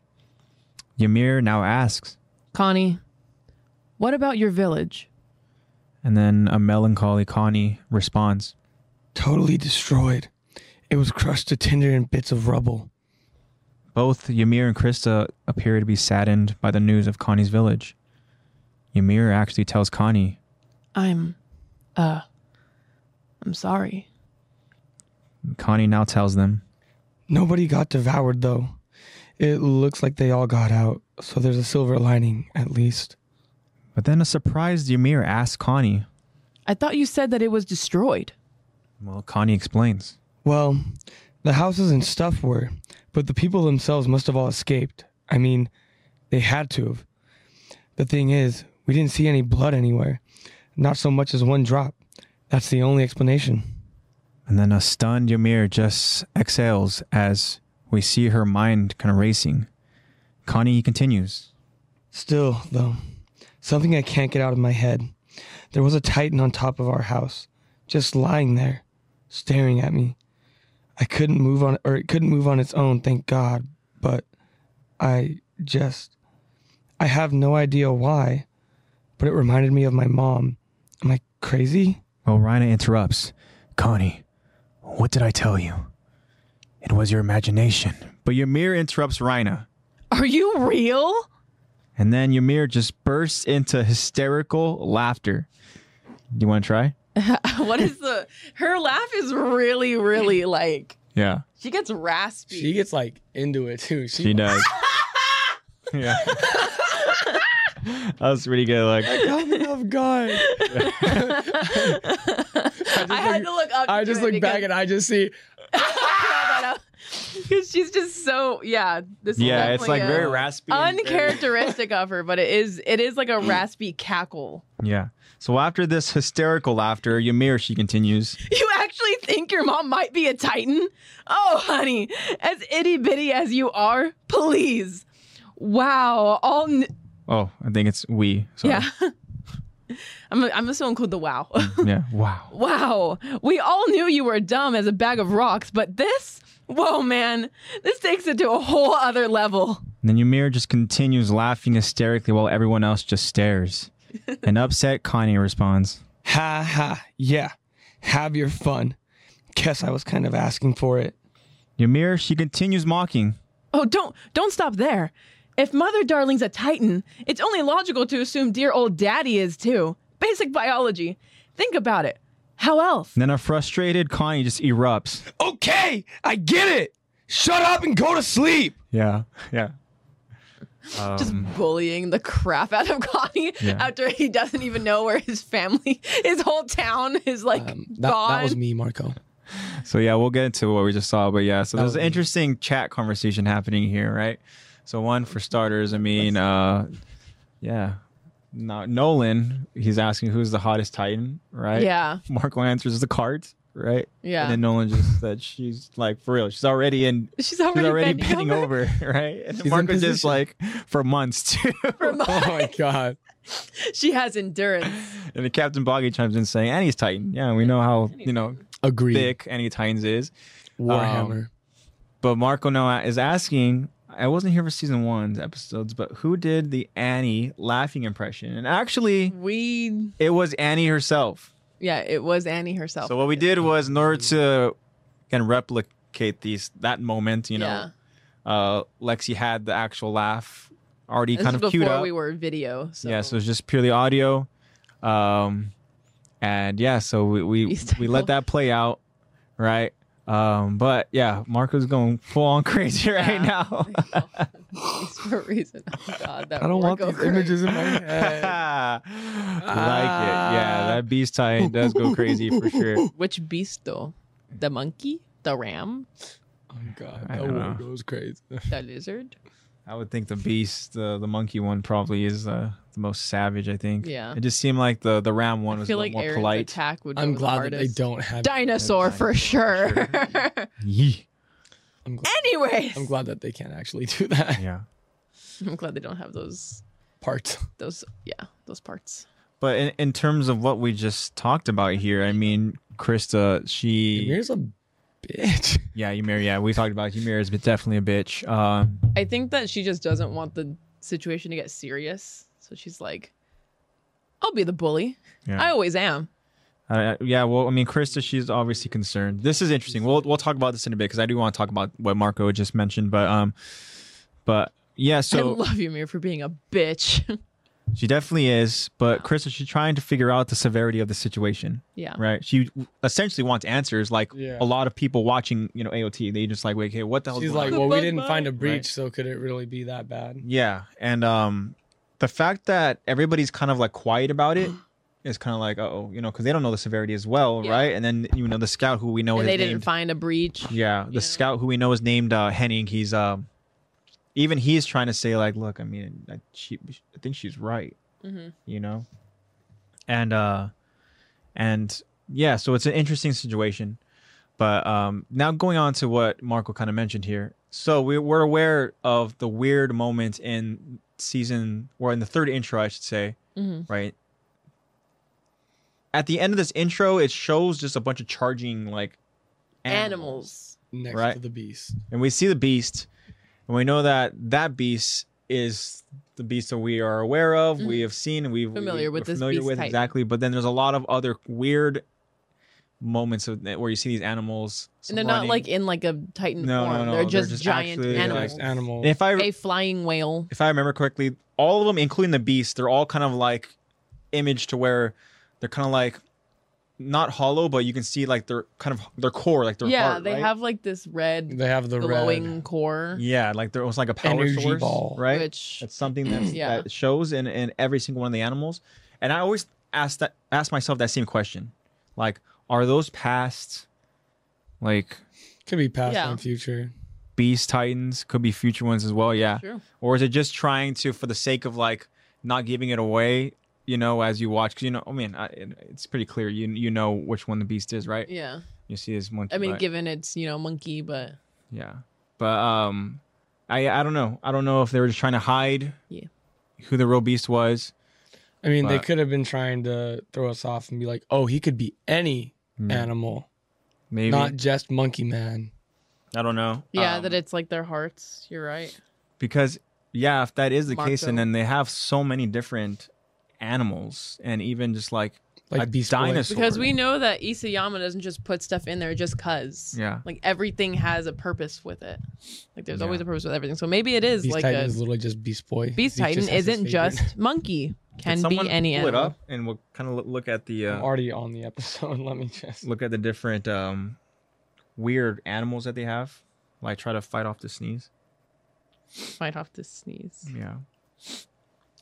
A: Ymir now asks,
B: Connie, what about your village?
A: and then a melancholy Connie responds.
C: Totally destroyed. It was crushed to tinder and bits of rubble.
A: Both Ymir and Krista appear to be saddened by the news of Connie's village. Ymir actually tells Connie,
B: I'm, uh, I'm sorry.
A: Connie now tells them,
C: Nobody got devoured, though. It looks like they all got out, so there's a silver lining, at least.
A: but then a surprised Ymir asks Connie.
B: I thought you said that it was destroyed.
A: Well, Connie explains.
C: Well, the houses and stuff were, but the people themselves must have all escaped. I mean, they had to have. The thing is, we didn't see any blood anywhere. Not so much as one drop. That's the only explanation.
A: And then a stunned Ymir just exhales as we see her mind kind of racing. Connie continues.
C: Still, though, something I can't get out of my head. There was a Titan on top of our house, just lying there, staring at me. I couldn't move on, or it couldn't move on its own, thank God, but I just. I have no idea why, but it reminded me of my mom. Am I crazy?
A: Well, Rhina interrupts. Connie, what did I tell you? It was your imagination. But Ymir interrupts Rhina.
B: Are you real?
A: And then Ymir just bursts into hysterical laughter. You want to try?
B: what is the her laugh is really really like
A: Yeah,
B: she gets raspy.
C: She gets like into it too. She,
A: she does. yeah. that was pretty good. Like,
C: I'm off guard.
B: I, had
C: look-
B: to look up.
C: I just look back and I just see
B: because she's just so yeah. This is
A: yeah, it's
B: definitely
A: like
B: a-
A: very raspy. and Mm. very-
B: uncharacteristic of her, but it is it is like a raspy cackle.
A: Yeah. So after this hysterical laughter, Ymir, she continues.
B: You actually think your mom might be a titan? Oh, honey, as itty bitty as you are, please. Wow, all n-
A: Oh, I think it's we. Sorry.
B: yeah. I'm I'm just gonna include the wow.
A: Yeah. Wow.
B: wow, we all knew you were dumb as a bag of rocks, but this, whoa, man, this takes it to a whole other level.
A: And then Ymir just continues laughing hysterically while everyone else just stares. An upset Connie responds.
C: Ha ha, yeah. Have your fun. Guess I was kind of asking for it.
A: Ymir, she continues mocking.
B: Oh, don't don't stop there. If Mother Darling's a Titan, it's only logical to assume dear old Daddy is too. Basic biology. Think about it. How else?
A: And then a frustrated Connie just erupts.
C: Okay, I get it. Shut up and go to sleep.
A: Yeah. Yeah.
B: Just bullying the crap out of Connie
A: Yeah.
B: after he doesn't even know where his family, his whole town is like
C: Um,
A: Um,
C: that,
B: gone.
C: that was me, Marco.
A: So yeah, we'll get into what we just saw, but yeah, so there's
C: was
A: an
C: me.
A: interesting chat conversation happening here, right? So one for starters, I mean, uh yeah. No, Nolan, he's asking who's the hottest Titan, right?
B: Yeah.
A: Marco answers the cards, right?
B: Yeah.
A: And then Nolan just said she's like for real, she's already in
B: She's already,
A: she's already
B: bending
A: bending over, right? And then
C: in
A: Marco just
C: position.
A: like for months too.
B: For months.
C: Oh my god.
B: She has endurance.
A: and the Captain Boggy chimes in saying, And he's Titan. Yeah, we know how, you know,
C: Agreed. Um,
A: thick Annie Titans is.
C: Warhammer.
A: But Marco Noah is asking, I wasn't here for season one's episodes, but who did the Annie laughing impression? And actually,
B: We,
A: it was Annie herself.
B: yeah, it was Annie herself.
A: So what we did was, in order to kind of replicate these that moment, you know, uh, Lexi had the actual laugh already
B: This
A: kind
B: is
A: of queued
B: before
A: up.
B: we were video. So.
A: Yeah, so it's just purely audio. Um, and yeah, so we we,
B: Beast
A: we let
B: Titan.
A: that play out, right? Um, but yeah, Marco's going full on crazy right
B: Yeah.
A: now.
B: It's for a reason. Oh God, that
C: I don't want
B: Marco
C: these
B: Gray.
C: images in my head.
A: like it. Yeah,
C: Ah.
A: that beast titan does go crazy for sure.
B: Which beast though? The monkey, the ram,
C: oh god.
A: I
C: That
A: don't
C: one
A: know.
C: goes crazy.
B: the lizard.
A: I would think the beast, the the monkey one, probably is uh, the most savage. I think.
B: Yeah.
A: It just seemed like the the ram one
B: I
A: was a
B: feel
A: little
B: like
A: more
B: Aaron's
A: polite.
B: attack would.
C: I'm
B: go the
C: glad that they
B: hardest.
C: don't have
B: Dinosaur for sure.
A: Yee.
C: I'm glad,
B: Anyways,
C: I'm glad that they can't actually do that
A: Yeah.
B: I'm glad they don't have those.
C: part.
B: Those yeah, those parts.
A: But in, in terms of what we just talked about here, I mean, Krista, she,
C: Here's a bitch.
A: yeah, Ymir, yeah, we talked about Ymir is definitely a bitch. Um,
B: I think that she just doesn't want the situation to get serious, so she's like, "I'll be the bully.
A: yeah.
B: I always am."
A: Uh, yeah, well, I mean, Krista, she's obviously concerned. This is interesting. We'll we'll talk about this in a bit because I do want to talk about what Marco just mentioned. But um, but yeah,
B: I
A: so
B: love you, Mir, for being a bitch.
A: she definitely is. But Krista, she's trying to figure out the severity of the situation,
B: yeah.
A: right? She essentially wants answers, like
C: Yeah.
A: a lot of people watching, you know, AOT. They just like, wait, hey, what the hell?
C: She's like,
B: The
C: well, we
B: bug
C: didn't
B: bite.
C: find a breach,
A: Right.
C: so could it really be that bad?
A: yeah, and um, the fact that everybody's kind of like quiet about it. It's kind of like, uh oh, you know, because they don't know the severity as well,
B: Yeah.
A: right? And then you know the scout who we know
B: And
A: is
B: they didn't
A: named-
B: find a breach.
A: Yeah, the
B: Yeah.
A: scout who we know is named uh, Henning. He's um, even he's trying to say like, look, I mean, I, she, I think she's right,
B: Mm-hmm.
A: you know, and uh, and yeah, so it's an interesting situation. But um, now going on to what Marco kind of mentioned here. So we were aware of the weird moment in season, or in the third intro, I should say,
B: Mhm.
A: right? At the end of this intro, it shows just a bunch of charging like
B: Animals.
C: Next
A: Right.
C: to the beast.
A: and we see the beast, and we know that that beast is the beast that we are aware of, we have seen, and we've
B: Mm-hmm. Familiar
A: we-
B: with
A: we're
B: this
A: familiar
B: beast
A: with
B: type.
A: exactly. But then there's a lot of other weird moments of, where you see these animals. some
B: And they're
A: running.
B: not like in like a titan
A: No,
B: form.
A: no, no,
B: They're,
A: they're
B: just
A: just
B: giant
A: actually, like,
B: animals.
C: Next animal.
A: And if I
B: A flying whale.
A: if I remember correctly, all of them, including the beast, they're all kind of like image to where they're kind of like not hollow, but you can see like their kind of their core, like their
B: yeah,
A: heart,
B: they
A: right?
B: have like this red
C: they have the
B: glowing
C: red.
B: core.
A: yeah, like they're almost like a power
C: Energy
A: source,
C: ball.
A: right?
B: Which
A: It's something that's,
B: Yeah.
A: that shows in, in every single one of the animals. And I always ask that ask myself that same question. Like, are those past like
C: Could be past
B: Yeah.
C: and future.
A: beast titans? Could be future ones as well, yeah.
B: True.
A: Or is it just trying to for the sake of like not giving it away, you know, as you watch? 'Cause, you know, I mean, I, it- it's pretty clear. You you know which one the beast is, right?
B: Yeah.
A: You see his monkey.
B: I mean,
A: butt.
B: given it's, you know, monkey,
A: Um,
B: but
A: Yeah. But um I I don't know. I don't know if they were just trying to hide
B: Yeah.
A: who the real beast was.
C: I mean, they
A: But-
C: could have been trying to throw us off and be like, "Oh, he could be any animal,
A: Mm. Maybe
C: not just monkey man."
A: I don't know.
B: yeah,
A: Um,
B: that it's like their hearts. You're right.
A: because yeah, if that is the case, and
B: Marco.
A: then they have so many different animals, and even just like
C: Like
A: a
C: Beast Boy.
A: dinosaur.
B: Because we know that Isayama doesn't just put stuff in there just cause.
A: Yeah.
B: Like everything has a purpose with it. Like there's
A: Yeah.
B: always a purpose with everything. So maybe it is
C: Beast
B: like
C: Titan
B: a
C: is literally just Beast Boy.
B: Beast
C: He just
B: Titan
C: has his
B: isn't
C: favorite-
B: just monkey. Can be any
A: pull it
B: animal.
A: up, and we'll kind of look at the
C: I'm
A: uh,
C: already on the episode. Let me just.
A: look at the different um, weird animals that they have. Like try to fight off the sneeze.
B: Might have to sneeze.
A: Yeah.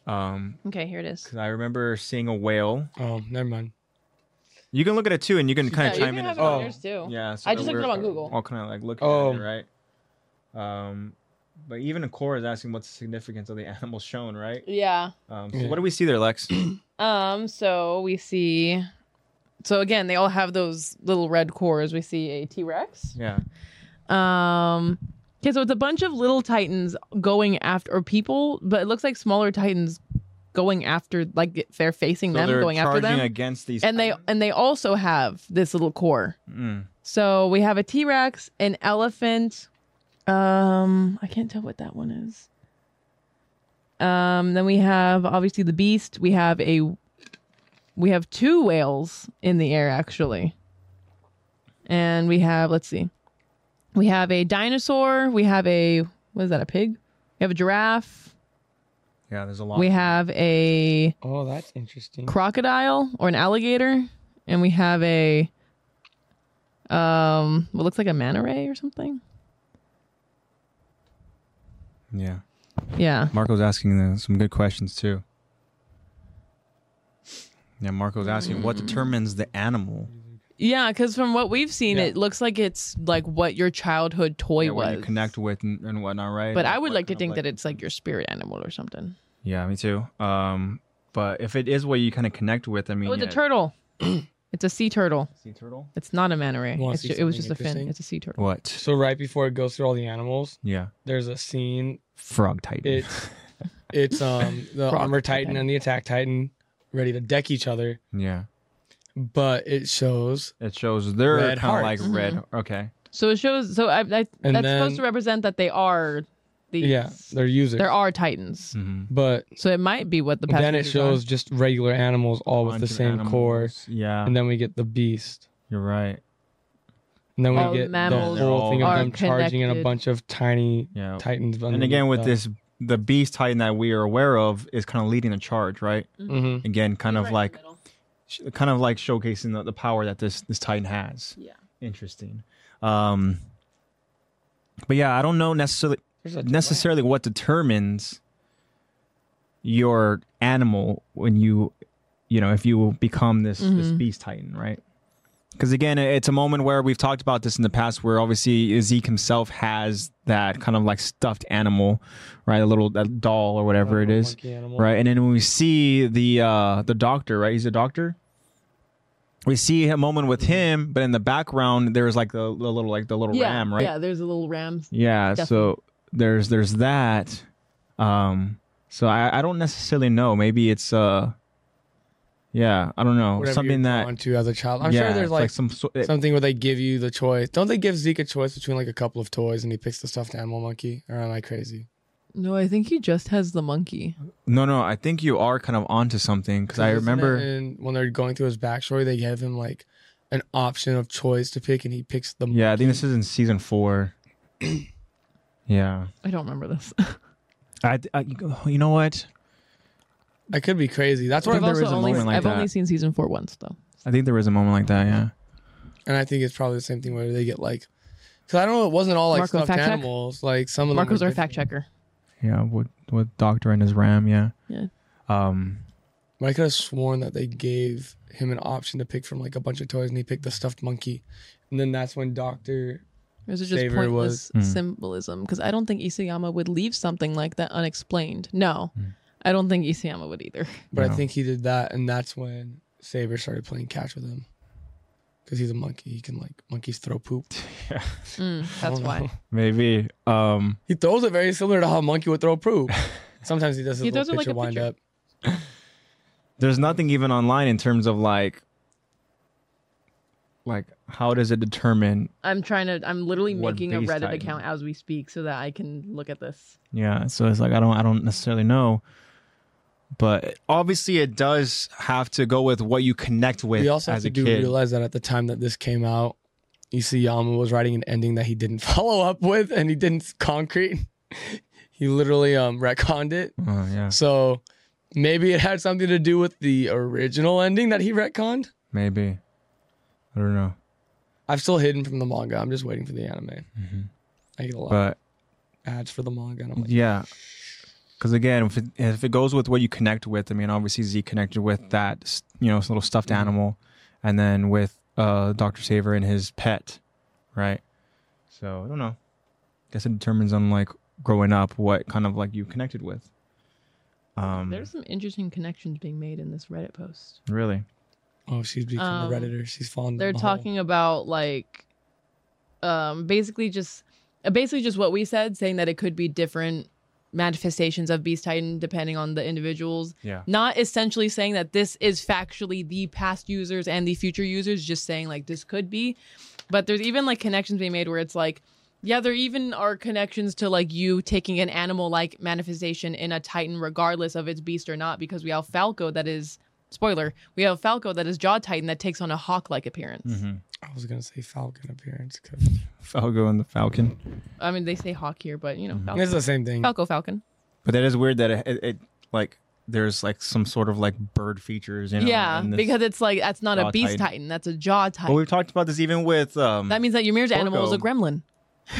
A: Um,
B: Okay, here it is.
A: 'cause I remember seeing a whale.
C: Oh, never mind.
A: You can look at it too, and you can kind
B: Yeah,
A: of
B: you
A: chime
B: can
A: in.
B: have
A: As
B: it on
A: well.
C: well.
B: yours too.
A: Yeah, so
B: I
A: that
B: just looked
A: we're
B: it up on Google.
A: All kind of like looking
C: Oh.
A: at it, right? Um, but even a core is asking what's the significance of the animal shown, right?
B: Yeah.
A: Um, so
C: Yeah.
A: what do we see there, Lex?
B: Um, so we see so again, they all have those little red cores. We see a T Rex.
A: yeah,
B: Um Okay, so it's a bunch of little titans going after or people, but it looks like smaller titans going after like they're facing
A: so
B: them,
A: they're
B: going after
A: charging
B: them.
A: against these,
B: and they and they also have this little core.
A: Mm.
B: So we have a T Rex, an elephant. Um, I can't tell what that one is. Um, then we have obviously the beast. We have a, we have two whales in the air actually. And we have let's see, we have a dinosaur. We have a what is that? A pig? We have a giraffe.
A: yeah, there's a lot.
B: We have a
C: Oh, that's interesting.
B: Mm-hmm. crocodile or an alligator, and we have a um what looks like a manta ray or something.
A: yeah.
B: Yeah.
A: Marco's asking uh, some good questions too. Yeah, Marco's asking what
B: Mm.
A: determines the animal
B: Yeah, because from what we've seen,
A: Yeah.
B: it looks like it's like what your childhood toy
A: yeah, what
B: was.
A: you connect with and, and whatnot, right?
B: but I would like to think that it's like your spirit animal or something.
A: Yeah, me too. Um, but if it is what you kind of connect with, I mean,
B: Oh, it's
A: yeah,
B: a turtle. it's a sea turtle.
A: sea turtle.
B: It's not a manta ray.
C: You wanna
B: It's
C: see
B: ju- it was just
C: something
B: a fin.
C: interesting?
B: It's a sea turtle.
A: What?
C: So right before it goes through all the animals,
A: Yeah,
C: there's a scene.
A: frog titan.
C: It's it's um the
B: Frog
C: armor titan
B: Titan.
C: and the attack titan ready to deck each other,
A: yeah,
C: but it shows
A: it shows they're
C: Red
A: kind of like
C: hearts. Mm-hmm.
A: red. Okay,
B: So it shows. So I, I, that's
C: then-
B: supposed to represent that they are these.
C: yeah they're users.
B: there are titans.
A: mm-hmm.
C: but
B: So it might be what the past
C: then it
B: users
C: shows just regular animals all with the same core,
A: Yeah,
C: and then we get the beast.
A: you're right.
C: And then we
B: All
C: get the
B: Oh, mammals
C: whole thing of
B: are
C: them charging in a
B: connected.
C: bunch of tiny
A: Yeah,
C: titans.
A: Oh. and again with this the beast titan that we are aware of is kind of leading the charge right
C: hmm
A: again kind
B: are.
A: of like sh- kind of like showcasing the, the power that this this titan has
B: Yeah.
A: interesting um but yeah i don't know necessarily necessarily what determines your animal when you you know if you become this this
B: Mhm.
A: beast titan right Because again, it's a moment where we've talked about this in the past, where obviously Zeke himself has that kind of like stuffed animal, right? A little that doll or whatever it
C: Little
A: is,
C: monkey animal.
A: right? And then when we see the uh, the doctor, right? He's a doctor. We see a moment with him, but in the background there's like the, the little like the little
B: yeah,
A: ram, right?
B: Yeah, there's a little ram.
A: Yeah, so there's there's that. Um so I, I don't necessarily know. Maybe it's uh yeah, I don't know.
C: Whatever
A: Something
C: you're
A: that
C: drawn to as a child. I'm
A: yeah,
C: sure
A: it's
C: there's like,
A: some so-
C: something where they give you the choice. Don't they give Zeke a choice between like a couple of toys and he picks the stuffed animal monkey? Or am I crazy?
B: No, I think he just has the monkey.
A: No, no, I think you are kind of onto something cuz I
C: Isn't it
A: remember
C: in- when they're going through his backstory, they give him like an option of choice to pick, and he picks the.
A: Yeah, I think this is in season 4. yeah.
B: I don't remember this.
A: I, I you know what?
C: I could be crazy. That's where
A: I've
B: I've
A: there also
B: also
A: is a only-
B: only,
A: moment like I've
B: I've
A: that. only
B: only seen season four once though.
A: I think there was a moment like that, yeah.
C: and I think it's probably the same thing where they get like, because I don't know, it wasn't all like
B: Marco,
C: stuffed
B: fact check?
C: animals. Like some of them.
B: Marco's
C: were
B: our
C: different.
B: fact checker.
A: Yeah, with with Doctor and his ram, yeah.
B: Yeah.
A: Um
C: But I could have sworn that they gave him an option to pick from like a bunch of toys, and he picked the stuffed monkey, and then that's when Doctor.
B: Or is it just
C: Savory
B: pointless
C: was-
A: hmm.
B: symbolism? Because I don't think Isayama would leave something like that unexplained. No,
A: Hmm.
B: I don't think Isayama would either.
C: But
A: No.
C: I think he did that, and that's when Saber started playing catch with him, because he's a monkey. He can like monkeys throw poop.
B: Mm, that's
C: don't
B: why
C: know.
A: maybe um
C: He throws it very similar to how a monkey would throw poop. Sometimes he does his
B: He
C: little
B: does it like
C: picture
B: a
C: wind
B: picture.
C: up.
A: there's nothing even online in terms of like like how does it determine
B: I'm trying to. I'm literally
A: What
B: making a
A: base
B: Reddit
A: titan?
B: account as we speak so that I can look at this.
A: yeah so it's like i don't i don't necessarily know but obviously it does have to go with what you connect with
C: We also have
A: as
C: to
A: a
C: do
A: kid
C: realize that at the time that this came out, Isayama was writing an ending that he didn't follow up with and he didn't concrete. he literally um retconned it.
A: Oh, yeah
C: So maybe it had something to do with the original ending that he retconned.
A: maybe i don't know
C: I've still hidden from the manga. I'm just waiting for the anime. I get a
A: Mm-hmm.
C: lot
A: but
C: of ads for the manga. And I'm like,
A: yeah because again if it, if it goes with what you connect with i mean obviously z connected with that s- you know little stuffed
B: Mm-hmm.
A: animal and then with uh dr saver and his pet right so i don't know guess it determines on like growing up what kind of like you connected with um
B: There's some interesting connections being made in this Reddit post.
A: really
C: oh, she's become
B: Um,
C: a redditor. She's fallen. down
B: They're
C: the hole.
B: talking about like, um, basically just, uh, basically just what we said, saying that it could be different manifestations of Beast Titan depending on the individuals.
A: yeah
B: Not essentially saying that this is factually the past users and the future users, just saying like this could be. But there's even like connections being made where it's like, yeah, there even are connections to like you taking an animal like manifestation in a Titan, regardless of its beast or not, because we have Falco that is, spoiler, we have Falco that is Jaw Titan that takes on a hawk like appearance.
C: I was gonna say Falcon appearance. 'cause-
A: falco and the falcon
B: I mean, they say hawk here, but you know, Falcon.
C: It's the same thing.
B: Falco Falcon.
A: but that is weird that it, it, it like there's like some sort of like bird features you know
B: yeah,
A: in this-
B: because it's like, that's not a
A: Jaw
B: beast
A: Titan.
B: Titan. that's a Jaw Titan.
A: well, we've talked about this even with um
B: that means that Ymir's animal is a
A: Porco.
B: gremlin.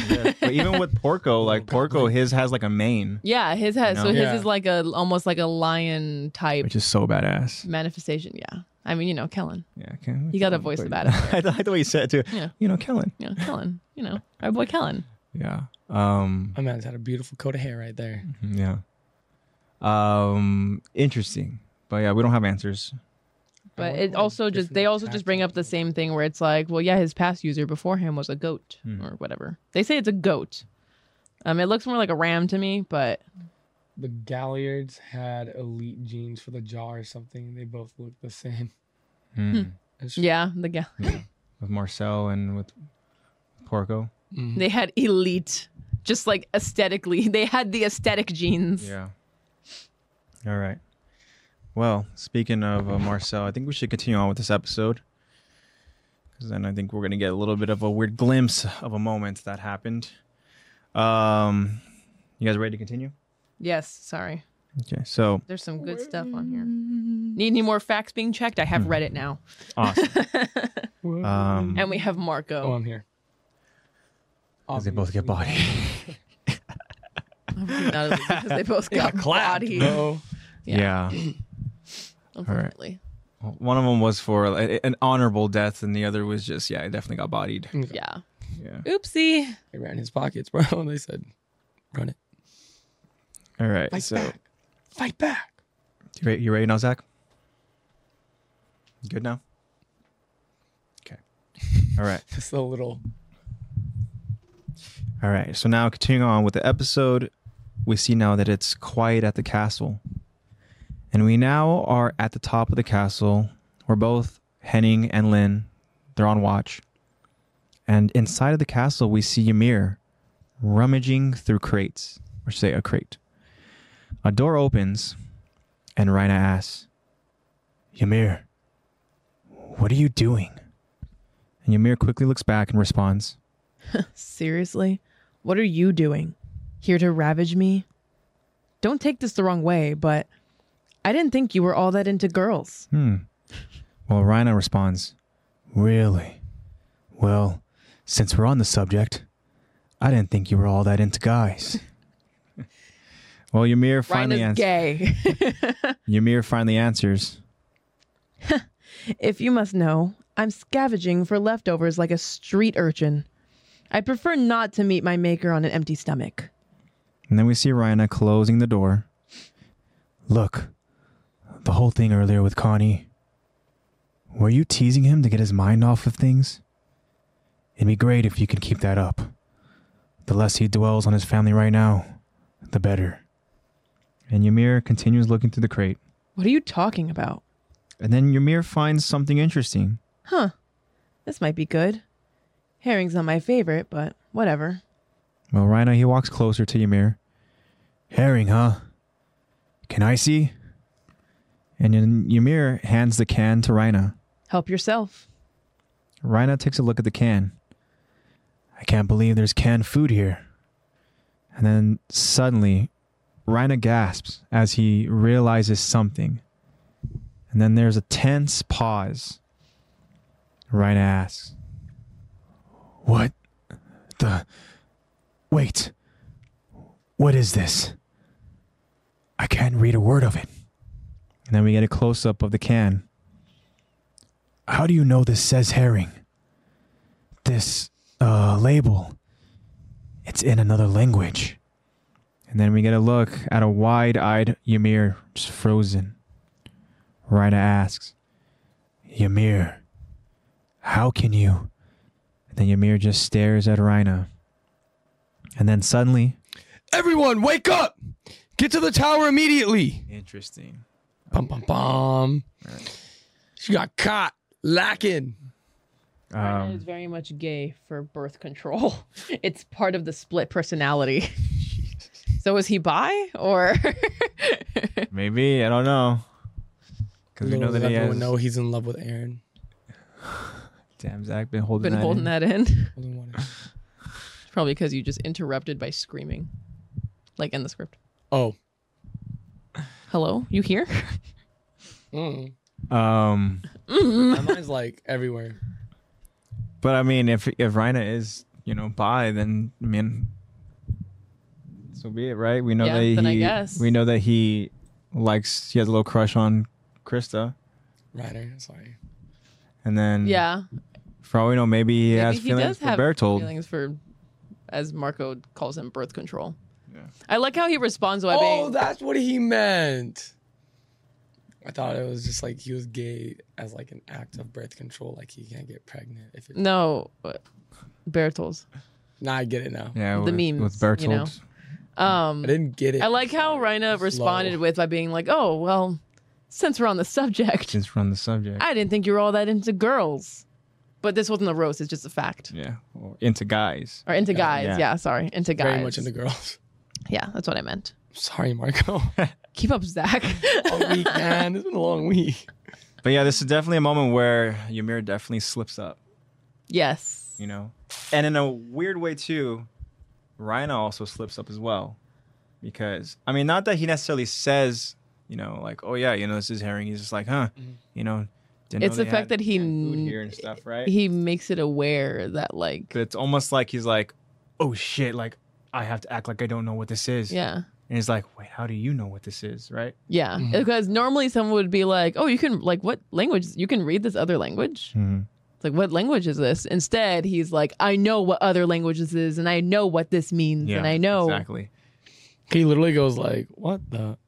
A: Yeah. but even with Porco, like Porco, his has like a mane,
B: Yeah, his has
A: You
B: so
A: know?
B: his
C: Yeah.
B: is like a almost like a lion type
A: which is so badass.
B: manifestation. Yeah, I mean you know Kellen,
A: Yeah, Kellen.
B: You gotta voice the badass.
A: I like the way you said it too.
B: Yeah.
A: You know, Kellen.
B: you know Kellen, you know our boy Kellen.
A: Yeah. Um.
C: My man's had a beautiful coat of hair right there.
A: Yeah. Um. Interesting, but yeah, we don't have answers.
B: But
C: wonder
B: it
C: what
B: also just they
C: different
B: also just bring up the
C: tactics-
B: same thing where it's like, well, yeah, his past user before him was a goat or whatever. They say it's a goat. Um, it looks more like a ram to me, but
C: The Galliards had elite jeans for the jaw or something. They both look the same.
A: Hmm.
C: It's-
B: yeah, the ga-
A: With Marcel and with Porco.
C: Mhm.
B: they had elite, just like aesthetically, they had the aesthetic genes.
A: Yeah. All right. Well, speaking of uh, Marcel, I think we should continue on with this episode. Because then I think we're going to get a little bit of a weird glimpse of a moment that happened. Um, you guys ready to continue?
B: Yes, sorry,
A: Okay, so
B: there's some good stuff on here. Need any more facts being checked? I have read it now.
A: awesome. Um,
B: And we have Marco.
C: Oh, I'm here. Um,
A: 'cause they both get
C: Obviously.
A: body.
B: Obviously not because they both
C: They got
B: got
C: clapped,
B: body.
C: bro.
A: yeah.
B: Unfortunately.
A: One of them was for a- an honorable death, and the other was just yeah, I definitely got bodied.
B: Yeah.
A: Yeah.
B: Oopsie.
C: They ran his pockets, bro. They said, "Run it,
A: All right.
C: fight
A: so
C: back, fight back."
A: you ready, you ready now, Zach? You Good now. Okay. All right.
C: Just a little.
A: All right. So now continuing on with the episode, we see now that it's quiet at the castle. And we now are at the top of the castle where both Henning and Lynn, they're on watch. And inside of the castle, we see Ymir rummaging through crates, or say a crate. A door opens, and Reina asks, Ymir, what are you doing? And Ymir quickly looks back and responds,
B: Seriously? What are you doing? Here to ravage me? Don't take this the wrong way, but I didn't think you were all that into girls.
A: Hmm. Well, Rhino responds, Really? Well, since we're on the subject, I didn't think you were all that into guys. well, Ymir finally, ans-
B: Rhina's gay.
A: Ymir finally answers,
B: If you must know, I'm scavenging for leftovers like a street urchin. I prefer not to meet my maker on an empty stomach.
A: and then we see Rhino closing the door. Look, the whole thing earlier with Connie. Were you teasing him to get his mind off of things? It'd be great if you could keep that up. The less he dwells on his family right now, the better. And Ymir continues looking through the crate.
B: What are you talking about?
A: And then Ymir finds something interesting.
B: Huh. This might be good. Herring's not my favorite, but whatever.
A: Well, Rhino, he walks closer to Ymir. Herring, huh? Can I see? And then Ymir hands the can to Rhino.
B: Help yourself.
A: Rhino takes a look at the can. I can't believe there's canned food here. And then suddenly, Rhino gasps as he realizes something. And then there's a tense pause. Rhino asks, What the. Wait. What is this? I can't read a word of it. And then we get a close up of the can. How do you know this says herring? This uh, label. It's in another language. And then we get a look at a wide eyed Ymir, just frozen. Rhina asks, Ymir, how can you? And then Ymir just stares at Rhina. And then suddenly.
C: Everyone, wake up! Get to the tower immediately.
A: Interesting.
C: Bum bum bum. She got caught lacking.
B: Rhina is very much gay for birth control. it's part of the split personality. so is he bi or
A: maybe, I don't know. Because we know
C: Little
A: that
C: does
A: he
C: everyone
A: has.
C: know he's in love with Aaron.
A: Damn, Zach, been holding
B: been
A: that
B: holding
A: in.
B: that in?
C: Hold on one second.
B: Probably because you just interrupted by screaming. Like in the script.
C: Oh.
B: Hello? You here?
C: Mm.
A: Um.
C: My mind's like everywhere.
A: But I mean, if if Reina is you know bi, then I mean, so be it, right? We know
B: Yeah,
A: that
B: then I
A: he,
B: guess.
A: we know that he likes, he has a little crush on Krista,
C: Ryder, sorry.
A: and then
B: yeah.
A: for all we know, maybe he
B: Maybe
A: has
B: he
A: feelings
B: does
A: for
B: have
A: Bertold.
B: feelings for, as Marco calls him, birth control.
A: Yeah.
B: I like how he responds by
C: Oh,
B: being
C: that's what he meant. I thought it was just like he was gay as like an act of birth control, like he can't get pregnant. If it,
B: no, uh, but- Bertels.
C: nah, I get it now.
A: Yeah,
B: The
A: with,
B: memes,
A: with
B: you
A: Bertold.
B: know. Um,
C: I didn't get it.
B: I like how Rhina responded with by being like, "Oh well, since we're on the subject,
A: Since we're on the subject,
B: I didn't think you were all that into girls, but this wasn't a roast; it's just a fact."
A: yeah, or into guys.
B: Or into guys,
A: yeah.
B: yeah. Sorry, into guys.
C: very much into girls.
B: yeah, that's what I meant.
C: Sorry, Marco.
B: Keep up, Zach.
A: Oh,
C: All week, man. It's been a long week.
A: But yeah, this is definitely a moment where Ymir definitely slips up,
B: yes.
A: you know, and in a weird way too, Rhino also slips up as well, because I mean, not that he necessarily says, you know, like, oh yeah, you know, this is herring. He's just like, huh,
C: Mm-hmm.
A: you know, didn't
B: It's
A: know
B: the
A: they
B: fact
A: had
B: that he
A: food
B: kn-
A: here and stuff, right?
B: he makes it aware that like
A: but it's almost like he's like, oh shit, like I have to act like I don't know what this is.
B: yeah
A: And it's like, wait, how do you know what this is, right?
B: Yeah,
A: Mm-hmm.
C: Mhm.
B: because normally someone would be like, "Oh, you can like what language? You can read this other language."
A: Mm-hmm.
B: It's like, "What language is this?" Instead, he's like, "I know what other language this is, and I know what this means, and I know."
A: exactly.
C: He literally goes like, "What the?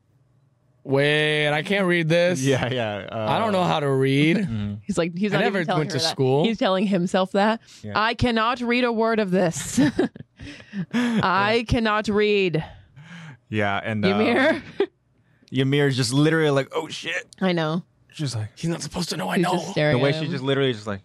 C: Wait, I can't read this.
A: Yeah, yeah. Uh,
C: I don't know how to read.
A: mhm.
B: He's like, he's
C: I
B: not
C: never
B: even telling
C: went
B: her
C: to
B: that.
C: school.
B: He's telling himself that.
A: Yeah.
B: I cannot read a word of this. I cannot read.
A: mm-hmm. Yeah, and uh,
B: Ymir.
A: Ymir's just literally like, oh shit.
B: I know.
A: She's like
C: He's not supposed to know. I
B: She's
C: know.
B: just staring
A: the way
B: at
A: she's
B: him.
A: just literally just like,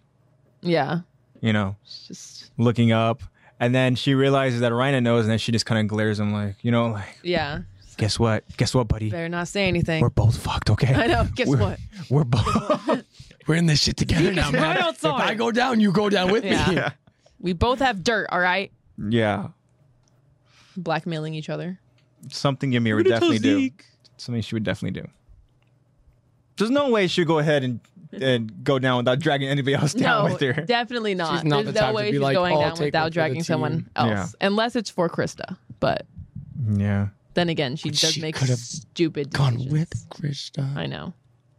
B: yeah.
A: you know,
B: It's just
A: looking up. And then she realizes that Rhina knows, and then she just kind of glares him like, you know, like,
B: yeah.
A: guess what? Guess what, buddy?
B: Better not say anything.
A: We're both fucked, okay?
B: I know. Guess
A: We're-
B: what?
A: We're both.
C: We're in this shit together now,
B: right
C: man. If
B: outside.
C: I go down, you go down with me.
B: Yeah. We both have dirt. All right.
A: yeah.
B: Blackmailing each other.
A: Something Ymir would definitely do. Something she would definitely do. There's no way she'd go ahead and, and go down without dragging anybody else down
B: no,
A: with her.
B: definitely not.
C: She's not
B: There's
C: the
B: no
C: type to
B: way
C: be
B: she's
C: like,
B: going
C: "Oh,
B: down
C: take one
B: without
C: for the
B: dragging someone
C: team."
B: else,
A: Yeah.
B: unless it's for Krista. But
A: yeah.
B: then again, she does
C: she
B: make
C: could have
B: stupid
C: Gone
B: decisions.
C: with Krista.
B: I know.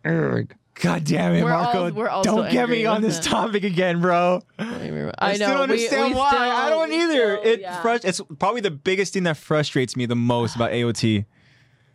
C: Erg.
A: God damn it,
B: We're all-
A: Marco.
B: we're all
A: don't
B: so
A: get
B: angry
A: me on
B: with
A: this
B: it.
A: topic again, bro.
B: I, remember-
A: I,
B: I know.
A: still don't
B: we- we
A: understand why.
B: still-
A: I don't
B: we
A: either.
B: still-
A: it
B: yeah.
A: frust- It's probably the biggest thing that frustrates me the most about AOT.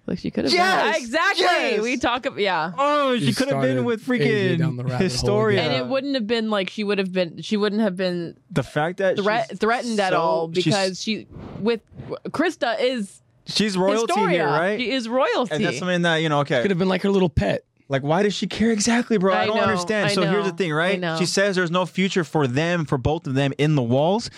B: Like she could have.
A: Yes!
B: Been. Exactly.
A: Yes!
B: We talk. ab- Yeah.
A: Oh, she
C: You
A: could have
C: started
A: been with
C: AJ down the
A: freaking
C: rabbit hole
A: Historia.
B: And
C: again.
B: it wouldn't have been like she would have been. She wouldn't have been
A: the fact that
B: threat,
A: she's
B: threatened at
A: so-
B: all
A: she's-
B: because she with Krista is
A: she's, royalty
B: Historia.
A: here, right?
B: She is royalty.
A: and that's something that you know. Okay,
C: Could have been like her little pet.
A: Like, why does she care exactly, bro? I,
B: I
A: don't
B: know,
A: understand.
B: I
A: so here's the
B: know,
A: thing,
B: I
A: right?
B: know.
A: She says there's no future for them, for both of them in the walls.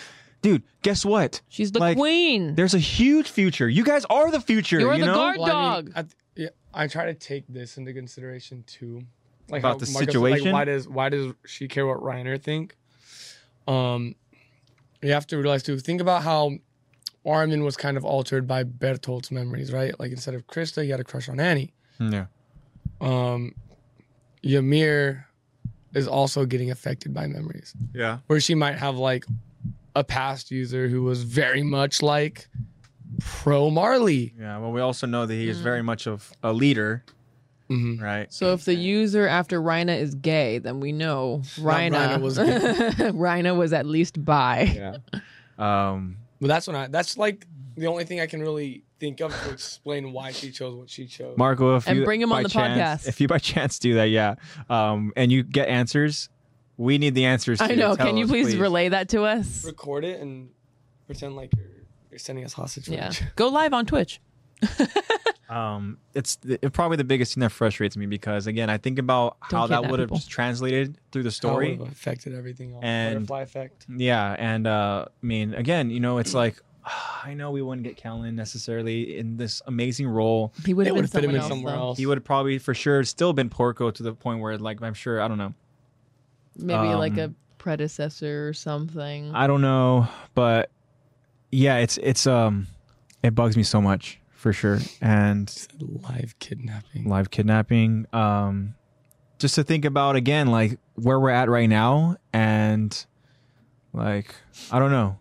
A: Dude, guess what?
B: She's the
A: Like,
B: queen.
A: There's a huge future. You guys are the future.
B: You're
A: you
B: the
A: know?
B: guard
C: Well, I mean,
B: dog.
C: I, th- yeah, I try to take this into consideration too, like
A: About
C: how
A: the
C: Marcus-
A: situation?
C: Like why does why does she care what Reiner think? Um, you have to realize too. Think about how Armin was kind of altered by Bertolt's memories, right? Like instead of Krista, he had a crush on Annie.
A: Yeah.
C: Um, Ymir is also getting affected by memories
A: Yeah.
C: where she might have like a past user who was very much like pro Marley.
A: Yeah. Well, we also know that he is
B: Mm.
A: very much of a leader,
C: Mm-hmm.
A: right?
B: so if the user after Rhina is gay, then we know Rhina
C: Rhina was
B: Rhina was at least bi.
A: Yeah. Um.
C: But that's when I that's like the only thing I can really think of to explain why she chose what she chose.
A: Marco, if
B: And
A: you
B: bring him on
A: by
B: the
A: chance-
B: podcast.
A: If you by chance do that, yeah, um, and you get answers, we need the answers.
B: I
A: too.
B: know.
A: Tell
B: Can you
A: us,
B: please, relay that to us?
C: Record it and pretend like you're, you're sending us hostage.
B: Yeah.
C: footage.
B: Go live on Twitch.
A: Um, it's th- probably the biggest thing that frustrates me because again, I think about
B: Don't
A: how that
B: kidnap
A: would have
B: people.
A: just translated through the
C: How it
A: story.
C: would've affected everything. Else.
A: And-
C: Butterfly effect.
A: Yeah, and uh, I mean, again, you know, it's like I know we wouldn't get Callan necessarily in this amazing role.
B: He would
C: They
B: have
C: would
B: been
C: have fit him
B: someone
C: in
B: else.
C: somewhere
B: though.
C: else.
A: He would have probably for sure still been Porco to the point where, like, I'm sure I don't know,
B: Maybe like a
A: Um,
B: predecessor or something.
A: I don't know, but yeah, it's it's um, it bugs me so much for sure, and
C: live kidnapping.
A: live kidnapping. Um, just to think about again, like where we're at right now, and like I don't know.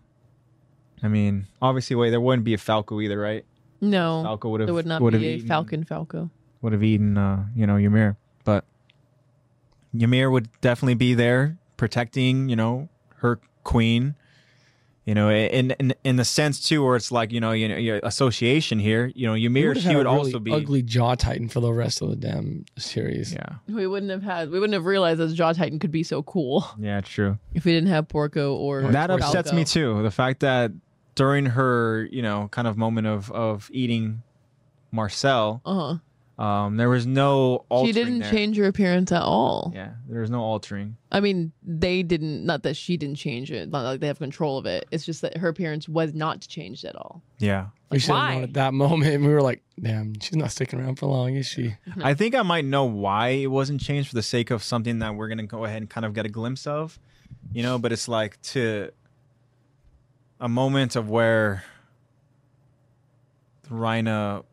A: I mean, obviously, wait, there wouldn't be a Falco either, right?
B: no,
A: Falco would have
B: there would not
A: would
B: be
A: have
B: a
A: eaten,
B: Falcon Falco.
A: Would have eaten, uh, you know, Ymir, but Ymir would definitely be there protecting, you know, her queen. You know, in in in the sense too, where it's like you know, you know, your association here. You know,
C: He
A: Ymir,
C: would've
A: she
C: had a
A: would
C: really
A: also be
C: ugly jaw titan for the rest of the damn series.
A: Yeah,
B: We wouldn't have had. We wouldn't have realized that Jaw Titan could be so cool
A: yeah, true.
B: if we didn't have Porco or
A: that
B: Falco.
A: upsets me too. The fact that during her, you know, kind of moment of of eating Marcel,
B: Uh
A: um, there was no
B: huh.
A: altering.
B: She didn't
A: there.
B: change her appearance at all.
A: Yeah, there was no altering.
B: I mean, they didn't. Not that she didn't change it. Not like they have control of it. It's just that her appearance was not changed at all.
A: Yeah,
C: We
B: Like,
C: should have known
B: why?
C: at that moment. We were like, damn, she's not sticking around for long, is she?
A: I think I might know why it wasn't changed for the sake of something that we're gonna go ahead and kind of get a glimpse of, you know. But it's like to a moment of where Rhina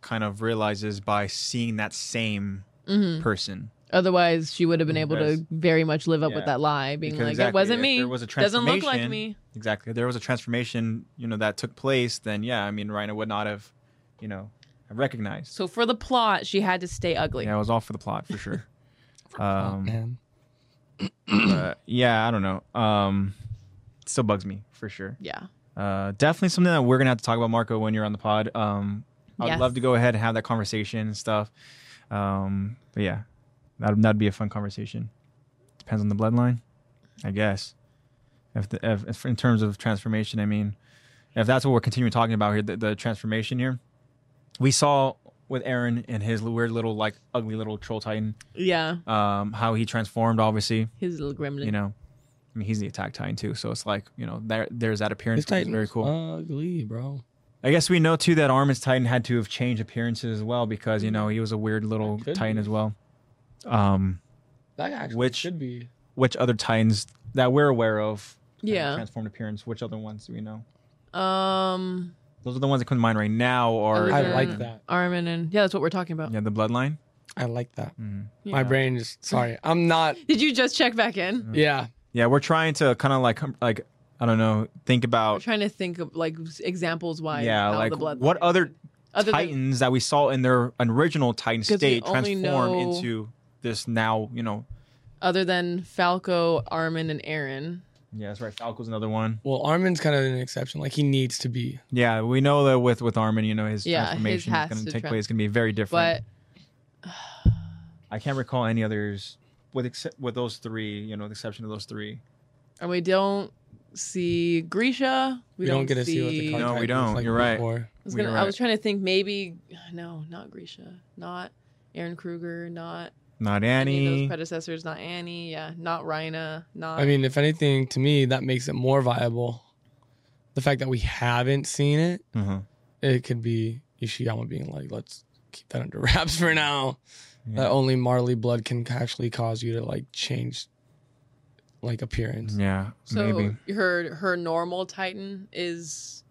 A: kind of realizes by seeing that same
B: hmm
A: person.
B: Otherwise, she would have been able
A: Yes.
B: to very much live up
A: Mm, Yeah.
B: with that lie, being
A: Because
B: like,
A: exactly,
B: "It wasn't
A: if
B: me.
A: there was a
B: Doesn't look like
A: transformation-
B: me."
A: Exactly. If there was a transformation, you know, that took place, then yeah, I mean, Rhino would not have you know, I recognized.
B: So for the plot, she had to stay ugly.
A: Yeah, I was all for the plot for sure. um,
C: Oh, Man.
A: but yeah, I don't know. Um, it still bugs me for sure.
B: Yeah.
A: Uh, definitely something that we're gonna have to talk about, Marco, when you're on the pod. Um, I'd
B: Yes.
A: love to go ahead and have that conversation and stuff. Um, but yeah, that'd, that'd be a fun conversation. Depends on the bloodline, I guess. If, the, if, if in terms of transformation, I mean, if that's what we're continuing talking about here, the, the transformation here, we saw with Aaron and his weird little like ugly little troll titan,
B: Yeah.
A: um, how he transformed. Obviously,
B: His little gremlin.
A: you know, I mean, he's the attack titan too, so it's like you know, there there's that appearance.
C: This
A: which is
C: Titan's
A: very cool.
C: Ugly, bro.
A: I guess we know too that Armin's Titan had to have changed appearances as well because you know he was a weird little
C: Could
A: Titan
C: be.
A: as well. Um,
C: That actually
A: Which-
C: should be.
A: which other Titans that we're aware of? had a
B: Yeah.
A: transformed appearance. Which other ones do we know?
B: Um,
A: Those are the ones that come to mind right now. Or
B: Other
C: I
B: than-
C: like that.
B: Armin and yeah, that's what we're talking about.
A: Yeah, the bloodline.
C: I like that.
A: Mhm.
C: My
B: Yeah.
C: brain just sorry. I'm not.
B: Did you just check back in?
C: Yeah,
A: Yeah, we're trying to kind of like um, like I don't know think
B: I'm
A: about
B: trying to think of like examples why.
A: yeah
B: how
A: like
B: the blood
A: what other,
B: other than-
A: Titans that we saw in their original Titan
B: 'Cause we
A: state
B: only
A: transform
B: know-
A: into this now you know
B: other than Falco, Armin, and Aaron.
A: yeah that's right Falco's another one.
C: Well, Armin's kind of an exception. Like he needs to be.
A: Yeah, we know that with with Armin, you know his
B: Yeah, his
A: transformation
B: has
A: is going
B: to
A: to take
B: tran-
A: place. It's going to be very different.
B: But
A: I can't recall any others with except with those three. You know, the exception of those three.
B: and we don't see Grisha.
C: We, don't, get to see what the
A: No, we
C: contract looks
A: don't.
C: like
A: You're right.
C: before.
B: I was,
A: You're
B: gonna, I
A: right.
B: was trying to think maybe no, not Grisha, not Aaron Kruger, not
A: Not
B: any of
A: Annie.
B: those predecessors, not Annie, yeah, not Rhina, not
C: I mean, if anything, to me, that makes it more viable. The fact that we haven't seen it,
A: Mhm.
C: it could be Ishiyama being like, "Let's keep that under wraps for now."
A: Yeah.
C: That only Marley blood can actually cause you to like change, like appearance.
A: Yeah,
B: so
A: maybe.
B: her her normal Titan is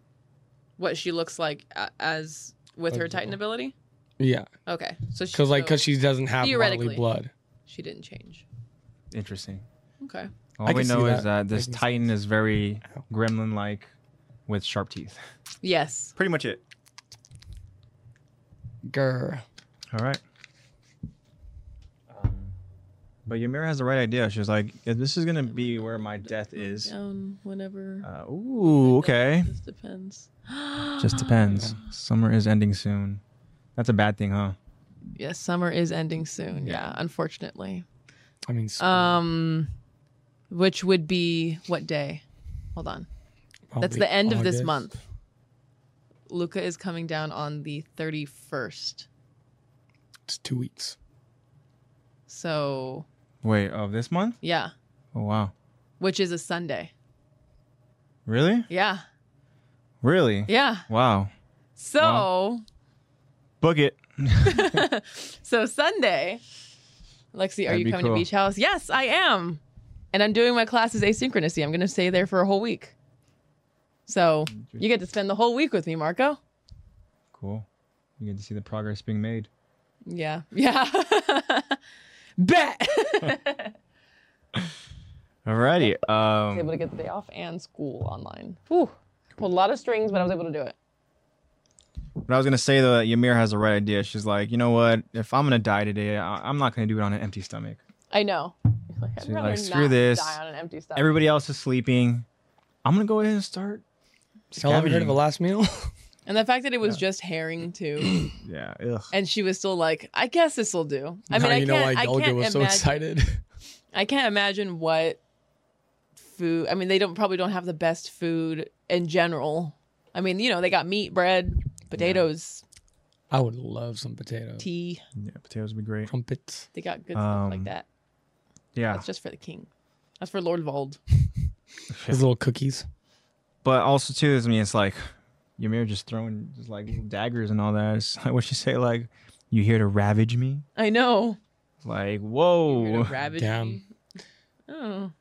B: what she looks like a- as with her
C: Like,
B: Titan
C: uh,
B: ability.
C: Yeah,
B: Okay, so she
C: because like
B: so
C: because she doesn't have
B: theoretically.
C: Marley blood.
B: she didn't change.
A: Interesting.
B: Okay,
A: All
C: I
A: we
C: can see
A: know is that
C: that.
A: this
C: I can see
A: Titan is very
C: Ow.
A: gremlin-like, with sharp teeth.
B: yes,
A: Pretty much it.
C: Grr.
A: All right. Um, but Ymir has the right idea. She was like, "Yeah, "This is going to be where my death is."
B: down whenever.
A: Uh, ooh, okay.
B: Just depends.
A: Just depends. Summer is ending soon. That's a bad thing, huh?
B: Yes, summer is ending soon.
A: Yeah.
B: yeah unfortunately.
C: I mean, s-
B: Um, which would be what day? Hold on. That's
C: probably
B: the end of this
C: August.
B: month. Luca is coming down on the 31st.
C: It's two weeks.
B: So,
A: Wait, of this month?
B: yeah,
A: Oh wow.
B: which is a Sunday.
A: Really?
B: Yeah.
A: Really?
B: Yeah.
A: Wow.
B: So,
A: Book it.
B: so Sunday. Lexi, are
A: That'd
B: you
A: be
B: coming
A: cool.
B: to Beach House? Yes, I am. And I'm doing my classes asynchronously. I'm going to stay there for a whole week. So, you get to spend the whole week with me, Marco.
A: Cool. You get to see the progress being made.
B: Yeah. Yeah. Bet.
A: Alrighty.
B: I was able
A: Um
B: to get the day off and school online. Whew. Pulled a lot of strings, but I was able to do it.
A: but I was gonna say though that Ymir has the right idea. She's like, you know what? If I'm gonna die today, I- I'm not gonna do it on an empty stomach.
B: I know. Like, I'd
A: So you're
B: rather
A: like, screw
B: not
A: this.
B: Die on an empty stomach.
A: Everybody else is sleeping. I'm gonna go ahead and start.
C: Y'all ever heard of
A: Scavenging.
C: the last meal?
B: and the fact that it was just herring too,
A: Yeah. Ugh.
B: and she was still like, "I guess this will do." I mean,
C: now
B: I can't.
C: you know why
B: I
C: Dolga
B: can't
C: was so
B: imagine.
C: excited.
B: I can't imagine what food. I mean, they don't probably don't have the best food in general. I mean, you know, they got meat, bread, potatoes,
C: I would love some potatoes.
B: tea.
A: Yeah, potatoes would be great.
C: Crumpets.
B: They got good stuff
A: Um,
B: like that.
A: Yeah.
B: That's just for the king. That's for Lord Vold.
C: His little cookies.
A: But also too, is, I mean, it's like Ymir just throwing just like little daggers and all that. It's like what she say, like, you here to ravage me?
B: I know.
A: Like,
B: You're gonna
A: whoa.
B: ravage
C: Damn.
B: me. Oh.
A: feel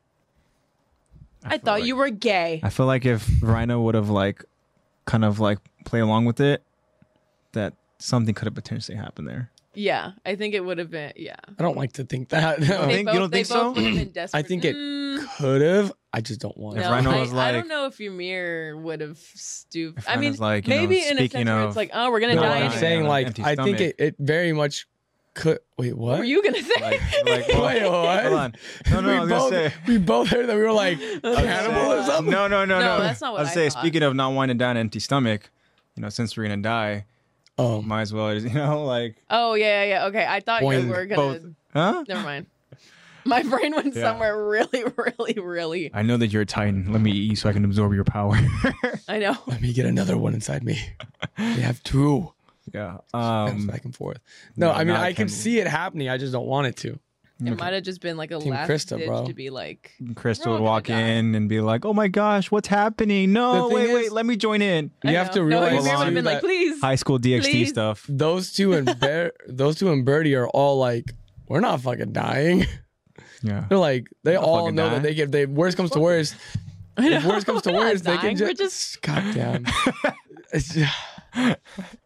B: I, thought
A: like-
B: you were gay.
A: I feel like if Rhino would have like kind of like play along with it, that something could have potentially happened there.
B: yeah, I think it would have been. Yeah,
C: I don't like to think that.
A: think- you don't
B: they
A: think
B: both
A: so?
B: would have been desperate.
C: think it
B: Mm,
C: Could have. I just don't want.
A: If
C: it.
B: No,
A: Rhino
B: I,
A: was
B: I
A: like-
B: don't know if Ymir would have stooped.
A: If
B: I mean,
A: Rhino's like, you know,
B: maybe in a
A: speaking
B: sense where
A: of-
B: it's like, oh, we're gonna
C: No,
A: No,
B: die.
C: I'm
A: no,
B: anyway.
C: saying
A: no,
C: like
A: empty
C: I think
A: stomach.
C: it, it very much could. Wait, what?
B: what were you gonna say?
A: Like, like well,
C: Wait, what?
A: hold on. No, no,
C: we
A: I was
C: both,
A: gonna say.
C: we both heard that we were like
A: I was gonna
C: cannibal
A: say-
C: or something.
A: No, no, no, no.
B: No, that's not what
A: I was
B: I
A: say.
B: thought.
A: Speaking of not wanting to die on an empty stomach, you know, since we're gonna die,
C: Oh,
A: might as well, just, you know, like,
B: oh yeah, yeah, yeah. Okay, I thought
C: Boing.
B: you were gonna.
A: Both. huh?
B: Never mind. My brain went
A: Yeah.
B: somewhere really, really, really.
A: I know that you're a titan. Let me eat you so I can absorb your power.
B: I know.
C: let me get another one inside me. We have two.
A: yeah.
C: Bounce
A: Um,
C: back and forth. No,
A: no,
C: I mean
A: not
C: I can
A: cannibal.
C: see it happening. I just don't want it to.
B: It
A: "Mm,
B: might have just been like a
C: Team
B: last
C: Krista,
B: ditch
C: bro.
B: to be like,
A: Crystal
B: We're
A: would
B: all
A: walk
B: gonna die.
A: in and be like, "Oh my gosh, what's happening? No,
C: The thing
A: wait,
C: is-
A: wait, let me join in."
B: I
C: You have
B: know.
C: to
B: No,
C: realize
B: Ymir would
A: too
B: have been like,
C: that-
B: please.
A: High school DxD
B: Please.
A: stuff.
C: Those two and Bear, those two and Birdie are all like, we're not fucking dying.
A: Yeah.
C: They're like, they
A: not
C: all
A: fucking
C: know
A: dying.
C: that they get. They worst comes to worst.
B: I
C: If
B: know.
C: worst comes to
B: We're not
C: worst, they
B: dying.
C: can
B: We're just
C: just, goddamn. It's just-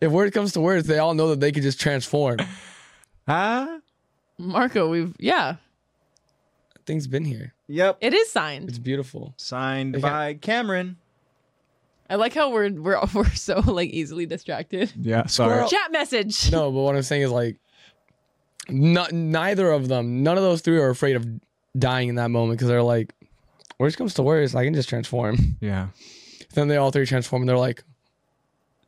C: if worst comes to worst, they all know that they can just transform.
A: Huh?
B: Marco. We've yeah.
C: Thing's been here.
A: Yep.
B: It is signed.
C: It's beautiful.
A: Signed
C: Okay.
A: by Cameron.
B: I like how we're we're we're so like easily distracted.
A: Yeah. Sorry.
C: Squirrel.
B: Chat message.
C: Oh. No, but what I'm saying is like, not, neither of them, none of those three are afraid of dying in that moment because they're like, worst comes to worst, I can just transform.
A: Yeah.
C: then they all three transform and they're like,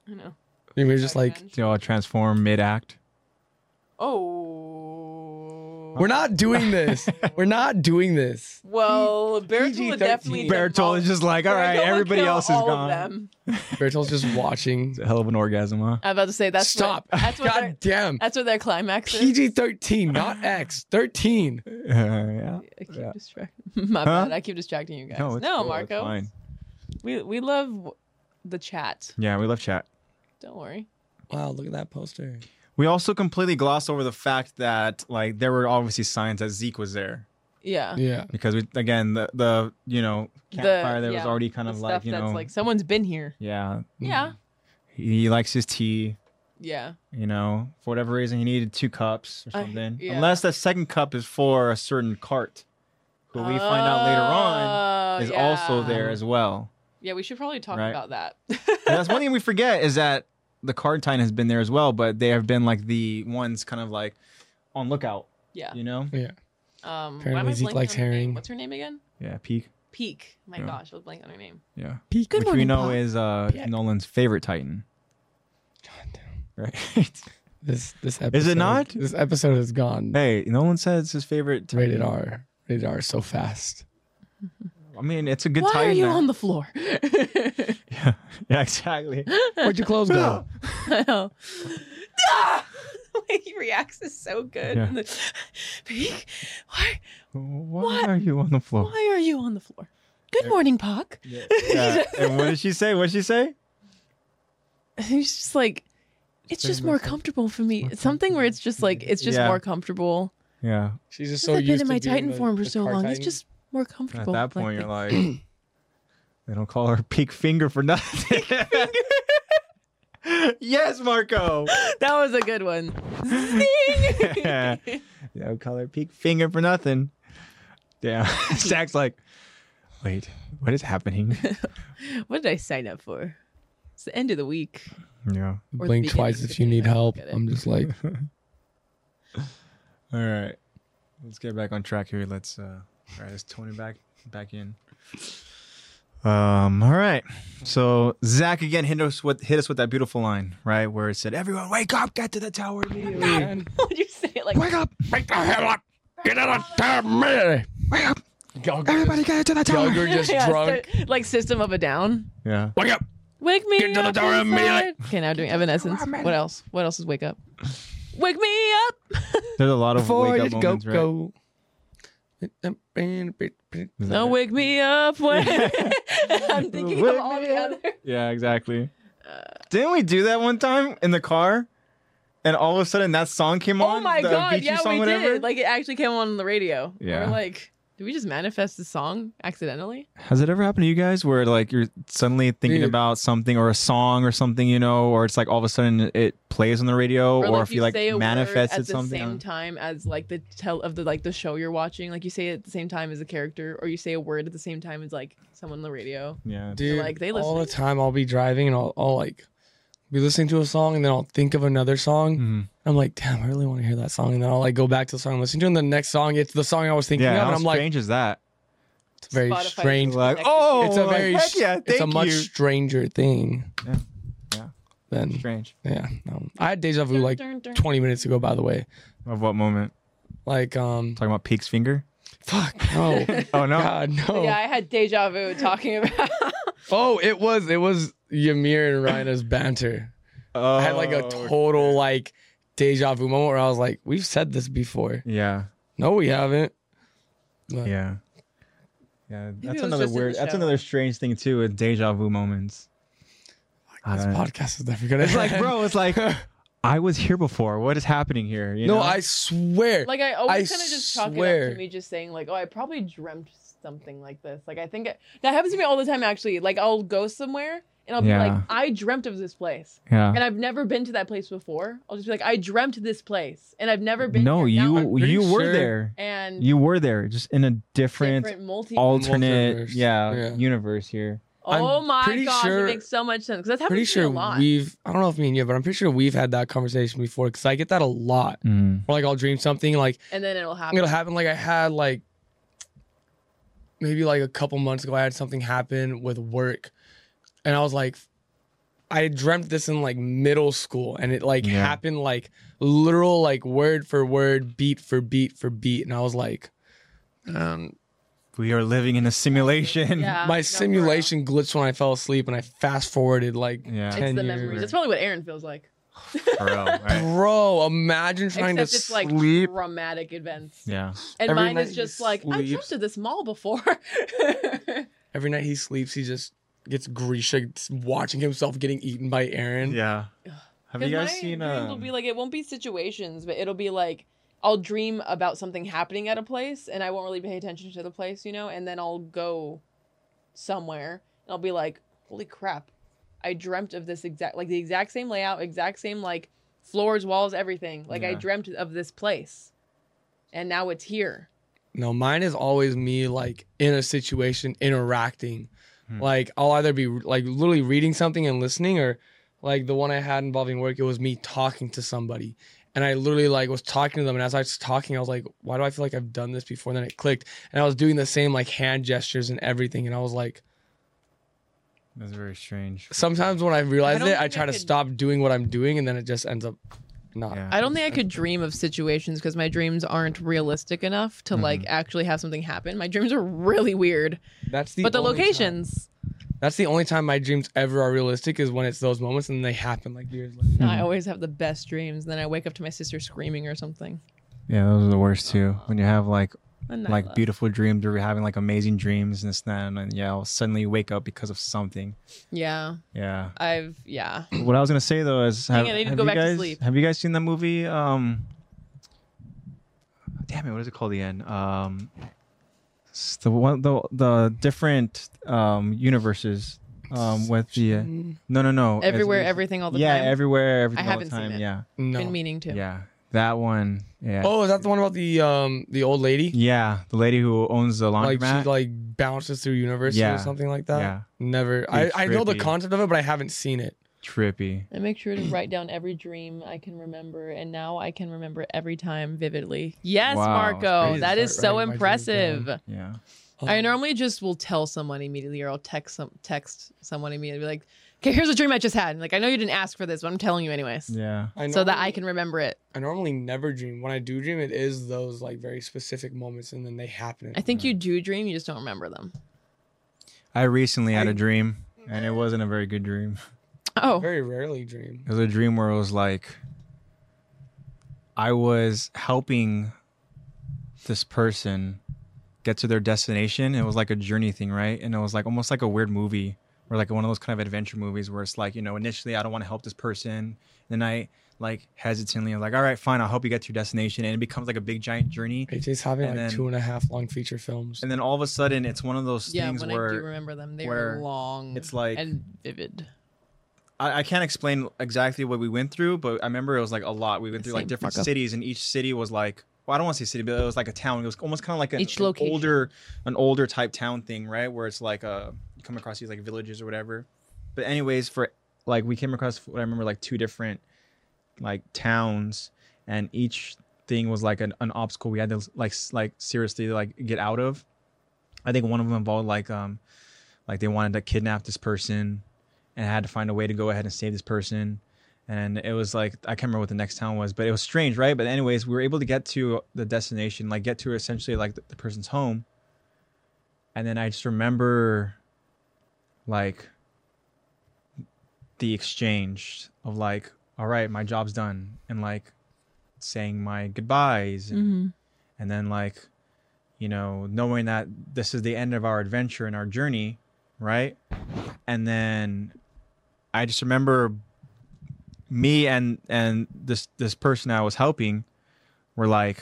B: I know.
C: you know, just like,
A: Do y'all transform mid act?
B: Oh.
C: we're not doing this. we're not doing this.
B: Well, Baritol would definitely.
A: Bertolt is just like, all right, everybody else is gone.
C: Bertolt's just watching.
A: It's a hell of an orgasm, huh?
B: I'm about to say that's
C: Stop.
B: What, that's what their,
C: God damn.
B: that's what their climax is.
C: PG 13, not X. 13.
A: Uh, yeah.
B: I keep
A: Yeah.
B: distracting. My
A: Huh?
B: bad. I keep distracting you guys.
A: No,
B: No,
A: it's cool, it's
B: Marco.
A: fine.
B: We we love w- the chat.
A: Yeah, we love chat.
B: Don't worry.
C: Wow, look at that poster.
A: We also completely glossed over the fact that like there were obviously signs that Zeke was there
B: Yeah.
C: Yeah.
A: because we again the the you know campfire there was
B: yeah,
A: already kind
B: The
A: of
B: stuff
A: like you
B: that's
A: know Mm.
B: like someone's been here.
A: yeah
B: Yeah.
A: he likes his tea
B: Yeah.
A: you know for whatever reason he needed two cups or
B: I-
A: something
B: Uh, yeah.
A: unless that second cup is for a certain cart who we find out later on
B: Oh,
A: is
B: yeah.
A: also there as well
B: Yeah, we should probably talk
A: Right.
B: about that.
A: And that's one thing we forget is that the card titan has been there as well but they have been like the ones kind of like on lookout
B: yeah.
A: you know
B: Um, why am
C: Apparently
B: I
C: Zeke
B: blanking
C: likes
B: on her name?
C: herring.
B: What's her name again?
A: yeah peak
B: Peak. My
A: Yeah.
B: gosh, I was blanking on her name.
A: yeah
C: Peak.
A: which we know is uh
C: Peck.
A: nolan's favorite titan right
C: This this episode
A: Is it not?
C: This episode is gone.
A: hey nolan says his favorite titan.
C: Rated R. Rated R so fast.
A: i mean it's a good
B: why
A: titan
B: are you
A: that-
B: on the floor?
A: yeah, yeah exactly
C: Where'd your clothes go?
B: I know. Ah! The way he reacts is so good.
A: Yeah.
B: And then, Peak, why,
A: why
B: What?
A: are you on the floor
B: why are you on the floor? Good morning, Puck.
A: Yeah. yeah. and what did she say? What did she say?
B: He's just like, it's just more comfortable for me. Something where it's just like, it's just
A: Yeah.
B: more comfortable.
A: Yeah.
C: She's just
B: Since
C: so
B: I've been
C: used to
B: in my
C: being
B: Titan
C: the-
B: form for
C: the
B: so
C: car
B: long. It's
C: titan.
B: just more
A: At
B: comfortable.
A: that point,
B: the-
A: you're like, they don't call her peak finger for nothing. yes, Marco.
B: that was a good one.
A: Yeah.
B: Zing!
A: They don't call her peak finger for nothing. Yeah. Zach's like, wait, what is happening?
B: what did I sign up for? It's the end of the week.
A: yeah.
B: or the
C: Blink
B: beginning
C: twice
B: of
C: if
B: the
C: you
B: day.
C: need help.
B: Get it.
C: I'm just like
A: All right. Let's get back on track here. Let's uh all right, let's tone it back back in. Um, all right. So Zach again hit us with hit us with that beautiful line, right? Where it said, Everyone wake up, get to the tower immediately.
C: man,
B: Would you say it like
A: Wake up,
C: wake the hell up. Get out of there, man.
A: wake up,
C: Gallagher
A: everybody get to the tower.
C: Gallagher just
B: Yeah,
C: drunk.
B: so- like System of a Down.
A: Yeah.
C: Wake up.
B: Wake me
C: Get to the
B: up
C: door
B: inside.
C: immediately.
B: Okay, now doing Evanescence. What else? What else is Wake Up? Wake me up.
A: There's a lot of
C: Before
A: wake
C: you
A: up
C: go
A: moments, right?
C: go. It's
A: Is that
B: No,
A: it?
B: wake me up. When... I'm thinking
A: Wake
B: of all
A: me
B: the
A: up.
B: other.
A: Yeah, exactly. Uh, Didn't we do that one time in the car? And all of a sudden that song came
B: Oh
A: on.
B: my
A: the
B: god!
A: Avicii
B: Yeah,
A: song,
B: we
A: whatever?
B: did. Like it actually came on the radio.
A: Yeah.
B: We're like Did we just manifest the song accidentally?
A: Has it ever happened to you guys where like you're suddenly thinking
C: Dude.
A: about something or a song or something, you know, or it's like all of a sudden it plays on the radio, or, if you like
B: say a word
A: manifested
B: at the
A: something?
B: same time as like the tell of the like the show you're watching, like you say it at the same time as a character, or you say a word at the same time as like someone on the radio.
A: yeah.
C: Dude,
B: like, they
C: all the
B: listening?
C: time I'll be driving and I'll, I'll like be listening to a song and then I'll think of another song.
A: Mhm.
C: I'm like, damn, I really want to hear that song. And then I'll like go back to the song I'm listening to, and the next song it's the song I was thinking
A: Yeah.
C: of.
A: how
C: And I'm like,
A: strange is that?
C: it's very
B: Spotify is
C: strange.
A: Like,
B: Connected.
A: oh,
C: it's a
A: like,
C: very,
A: heck yeah,
C: it's a
A: thank
C: much
A: you.
C: stranger thing.
A: Yeah. Yeah.
C: Than
A: strange.
C: yeah. No. I had deja vu like
B: Dun, dun, dun.
C: 20 minutes ago. By the way,
A: Of what moment?
C: like um,
A: Talking about Peek's finger?
C: fuck no,
A: Oh no.
C: God no.
B: Yeah, I had deja vu talking about.
C: Oh, it was it was Ymir and Rhina's banter.
A: Oh,
C: I had like a total like deja vu moment where I was like, we've said this before.
A: Yeah.
C: No, we haven't. But-
A: Yeah. Yeah,
B: it
A: that's
B: was
A: another
B: just in
A: weird.
B: the
A: That's
B: shower.
A: another strange thing too with deja vu moments. Uh, I
C: This
A: don't know.
C: podcast is never gonna.
A: It's like,
C: end.
A: bro, it's like I was here before. What is happening here? You
C: no,
A: know?
C: I swear.
B: Like I always
C: I
B: kind of just chalk it up
C: swear.
B: to me just saying like, oh, I probably dreamt something like this. Like I think it, that happens to me all the time. Actually, like I'll go somewhere and I'll be
A: Yeah.
B: like, I dreamt of this place,
C: Uh-huh.
A: yeah.
B: and I've never been to that place before. I'll just be like, I dreamt this place, and I've never been.
A: No,
B: here. Now I'm-
A: you
C: pretty
A: you were
C: sure-
A: there.
B: and
A: You were there, just in a different,
B: different, multi.
A: alternate,
C: Multiverse.
A: yeah,
C: Yeah.
A: universe here.
B: oh
C: I'm
B: my
C: pretty
B: gosh,
C: sure-
B: it makes so much sense because that's happened
C: pretty
B: to me
C: sure
B: a lot.
C: we've. I don't know if me and you, but I'm pretty sure we've had that conversation before because I get that a lot. Or like I'll dream something like
B: and then it'll happen.
C: it'll happen. Like I had like maybe like a couple months ago, I had something happen with work, and I was like, I dreamt this in like middle school, and it like
A: Yeah.
C: happened like literal like word for word, beat for beat for beat, and I was like, um,
A: We are living in a simulation.
B: Yeah, Uh, no, for
C: my
B: real.
C: simulation glitched when I fell asleep, and I fast forwarded like
A: Yeah. It's
B: It's
C: 10
B: the
C: years.
B: memories. That's probably what Aaron feels like.
A: For real. right.
C: Bro, imagine trying
B: Except
C: to
B: it's like
C: sleep.
B: dramatic events.
A: Yeah.
B: And
C: Every
B: mine
C: night
B: is
C: you
B: just like, I
C: sleep.
B: dreamt of this mall before.
C: Every night he sleeps, he just gets Grisha watching himself getting eaten by Aaron.
A: Yeah. Have you guys
B: 'Cause my
A: seen?
B: dreams will
A: um,
B: be like it won't be situations, but it'll be like I'll dream about something happening at a place, and I won't really pay attention to the place, you know. And then I'll go somewhere, and I'll be like, "Holy crap! I dreamt of this exact like the exact same layout, exact same like floors, walls, everything. Like I
A: Yeah.
B: dreamt of this place, and now it's here."
C: No, mine is always me like in a situation interacting.
A: Hmm.
C: Like I'll either be like literally reading something and listening or like the one I had involving work, it was me talking to somebody. And I literally like was talking to them and as I was talking, I was like, why do I feel like I've done this before? And then it clicked. And I was doing the same like hand gestures and everything. And I was like,
A: That's very strange.
C: sometimes when I realize
B: don't
C: it, I
B: think
C: try
B: I
C: to
B: could-
C: stop doing what I'm doing and then it just ends up not.
A: Yeah.
B: I don't think I could dream of situations because my dreams aren't realistic enough to like
C: Mm-hmm.
B: actually have something happen. My dreams are really weird,
C: That's the
B: but the
C: only time-
B: locations.
C: That's the only time my dreams ever are realistic is when it's those moments and they happen like years later.
B: And I always have the best dreams, and then I wake up to my sister screaming or something.
A: Yeah, those are the worst too. When you have like
B: And I
A: like
B: love-
A: beautiful dreams or you're having like amazing dreams and this and that, and then, yeah, I'll suddenly you wake up because of something.
B: Yeah,
A: Yeah.
B: I've yeah.
A: What I was gonna say though is, have,
B: Hang on, I need to
A: have
B: go
A: you
B: back to
A: guys
B: sleep.
A: have you guys seen that movie? Um, damn it, what is it called? The end. Um, it's the one the the different um universes. Um, with the uh, no no no
B: Everywhere,
A: It's-
B: everything, all the
A: yeah
B: time.
A: everywhere everything all
B: haven't
A: the
B: seen
A: time
B: it.
A: yeah
C: No.
B: Been meaning to.
A: yeah that one yeah
C: Oh, is that the one about the um the old lady?
A: yeah the lady who owns the
C: like
A: laundromat
C: she like bounces through universes
A: Yeah.
C: or something like that.
A: Yeah.
C: Never. I,
A: It's
C: I know the
A: trippy.
C: concept of it, but I haven't seen it.
A: trippy
B: I make sure to write down every dream I can remember, and now I can remember every time vividly. Yes,
A: Wow, it's
B: Marco,
A: crazy.
B: that is
C: Start
B: so
C: writing my dreams down.
B: impressive.
A: yeah Um,
C: Um,
B: I normally just will tell someone immediately, or I'll text some text someone immediately, be like, "Okay, here's a dream I just had." And like, I know you didn't ask for this, but I'm telling you anyways,
A: yeah
C: I
B: so that I
C: normally-
B: can remember it.
C: I normally never dream. When I do dream, it is those like very specific moments, and then they happen.
B: I think you do dream, you just don't remember them.
A: I recently had a dream and it wasn't a very good dream.
B: Oh,
C: very rarely dream.
A: It was a dream where it was like I was helping this person get to their destination. It was like a journey thing, right? And it was like almost like a weird movie or like one of those kind of adventure movies where it's like you know initially I don't want to help this person, then I like hesitantly I'm like all right fine I'll help you get to your destination, and it becomes like a big giant journey,
C: AJ's having
A: And
C: like
A: then-
C: two and a half long feature films.
A: and then all of a sudden it's one of those
B: Yeah,
A: things
B: when I do
A: where
B: remember them, they
A: where
B: were long.
A: it's like-
B: and vivid.
A: I, I can't explain exactly what we went through, but I remember it was like a lot. We went through like
B: Same
A: different
B: fuck up.
A: cities, and each city was like well, I don't want to say city, but it was like a town. It was almost kind of like an,
B: Each
A: an
B: location.
A: older, an older type town thing, right? Where it's like uh, you come across these like villages or whatever. But anyways, for like we came across what I remember like two different like towns, and each thing was like an, an obstacle we had to like s- like seriously like get out of. I think one of them involved like um like they wanted to kidnap this person and had to find a way to go ahead and save this person. And it was like I can't remember what the next town was, but it was strange, right? But anyways, we were able to get to the destination, like get to essentially like the, the person's home. And then I just remember like the exchange of like, all right, my job's done, and like saying my goodbyes and
B: Mm-hmm.
A: and then like you know knowing that this is the end of our adventure and our journey right and then i just remember me and and this this person i was helping were like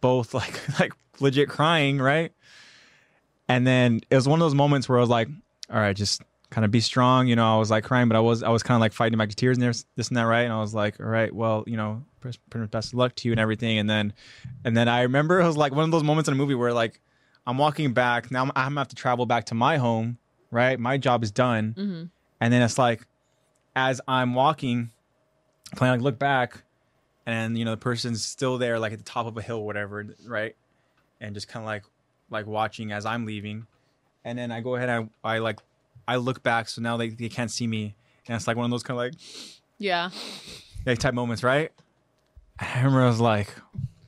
A: both like like legit crying right and then it was one of those moments where i was like all right just kind of be strong you know i was like crying but i was i was kind of like fighting back the tears and this this and that right and i was like all right well you know pres- pres- best of luck to you and everything and then and then I remember it was like one of those moments in a movie where like I'm walking back now. I'm, I'm gonna have to travel back to my home, right? My job is done,
B: Mm-hmm.
A: and then it's like as I'm walking, kind of like look back, and you know the person's still there, like at the top of a hill, or whatever, right? And just kind of like like watching as I'm leaving, and then I go ahead, I I like I look back, so now they they can't see me, and it's like one of those kind of like
B: Yeah,
A: like type moments, right? I remember I was like,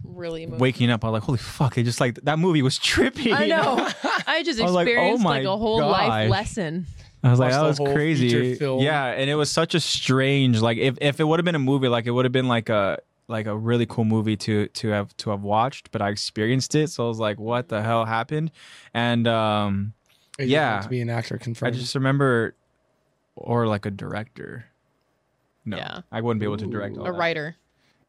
B: really. Moving.
A: waking up, I was like, holy fuck, it just like that movie was trippy.
B: I know. I just
A: I was like, oh
B: experienced like,
A: my
B: a whole life
A: gosh.
B: lesson.
A: I was like,
C: Watched
A: that
C: the
A: was
C: whole
A: crazy.
C: feature film.
A: Yeah, and it was such a strange like if, if it would have been a movie, like it would have been like a like a really cool movie to to have to have watched, but I experienced it, so I was like, what the hell happened? And um
C: AJ's
A: yeah.
C: about to be an actor
A: I
C: confirmed.
A: just remember or like a director. No,
B: Yeah.
A: I wouldn't be able to direct all
B: A
A: that.
B: writer.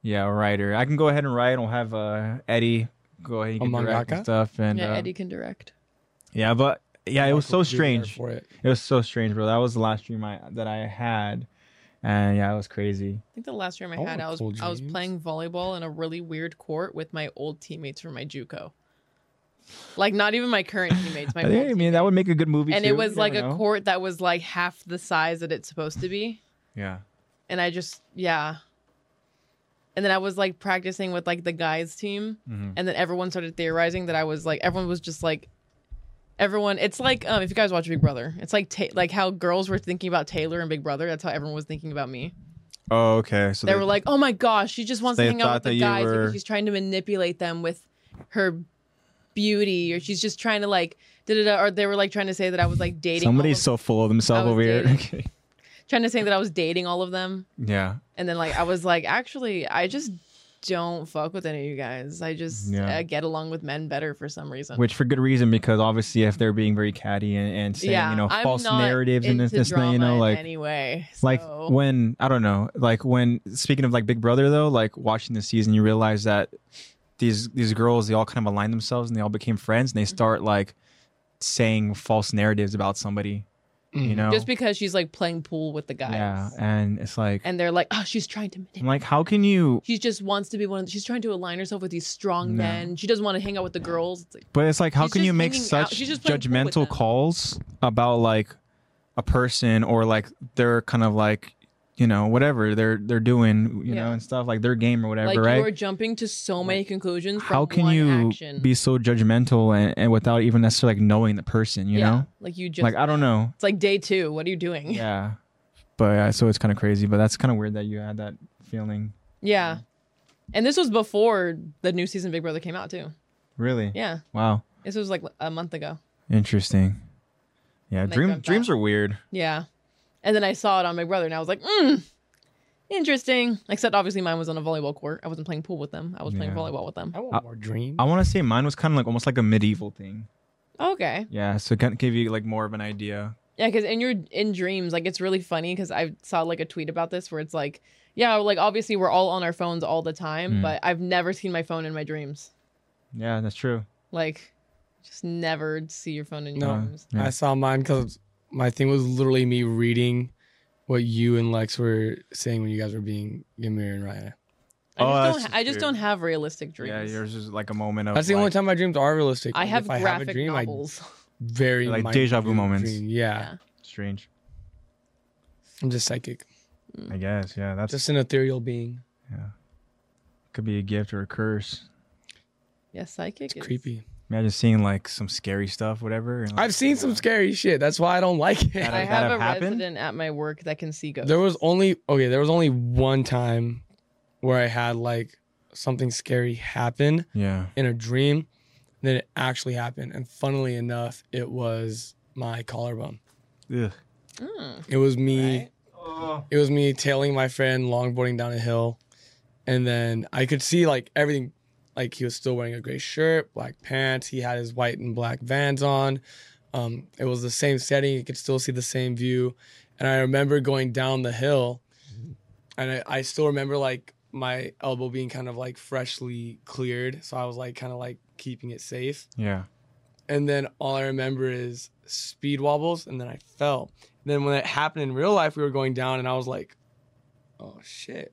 A: Yeah, a writer. I can go ahead and write. I'll have uh, Eddie go ahead and,
C: A
A: you can direct and
C: mangaka?
A: stuff. And
B: yeah,
A: uh,
B: Eddie can direct.
A: yeah, but yeah, it was so
C: Michael could be there
A: strange.
C: For it.
A: It was so strange, bro. That was the last dream I that I had, and yeah, it was crazy.
B: I think the last
A: Oh,
B: dream I
C: I
B: had,
C: want
B: I was
C: cool
B: I was
C: dreams.
B: playing volleyball in a really weird court with my old teammates from my JUCO. Like not even my current teammates, my
A: I,
B: old
A: think, I mean, that would make a good movie.
B: and
A: too.
B: it was
A: You
B: like a
A: never know.
B: court that was like half the size that it's supposed to be
A: Yeah,
B: and i just yeah and then i was like practicing with like the guys team
A: Mhm.
B: and then everyone started theorizing that i was like everyone was just like everyone it's like um if you guys watch big brother it's like ta- like how girls were thinking about taylor and big brother that's how everyone was thinking about me
A: Oh, okay. So
B: they, were like oh my gosh she just wants to
A: they
B: hang out with
A: thought that
B: the
A: you
B: guys
A: were-
B: because she's trying to manipulate them with her beauty or she's just trying to like da da da or they were like trying to say that i was like dating all
A: somebody's
B: of
A: so full of
B: I
A: themselves
B: was
A: over here.
B: dating.
A: Okay.
B: trying to say that I was dating all of them.
A: Yeah,
B: And then like I was like, actually, I just don't fuck with any of you guys. I just
A: Yeah.
B: uh, get along with men better for some reason.
A: which for good reason because obviously if they're being very catty and, and saying you know
B: I'm
A: false
B: not
A: narratives and this,
B: into
A: this thing, you
B: drama
A: know,
B: in
A: like
B: any way.
A: like
B: so-
A: when i don't know like when speaking of like big brother though like watching the season you realize that these these girls they all kind of align themselves and they all became friends and
B: Mm-hmm.
A: they start like saying false narratives about somebody you
C: Mhm.
A: know
B: just because she's like playing pool with the guys.
A: yeah and it's like
B: And they're like, oh, she's trying to manipulate.
A: I'm like how can you
B: She just wants to be one. Of, she's trying to align herself with these strong
A: No.
B: men. She doesn't want to hang out with the girls. It's like,
A: but it's like how
B: She's
A: can you
B: just
A: make
B: hanging out-
A: such
B: she's just playing pool with
A: judgmental
B: them.
A: calls about like a person or like they're kind of like you know whatever they're they're doing you
B: Yeah.
A: know and stuff like their game or whatever
B: like
A: right
B: you are jumping to so many conclusions. From
A: how can
B: one
A: you
B: action.
A: be so judgmental and, and without even necessarily like knowing the person you
B: Yeah,
A: know
B: like you just
A: like i don't know
B: It's like day two. What are you doing?
A: yeah but yeah so it's kind of crazy but that's kind of weird that you had that feeling
B: Yeah. And this was before the new season of Big Brother came out too.
A: really
B: Yeah.
A: wow
B: This was like a month ago.
A: interesting yeah
B: And I
A: dream,
B: dreamt
A: dreams
B: that.
A: are weird
B: Yeah. And then I saw it on Big Brother and I was like, mm, interesting. Except obviously mine was on a volleyball court. I wasn't playing pool with them. I was playing
A: Yeah.
B: volleyball with them.
C: I want
A: I-
C: more dreams.
A: i want to say mine was kind of like almost like a medieval thing
B: Okay.
A: yeah so it kind of gave you like more of an idea
B: Yeah, because in your in dreams, like it's really funny because I saw like a tweet about this where it's like, yeah, like obviously we're all on our phones all the time,
A: Mm.
B: but I've never seen my phone in my dreams.
A: Yeah, that's true.
B: Like, just never see your phone in your
C: No.
B: dreams.
A: Yeah.
C: I saw mine because my thing was literally me reading what you and Lex were saying when you guys were being Ymir and Ryan.
B: I
A: Oh,
B: just,
A: that's
B: don't, ha- I just
A: true.
B: don't have realistic
A: Yeah,
B: dreams.
A: yours is like a moment of
C: That's the only
A: like-
C: time my dreams are realistic.
B: I
C: Like,
B: have
C: if I
B: graphic
C: have a dream,
B: novels.
C: I very
A: Like
C: might
A: déjà vu
C: dream-
A: moments.
C: dream. Yeah,
B: Yeah.
A: strange.
C: I'm just psychic,
A: I guess. Yeah, that's
C: just an ethereal being.
A: could be a gift or a curse.
B: yeah, psychic.
C: It's
B: is-
C: creepy.
A: Imagine seeing like some scary stuff, whatever. and, like,
C: I've seen some scary shit. That's why I don't like it.
A: That
B: I
A: have
B: have a
A: happened?
B: resident at my work that can see ghosts.
C: There was only okay. There was only one time where I had like something scary happen
A: yeah.
C: in a dream, then it actually happened. And funnily enough, it was my collarbone.
A: Ugh.
B: Mm.
C: It was me.
B: Right.
D: Oh,
C: It was me tailing my friend longboarding down a hill, and then I could see like everything. Like he was still wearing a gray shirt, black pants. He had his white and black Vans on. Um, it was the same setting. You could still see the same view. And I remember going down the hill, and I, I still remember like my elbow being kind of like freshly cleared. So I was like kind of like keeping it safe.
A: Yeah.
C: And then all I remember is speed wobbles, and then I fell. And then when it happened in real life, we were going down, and I was like, "Oh shit!"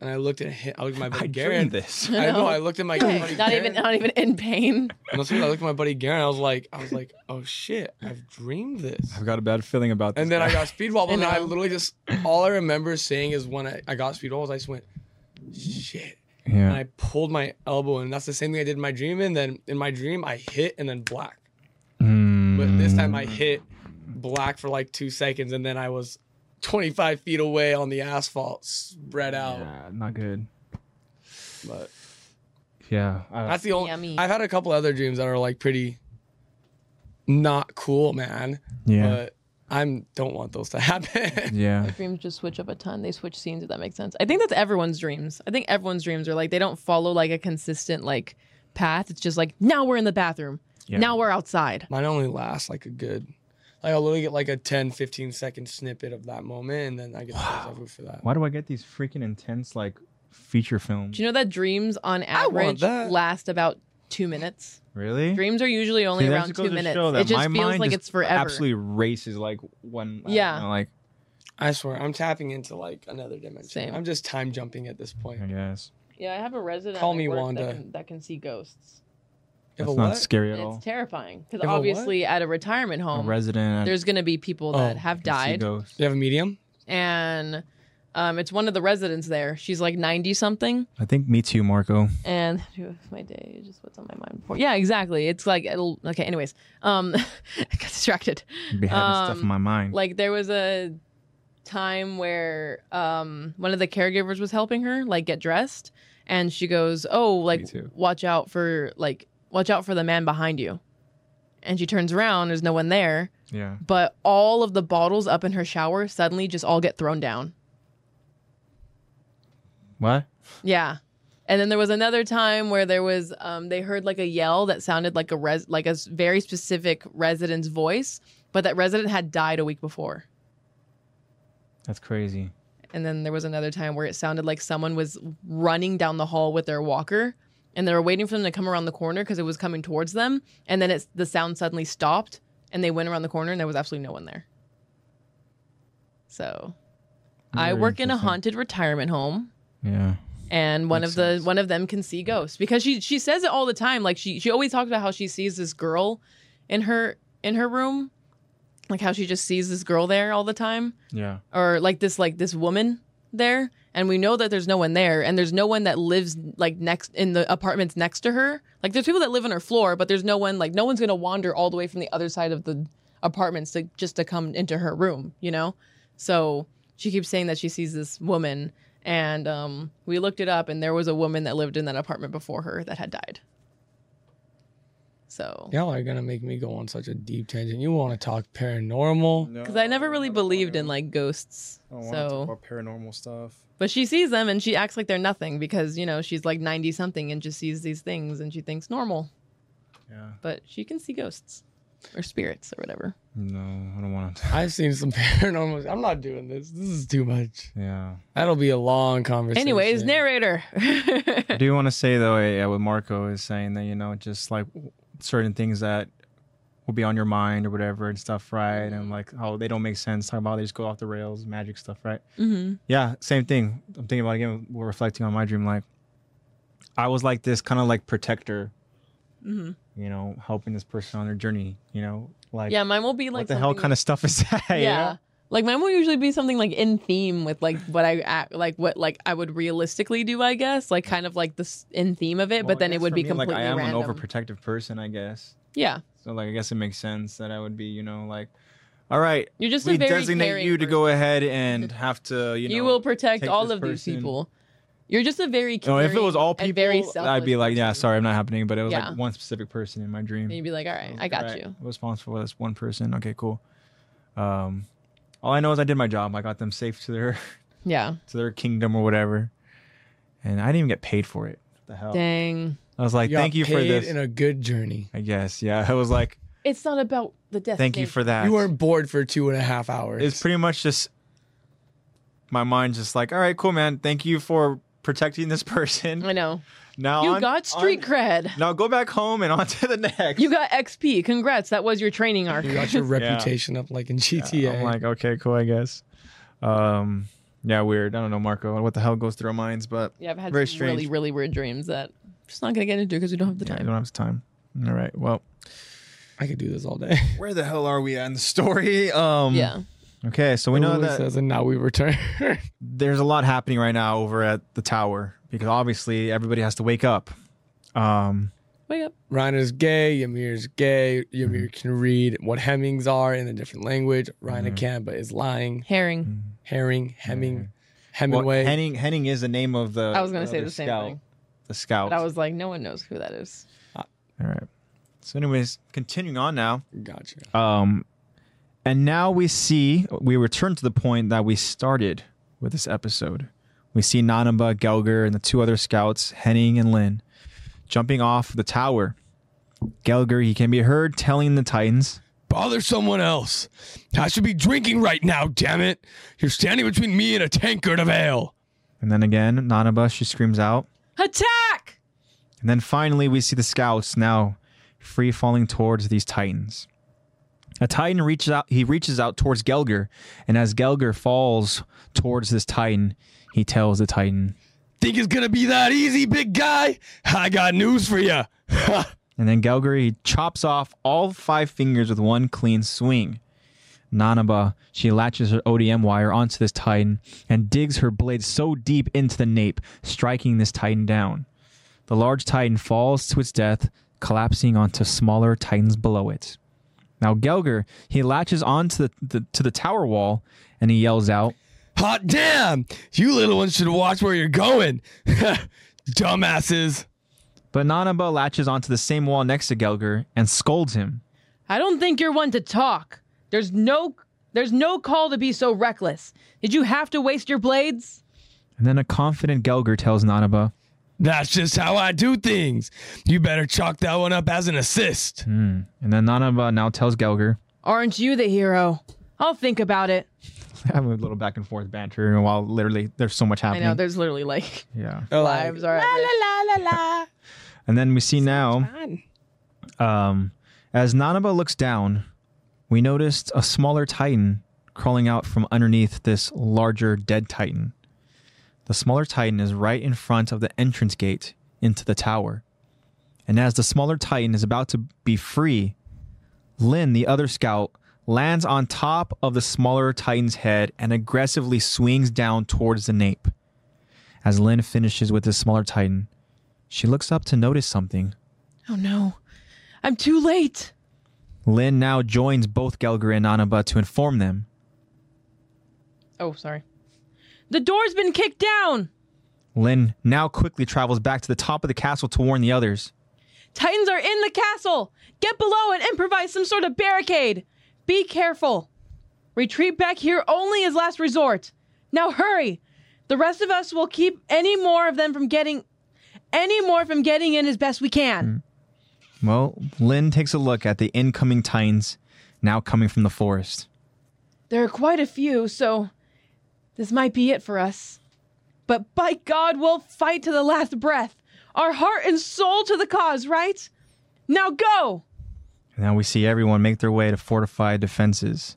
C: And I looked at him. I looked at my buddy
A: I dreamed
C: Garrett.
A: this.
C: I know. I looked at my buddy
B: not even
C: Garrett.
B: not even in pain.
C: And that's when I looked at my buddy Garrett. I was like, I was like, "Oh shit! I've dreamed this."
A: I've got a bad feeling about this.
C: And then I
A: guy.
C: got speed wobbles, and I
B: know.
C: literally just all I remember saying is when I, I got speed wobbles, I just went, "Shit!" And
A: yeah.
C: I pulled my elbow, and that's the same thing I did in my dream. And then in my dream, I hit, and then black. But this time
A: Mm.
C: I hit black for like two seconds and then I was 25 feet away on the asphalt, spread out.
A: Yeah, not good.
C: But
A: Yeah. I-
C: that's the only.
B: Yummy.
C: I've had a couple other dreams that are like pretty not cool, man.
A: yeah.
C: But I'm don't want those to happen.
A: yeah.
B: dreams just switch up a ton. They switch scenes, if that makes sense. I think that's everyone's dreams. I think everyone's dreams are like they don't follow like a consistent like path. It's just like now we're in the bathroom.
A: Yeah.
B: Now we're outside.
C: Mine only lasts like a good. Like I'll literally get like a 10, 15 second snippet of that moment, and then I get wow. for that.
A: Why do I get these freaking intense like feature films?
B: Do you know that dreams on
C: want
B: average
C: that.
B: last about two minutes?
A: really?
B: Dreams are usually only
A: See, that
B: around
A: just
B: two
A: goes to
B: minutes.
A: show that
B: It just
A: my
B: feels
A: mind
B: like
A: just
B: it's forever.
A: Absolutely races like one. I don't
B: Yeah.
A: know, like
C: I swear, I'm tapping into like another dimension.
B: Same.
C: I'm just time jumping at this point.
A: I guess
B: Yeah, I have a resident.
C: Call
B: at
C: me
B: work
C: Wanda.
B: That can, that can see ghosts.
C: If
A: that's
C: a
A: not
C: what?
A: scary at
B: And
A: all.
B: it's terrifying because
C: If a what?
B: obviously at a retirement
A: A
B: home,
A: resident.
B: there's going to be people
C: Oh,
B: that
C: I
B: have
A: can see
B: died.
A: ghosts.
C: Do you have a medium?
B: and um, it's one of the residents there. She's like ninety something,
A: I think me too, Marco.
B: and my day is just what's on my mind. For yeah, exactly. It's like it'll, okay. Anyways, um, I got distracted.
A: I'd be having stuff in
B: Um,
A: my mind.
B: Like there was a time where um one of the caregivers was helping her like get dressed, and she goes, "Oh, like
A: too.
B: watch out for like watch out for the man behind you," and she turns around. There's no one there,
A: yeah.
B: but all of the bottles up in her shower suddenly just all get thrown down.
A: What?
B: Yeah. And then there was another time where there was um, they heard like a yell that sounded like a res like a s- very specific resident's voice, but that resident had died a week before.
A: That's crazy.
B: And then there was another time where it sounded like someone was running down the hall with their walker and they were waiting for them to come around the corner because it was coming towards them and then it's the sound suddenly stopped and they went around the corner and there was absolutely no one there. So I
A: Very
B: work in a
A: interesting.
B: haunted retirement home.
A: Yeah.
B: and one
A: Makes
B: of the
A: sense.
B: one of them can see ghosts because she she says it all the time like she she always talks about how she sees this girl in her in her room like how she just sees this girl there all the time
A: Yeah.
B: or like this like this woman there and we know that there's no one there and there's no one that lives like next in the apartments next to her like there's people that live on her floor but there's no one like no one's gonna wander all the way from the other side of the apartments to just to come into her room you know so she keeps saying that she sees this woman and um, we looked it up and there was a woman that lived in that apartment before her that had died so
C: Y'all are gonna make me go on such a deep tangent. You want to talk paranormal?
B: because i never really believed in like ghosts
A: Oh,
B: so
A: paranormal stuff.
B: But she sees them and she acts like they're nothing because, you know, she's like 90 something and just sees these things and she thinks normal,
A: Yeah.
B: but she can see ghosts. or spirits or whatever.
A: No, I don't want to.
C: I've seen some paranormal. I'm not doing this. This is too much.
A: Yeah.
C: That'll be a long conversation.
B: Anyways, narrator.
A: I do want to say though, yeah, what Marco is saying that you know, just like certain things that will be on your mind or whatever and stuff, right?
B: Mm-hmm.
A: And like how they don't make sense. Talk about they just go off the rails, magic stuff, right?
B: Mhm.
A: Yeah, same thing. I'm thinking about it again. We're reflecting on my dream. Like, I was like this kind of like protector,
B: Mhm.
A: you know, helping this person on their journey. You know, like
B: Yeah, mine will be
A: what
B: like
A: the hell
B: something-
A: kind of stuff is that? you
B: yeah.
A: know?
B: Like mine will usually be something like in theme with like what I act like what like I would realistically do I guess like kind of like this in theme of it
A: Well, I
B: but then it
A: guess
B: would
A: for
B: be
A: me,
B: completely
A: like I am
B: random.
A: an overprotective person, I guess.
B: yeah,
A: So like I guess it makes sense that I would be, you know, like, all right,
B: you're just
A: we
B: a very
A: designate
B: caring
A: you to
B: person.
A: go ahead and have to, you know,
B: You, will protect
A: take
B: all
A: this
B: of
A: person.
B: these people. You're just a very
A: You know,
B: caring
A: if it was all
B: and
A: people,
B: very
A: I'd be
B: selfless
A: like, yeah,
B: person.
A: sorry, I'm not happening. But it was
B: Yeah.
A: like one specific person in my dream.
B: And you'd be like, all
A: I
B: right,
A: was
B: I
A: like,
B: got
A: "Alright,
B: you.
A: I'm responsible for this one person. Okay, cool. Um, all I know is I did my job. I got them safe to their
B: Yeah.
A: to their kingdom or whatever, and I didn't even get paid for it. What the hell?
B: Dang.
A: I was like,
C: You got
A: thank you for
C: paid
A: this.
C: In a good journey.
A: I guess, yeah. I was like,
B: It's not about the death.
A: thank you
B: snake.
A: for that.
C: You weren't bored for two and a half hours.
A: it's pretty much just my mind just like all right cool man thank you for protecting this person
B: I know.
A: now
B: You
A: on-
B: got street
A: on-
B: cred.
A: now go back home and on to the next
B: You got XP. Congrats. That was your training arc.
C: you got your reputation up like in GTA.
A: i'm like okay cool i guess um yeah weird i don't know marco what the hell goes through our minds but
B: Yeah, I've had
A: Very
B: some
A: strange.
B: really, really weird dreams that I'm just not gonna get into because we don't have the
A: yeah, i
B: time.
A: don't have time all right well
C: I could do this all day.
A: where the hell are we at in the story um
B: Yeah.
A: okay so we know
C: Lulu
A: that
C: says, and now we return.
A: there's a lot happening right now over at the tower because obviously everybody has to wake up um
B: Wake up.
C: Reiner's gay. Yamir's gay. Yamir can read what Hemmings are in a different language. Reiner
A: Mm-hmm.
C: can, but is lying.
B: Herring.
C: Herring, Hemming,
A: well,
C: Hemingway.
A: henning henning is the name of Mm. Uh, the
B: I was gonna say
A: other
B: the same
A: scout.
B: thing.
A: the scout.
B: But I was like, no one knows who that is.
A: All right. So, anyways, continuing on now.
C: gotcha.
A: Um, and now we see we return to the point that we started with this episode. We see Nanamba, Gelger, and the two other scouts, Henning and Lin, jumping off the tower. Gelger, he can be heard telling the Titans,
C: Bother someone else. I should be drinking right now, damn it. You're standing between me and a tankard of ale.
A: and then again, Nanamba, she screams out.
B: Attack!
A: And then finally, we see the scouts now free falling towards these titans. A titan reaches out. He reaches out towards Gelger, and as Gelger falls towards this titan, he tells the titan.
C: Think it's gonna be that easy, big guy? I got news for you.
A: And then Gelger he chops off all five fingers with one clean swing. Nanaba she latches her ODM wire onto this titan and digs her blade so deep into the nape, striking this titan down. The large titan falls to its death, collapsing onto smaller titans below it. Now Gelger, he latches onto the, the to the tower wall and he yells out,
C: Hot damn! You little ones should watch where you're going. Dumbasses.
A: but Nanaba latches onto the same wall next to Gelger and scolds him.
B: I don't think you're one to talk. There's no there's no call to be so reckless. Did you have to waste your blades?
A: And then a confident Gelger tells Nanaba,
C: That's just how I do things. You better chalk that one up as an assist.
A: and then Nanaba now tells Gelger,
B: Aren't you the hero? I'll think about it.
A: having a little back and forth banter while literally there's so much
B: I
A: happening.
B: know, there's literally like
A: yeah.
B: lives are at risk.
A: And then we see now, um, as Nanaba looks down, we noticed a smaller Titan crawling out from underneath this larger dead Titan. The smaller Titan is right in front of the entrance gate into the tower. And as the smaller Titan is about to be free, Lin, the other scout, lands on top of the smaller Titan's head and aggressively swings down towards the nape. As Lin finishes with the smaller Titan, she looks up to notice something.
B: Oh no. I'm too late.
A: Lin now joins both Gelger and Nanaba to inform them.
B: Oh, sorry. The door's been kicked down.
A: Lin now quickly travels back to the top of the castle to warn the others.
B: Titans are in the castle. Get below and improvise some sort of barricade. Be careful. Retreat back here only as last resort. Now hurry. The rest of us will keep any more of them from getting any more from getting in as best we can.
A: Well, Lynn takes a look at the incoming Titans now coming from the forest.
B: There are quite a few, so this might be it for us. But by God, we'll fight to the last breath. Our heart and soul to the cause, right? Now go!
A: And now we see everyone make their way to fortified defenses.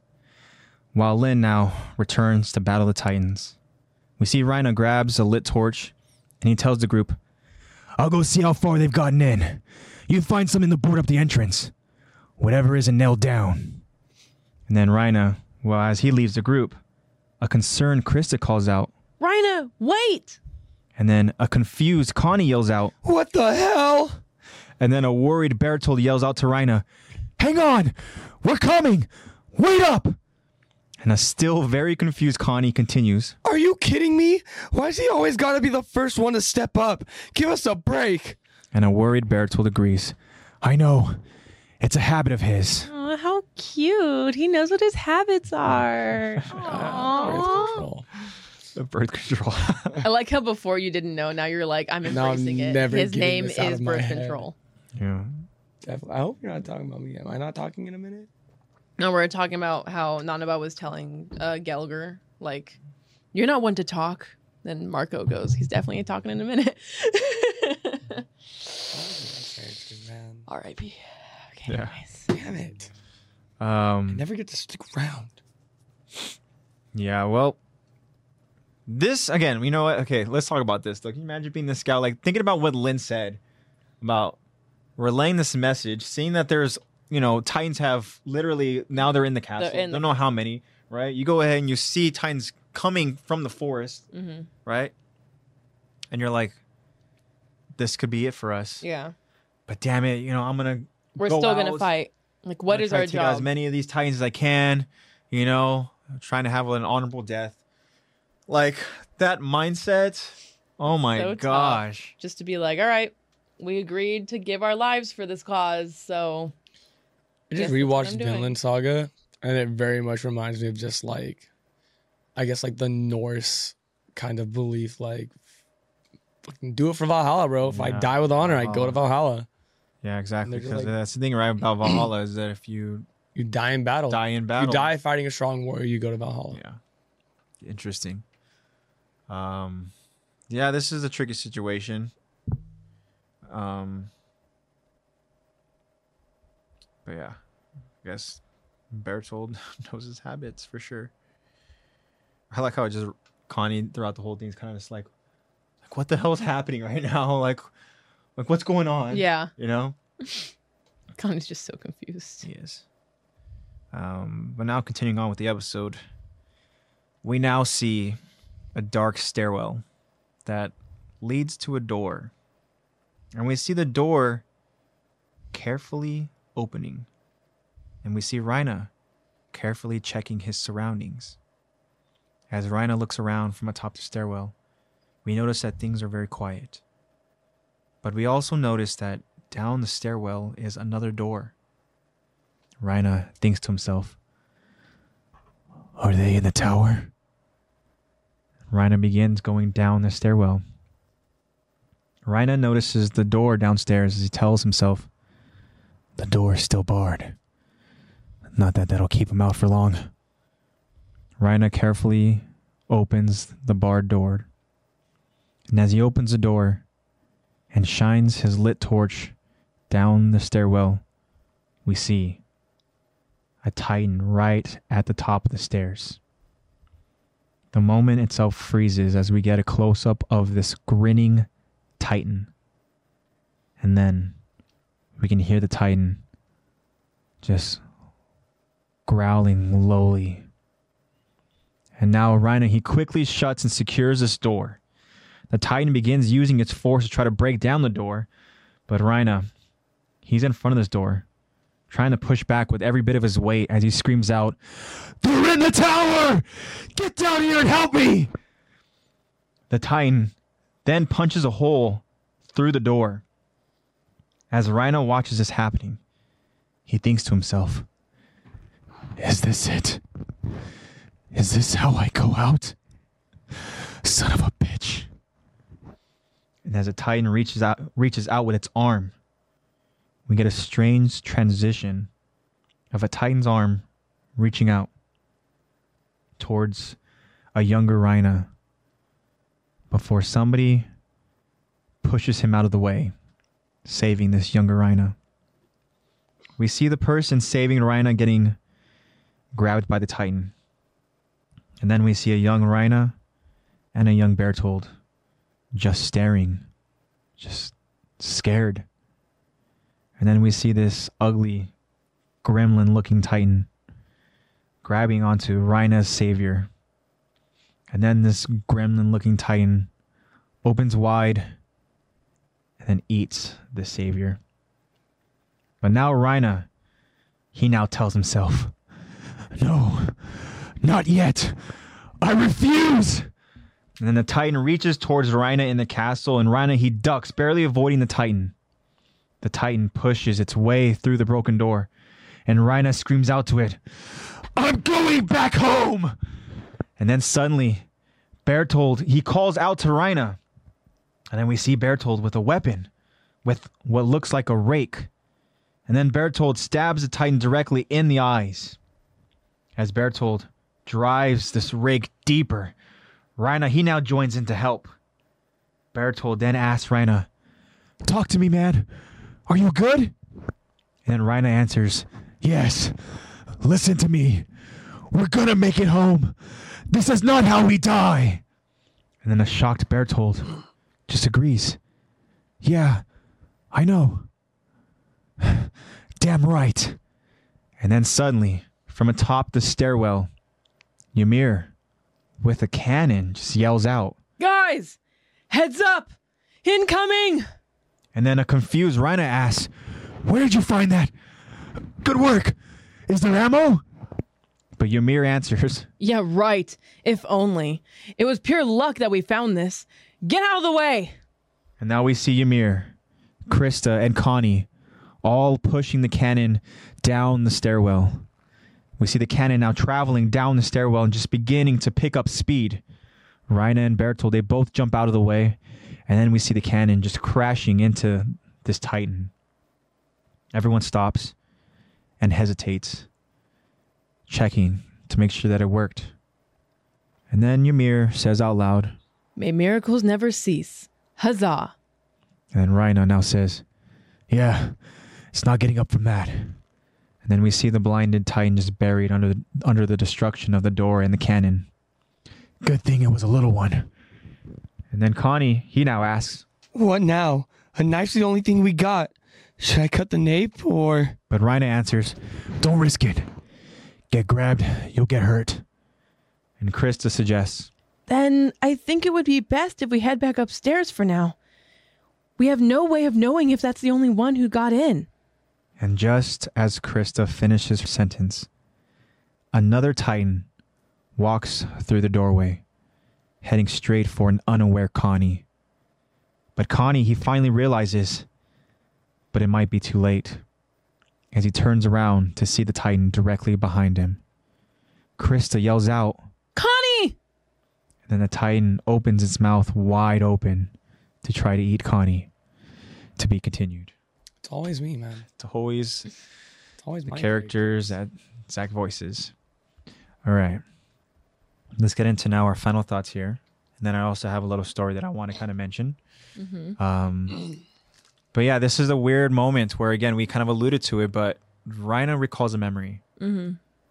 A: While Lynn now returns to battle the Titans, we see Rhino grabs a lit torch and he tells the group, I'll go see how far they've gotten in. You find something to board up the entrance. Whatever isn't nailed down. And then Rhino, well, as he leaves the group, a concerned Krista calls out,
B: Rhino, wait!
A: and then a confused Connie yells out,
C: What the hell?
A: And then a worried Bertold yells out to Rhina, Hang on! We're coming! Wait up! And a still very confused Connie continues,
C: Are you kidding me? Why's he always gotta be the first one to step up? Give us a break.
A: and a worried Bertold agrees, I know. It's a habit of his.
B: Aw, how cute. He knows what his habits are.
A: The birth control.
B: I like how before you didn't know, now you're like, I'm
C: Now I'm
B: embracing it.
C: never
B: His
C: getting
B: name
C: this out
B: is
C: of my
B: birth
C: head.
B: control.
A: yeah.
C: Definitely. I hope you're not talking about me. Am I not talking in a minute?
B: No, we're talking about how Nanaba was telling uh, Gelger, like, you're not one to talk. Then Marco goes, he's definitely talking in a minute.
C: man.
B: R.I.P. Okay,
A: Yeah.
B: anyways.
C: Damn it.
A: Um,
C: Never get to stick around.
A: yeah, well, this, again, you know what? Okay, let's talk about this. Though. Can you imagine being the scout? Like, thinking about what Lynn said about relaying this message, seeing that there's, you know, Titans have literally now they're in the castle.
B: in the
A: Don't know how many, right? You go ahead and you see Titans coming from the forest,
B: Mhm.
A: right? And you're like, this could be it for us.
B: Yeah.
A: But damn it, you know, I'm gonna.
B: We're
A: go
B: still
A: out,
B: going to fight. Like,
A: I'm
B: what
A: gonna
B: is
A: try
B: our
A: to take out
B: job?
A: As many of these Titans as I can, you know, trying to have an honorable death. Like that mindset. Oh my
B: So tough.
A: gosh.
B: Just to be like, all right, we agreed to give our lives for this cause. So,
C: I
B: Yes, that's
C: just
B: what I'm
C: rewatched
B: doing.
C: Vinland Saga, and it very much reminds me of just like, I guess like the Norse kind of belief, like, fucking do it for Valhalla, bro. If I
A: Yeah,
C: die with honor, I go to Valhalla.
A: Yeah, exactly.
C: they're just
A: Because
C: like-
A: that's the thing, right? About Valhalla is that if you
C: You die in battle.
A: die in
C: You
A: battle,
C: die fighting a strong warrior, you go to Valhalla.
A: Yeah. Interesting. Um, yeah, this is a tricky situation. Um, but yeah, I guess Bertold knows his habits for sure. I like how it just Connie throughout the whole thing is kind of just like, like what the hell is happening right now? Like, like what's going on?
B: yeah.
A: you know.
B: Connie's just so confused.
A: He is. Um, but now, continuing on with the episode, we now see a dark stairwell that leads to a door. And we see the door carefully opening. And we see Rhina carefully checking his surroundings. As Rhina looks around from atop the stairwell, we notice that things are very quiet. But we also notice that down the stairwell is another door. Rhina thinks to himself, Are they in the tower? Rhina begins going down the stairwell. Rhina notices the door downstairs as he tells himself, The door is still barred. Not that that'll keep him out for long. Rhina carefully opens the barred door. And as he opens the door and shines his lit torch down the stairwell, we see a titan right at the top of the stairs. The moment itself freezes as we get a close up of this grinning titan. And then we can hear the titan just growling lowly. And now Rhino he quickly shuts and secures this door. The titan begins using its force to try to break down the door, but Rhino he's in front of this door trying to push back with every bit of his weight as he screams out, They're in the tower! Get down here and help me! The Titan then punches a hole through the door. As Rhino watches this happening, he thinks to himself, Is this it? Is this how I go out? Son of a bitch. And as the Titan reaches out reaches out with its arm, we get a strange transition of a Titan's arm reaching out towards a younger Rhina before somebody pushes him out of the way, saving this younger Rhina. We see the person saving Rhina getting grabbed by the Titan. And then we see a young Rhina and a young Bertold just staring, just scared. And then we see this ugly, gremlin looking Titan grabbing onto Rhina's savior. And then this gremlin looking Titan opens wide and then eats the savior. But now Rhina, he now tells himself, No, not yet. I refuse. And then the Titan reaches towards Rhina in the castle, and Rhina he ducks, barely avoiding the Titan. The Titan pushes its way through the broken door, and Rhina screams out to it, I'm going back home! And then suddenly, Bertold he calls out to Rhina. And then we see Bertold with a weapon, with what looks like a rake. And then Bertold stabs the Titan directly in the eyes. As Bertold drives this rake deeper, Rhina he now joins in to help. Bertold then asks Rhina, Talk to me, man. Are you good? And then Rhina answers, Yes. Listen to me. We're gonna make it home. This is not how we die. And then a shocked Bertold just agrees. Yeah, I know. Damn right. And then suddenly, from atop the stairwell, Ymir, with a cannon, just yells out.
B: Guys, heads up! Incoming!
A: And then a confused Rhino asks, Where did you find that? Good work. Is there ammo? But Ymir answers,
B: Yeah, right. If only. It was pure luck that we found this. Get out of the way!
A: and now we see Ymir, Krista, and Connie all pushing the cannon down the stairwell. We see the cannon now traveling down the stairwell and just beginning to pick up speed. Rhina and Bertold, they both jump out of the way, and then we see the cannon just crashing into this Titan. Everyone stops and hesitates, checking to make sure that it worked. And then Ymir says out loud,
B: May miracles never cease. Huzzah!
A: and then Rhino now says, Yeah, it's not getting up from that. And then we see the blinded Titan just buried under the, under the destruction of the door and the cannon. Good thing it was a little one. And then Connie, he now asks,
C: What now? A knife's the only thing we got. Should I cut the nape or?
A: but Rhino answers, Don't risk it. Get grabbed, you'll get hurt. And Krista suggests,
B: Then I think it would be best if we head back upstairs for now. We have no way of knowing if that's the only one who got in.
A: And just as Krista finishes her sentence, another Titan walks through the doorway, heading straight for an unaware Connie. But Connie, he finally realizes, but it might be too late, as he turns around to see the Titan directly behind him. Krista yells out,
B: Connie!
A: and then the Titan opens its mouth wide open to try to eat Connie. To be continued.
C: It's always me, man.
E: It's always
C: It's always
E: the
C: my
E: characters that Zach voices.
A: All right. Let's get into now our final thoughts here. And then I also have a little story that I want to kind of mention. Um, but yeah, this is a weird moment where, again, we kind of alluded to it, but Rhino recalls a memory.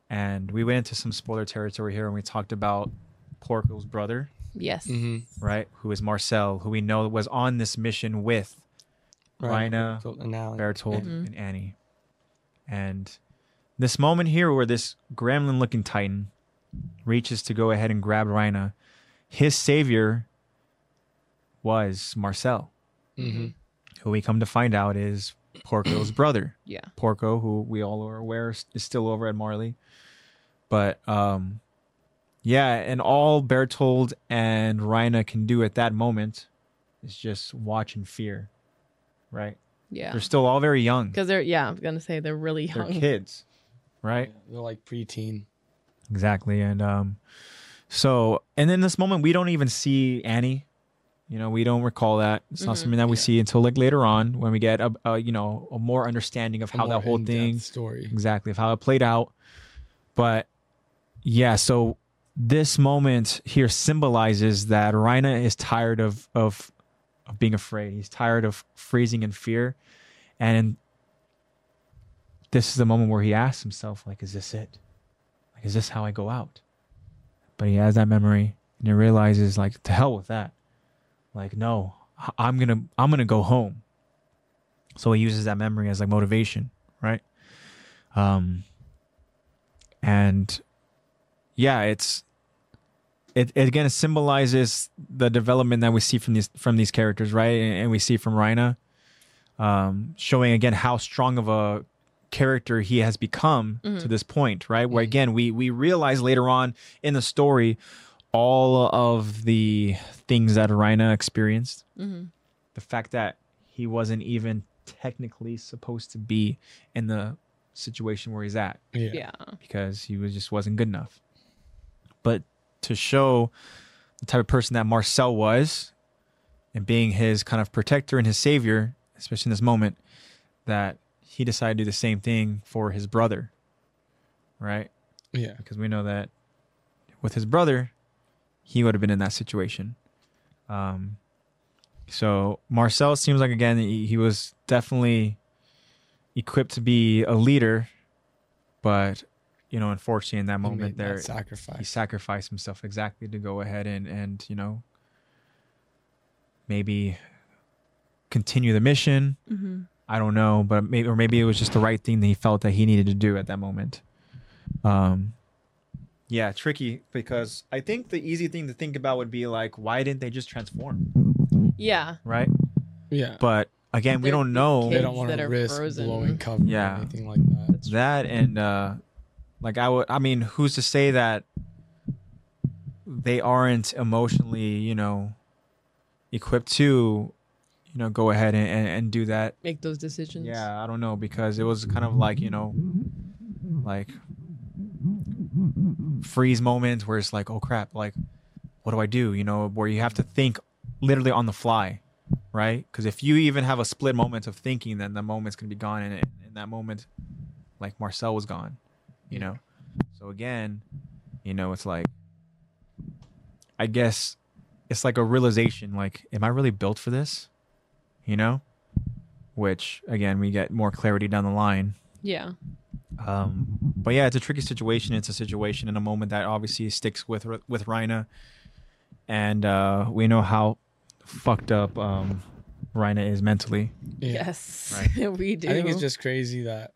A: And we went into some spoiler territory here and we talked about Porco's brother,
B: Yes.
C: Mm-hmm.
A: right? Who is Marcel, who we know was on this mission with Rhino,
C: And now
A: Bertold
B: Mm-hmm.
A: and Annie. And this moment here where this gremlin looking Titan reaches to go ahead and grab Rhina, his savior was Marcel,
B: Mm-hmm.
C: Mhm.
A: who we come to find out is Porco's brother.
B: Yeah.
A: Porco, who we all are aware is is still over at Marley. But um yeah, and all Bertold and Rhina can do at that moment is just watch in fear. Right?
B: Yeah.
A: They're still all very young.
B: Because they're, yeah, I was going to say they're really
A: They're
B: young.
A: kids, right?
C: They're like preteen.
A: Exactly. And um, so, and in this moment, we don't even see Annie You know, we don't recall that. It's not something that we see until like later on when we get a, a you know a more understanding of
C: A
A: how
C: more
A: that whole
C: in-depth
A: thing
C: story.
A: exactly of how it played out. But yeah, so this moment here symbolizes that Reina is tired of of of being afraid. He's tired of freezing in fear, and this is the moment where he asks himself, like, "Is this it? Like, is this how I go out?" But he has that memory, and he realizes, like, to hell with that. Like, no, I- I'm gonna I'm gonna go home. So he uses that memory as like motivation, right? um and yeah it's it, it again it symbolizes the development that we see from these from these characters right and, and we see from Rhina um showing again how strong of a character he has become to this point right where again we we realize later on in the story all of the things that Rhina experienced
B: Mm-hmm.
A: the fact that he wasn't even technically supposed to be in the situation where he's at
C: Yeah.
B: Yeah.
A: because he was just wasn't good enough. But to show the type of person that Marcel was and being his kind of protector and his savior, especially in this moment, that he decided to do the same thing for his brother. Right?
C: Yeah.
A: Because we know that with his brother, he would have been in that situation. Um so Marcel seems like again he, he was definitely equipped to be a leader, but you know, unfortunately, in that
C: He made
A: moment
C: that
A: there, he
C: sacrifice.
A: sacrificed himself exactly to go ahead and and you know, maybe continue the mission.
B: Mm-hmm.
A: I don't know, but maybe or maybe it was just the right thing that he felt that he needed to do at that moment. Um, yeah, tricky because I think the easy thing to think about would be like, why didn't they just transform,
B: Yeah.
A: right?
C: Yeah.
A: But again, we
B: They're
A: don't know.
C: They
B: kids
C: don't want
B: that
C: to
B: are
C: risk
B: frozen.
C: blowing cover
A: Yeah.
C: or anything like that.
A: that and uh like i would i mean who's to say that they aren't emotionally you know equipped to you know go ahead and, and, and do that
B: Make those decisions.
A: yeah i don't know because it was kind of like you know like freeze moments where it's like oh crap like what do i do you know where you have to think literally on the fly right because if you even have a split moment of thinking then the moment's gonna be gone and in that moment like Marcel was gone, you know. So again, you know, it's like I guess it's like a realization like am I really built for this? You know? Which again, we get more clarity down the line.
B: Yeah.
A: Um but yeah, it's a tricky situation. It's a situation in a moment that obviously sticks with with Rhina. And uh we know how fucked up um Rhina is mentally.
C: Yeah.
B: Yes. we do.
C: I think it's just crazy that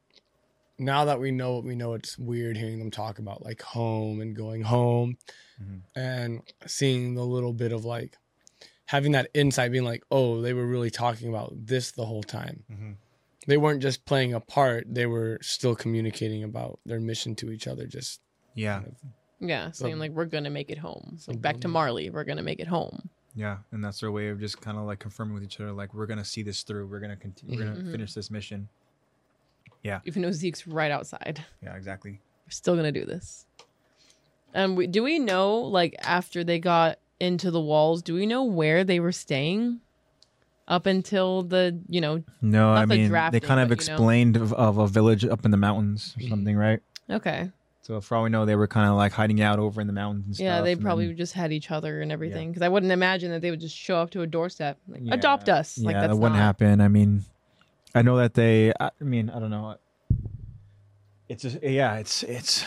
C: now that we know what we know, it's weird hearing them talk about like home and going home
A: Mhm.
C: and seeing the little bit of like having that insight being like, oh, they were really talking about this the whole time.
B: Mm-hmm.
A: Mhm.
C: They weren't just playing a part, they were still communicating about their mission to each other. Just
A: Yeah.
B: yeah, saying
C: some-
A: Um,
B: like we're gonna make it home.
C: some
B: Like back to
C: building.
B: Marley, we're gonna make it home.
A: Yeah, and that's their way of just kind of like confirming with each other, like we're gonna see this through. We're gonna continue. We're gonna
B: Mhm.
A: finish this mission.
B: Even though Zeke's right outside,
A: Yeah, exactly.
B: we're still gonna do this. And we, do we know like after they got into the walls, do we know where they were staying? Up until the you know
A: No,
B: Not
A: I
B: the
A: mean
B: drafting,
A: they kind of
B: but, you know. Mm-hmm.
A: explained of, of a village up in the mountains or something, right?
B: okay
A: So for all we know, they were kind of like hiding out over in the mountains. And
B: yeah
A: stuff,
B: they
A: and
B: probably
A: then-
B: just had each other and everything because I wouldn't imagine that they would just show up to a doorstep like
A: Yeah.
B: adopt us like
A: yeah,
B: that's
A: that wouldn't
B: not
A: happen. I mean, I know that they. I I mean, I don't know. It's just yeah, it's it's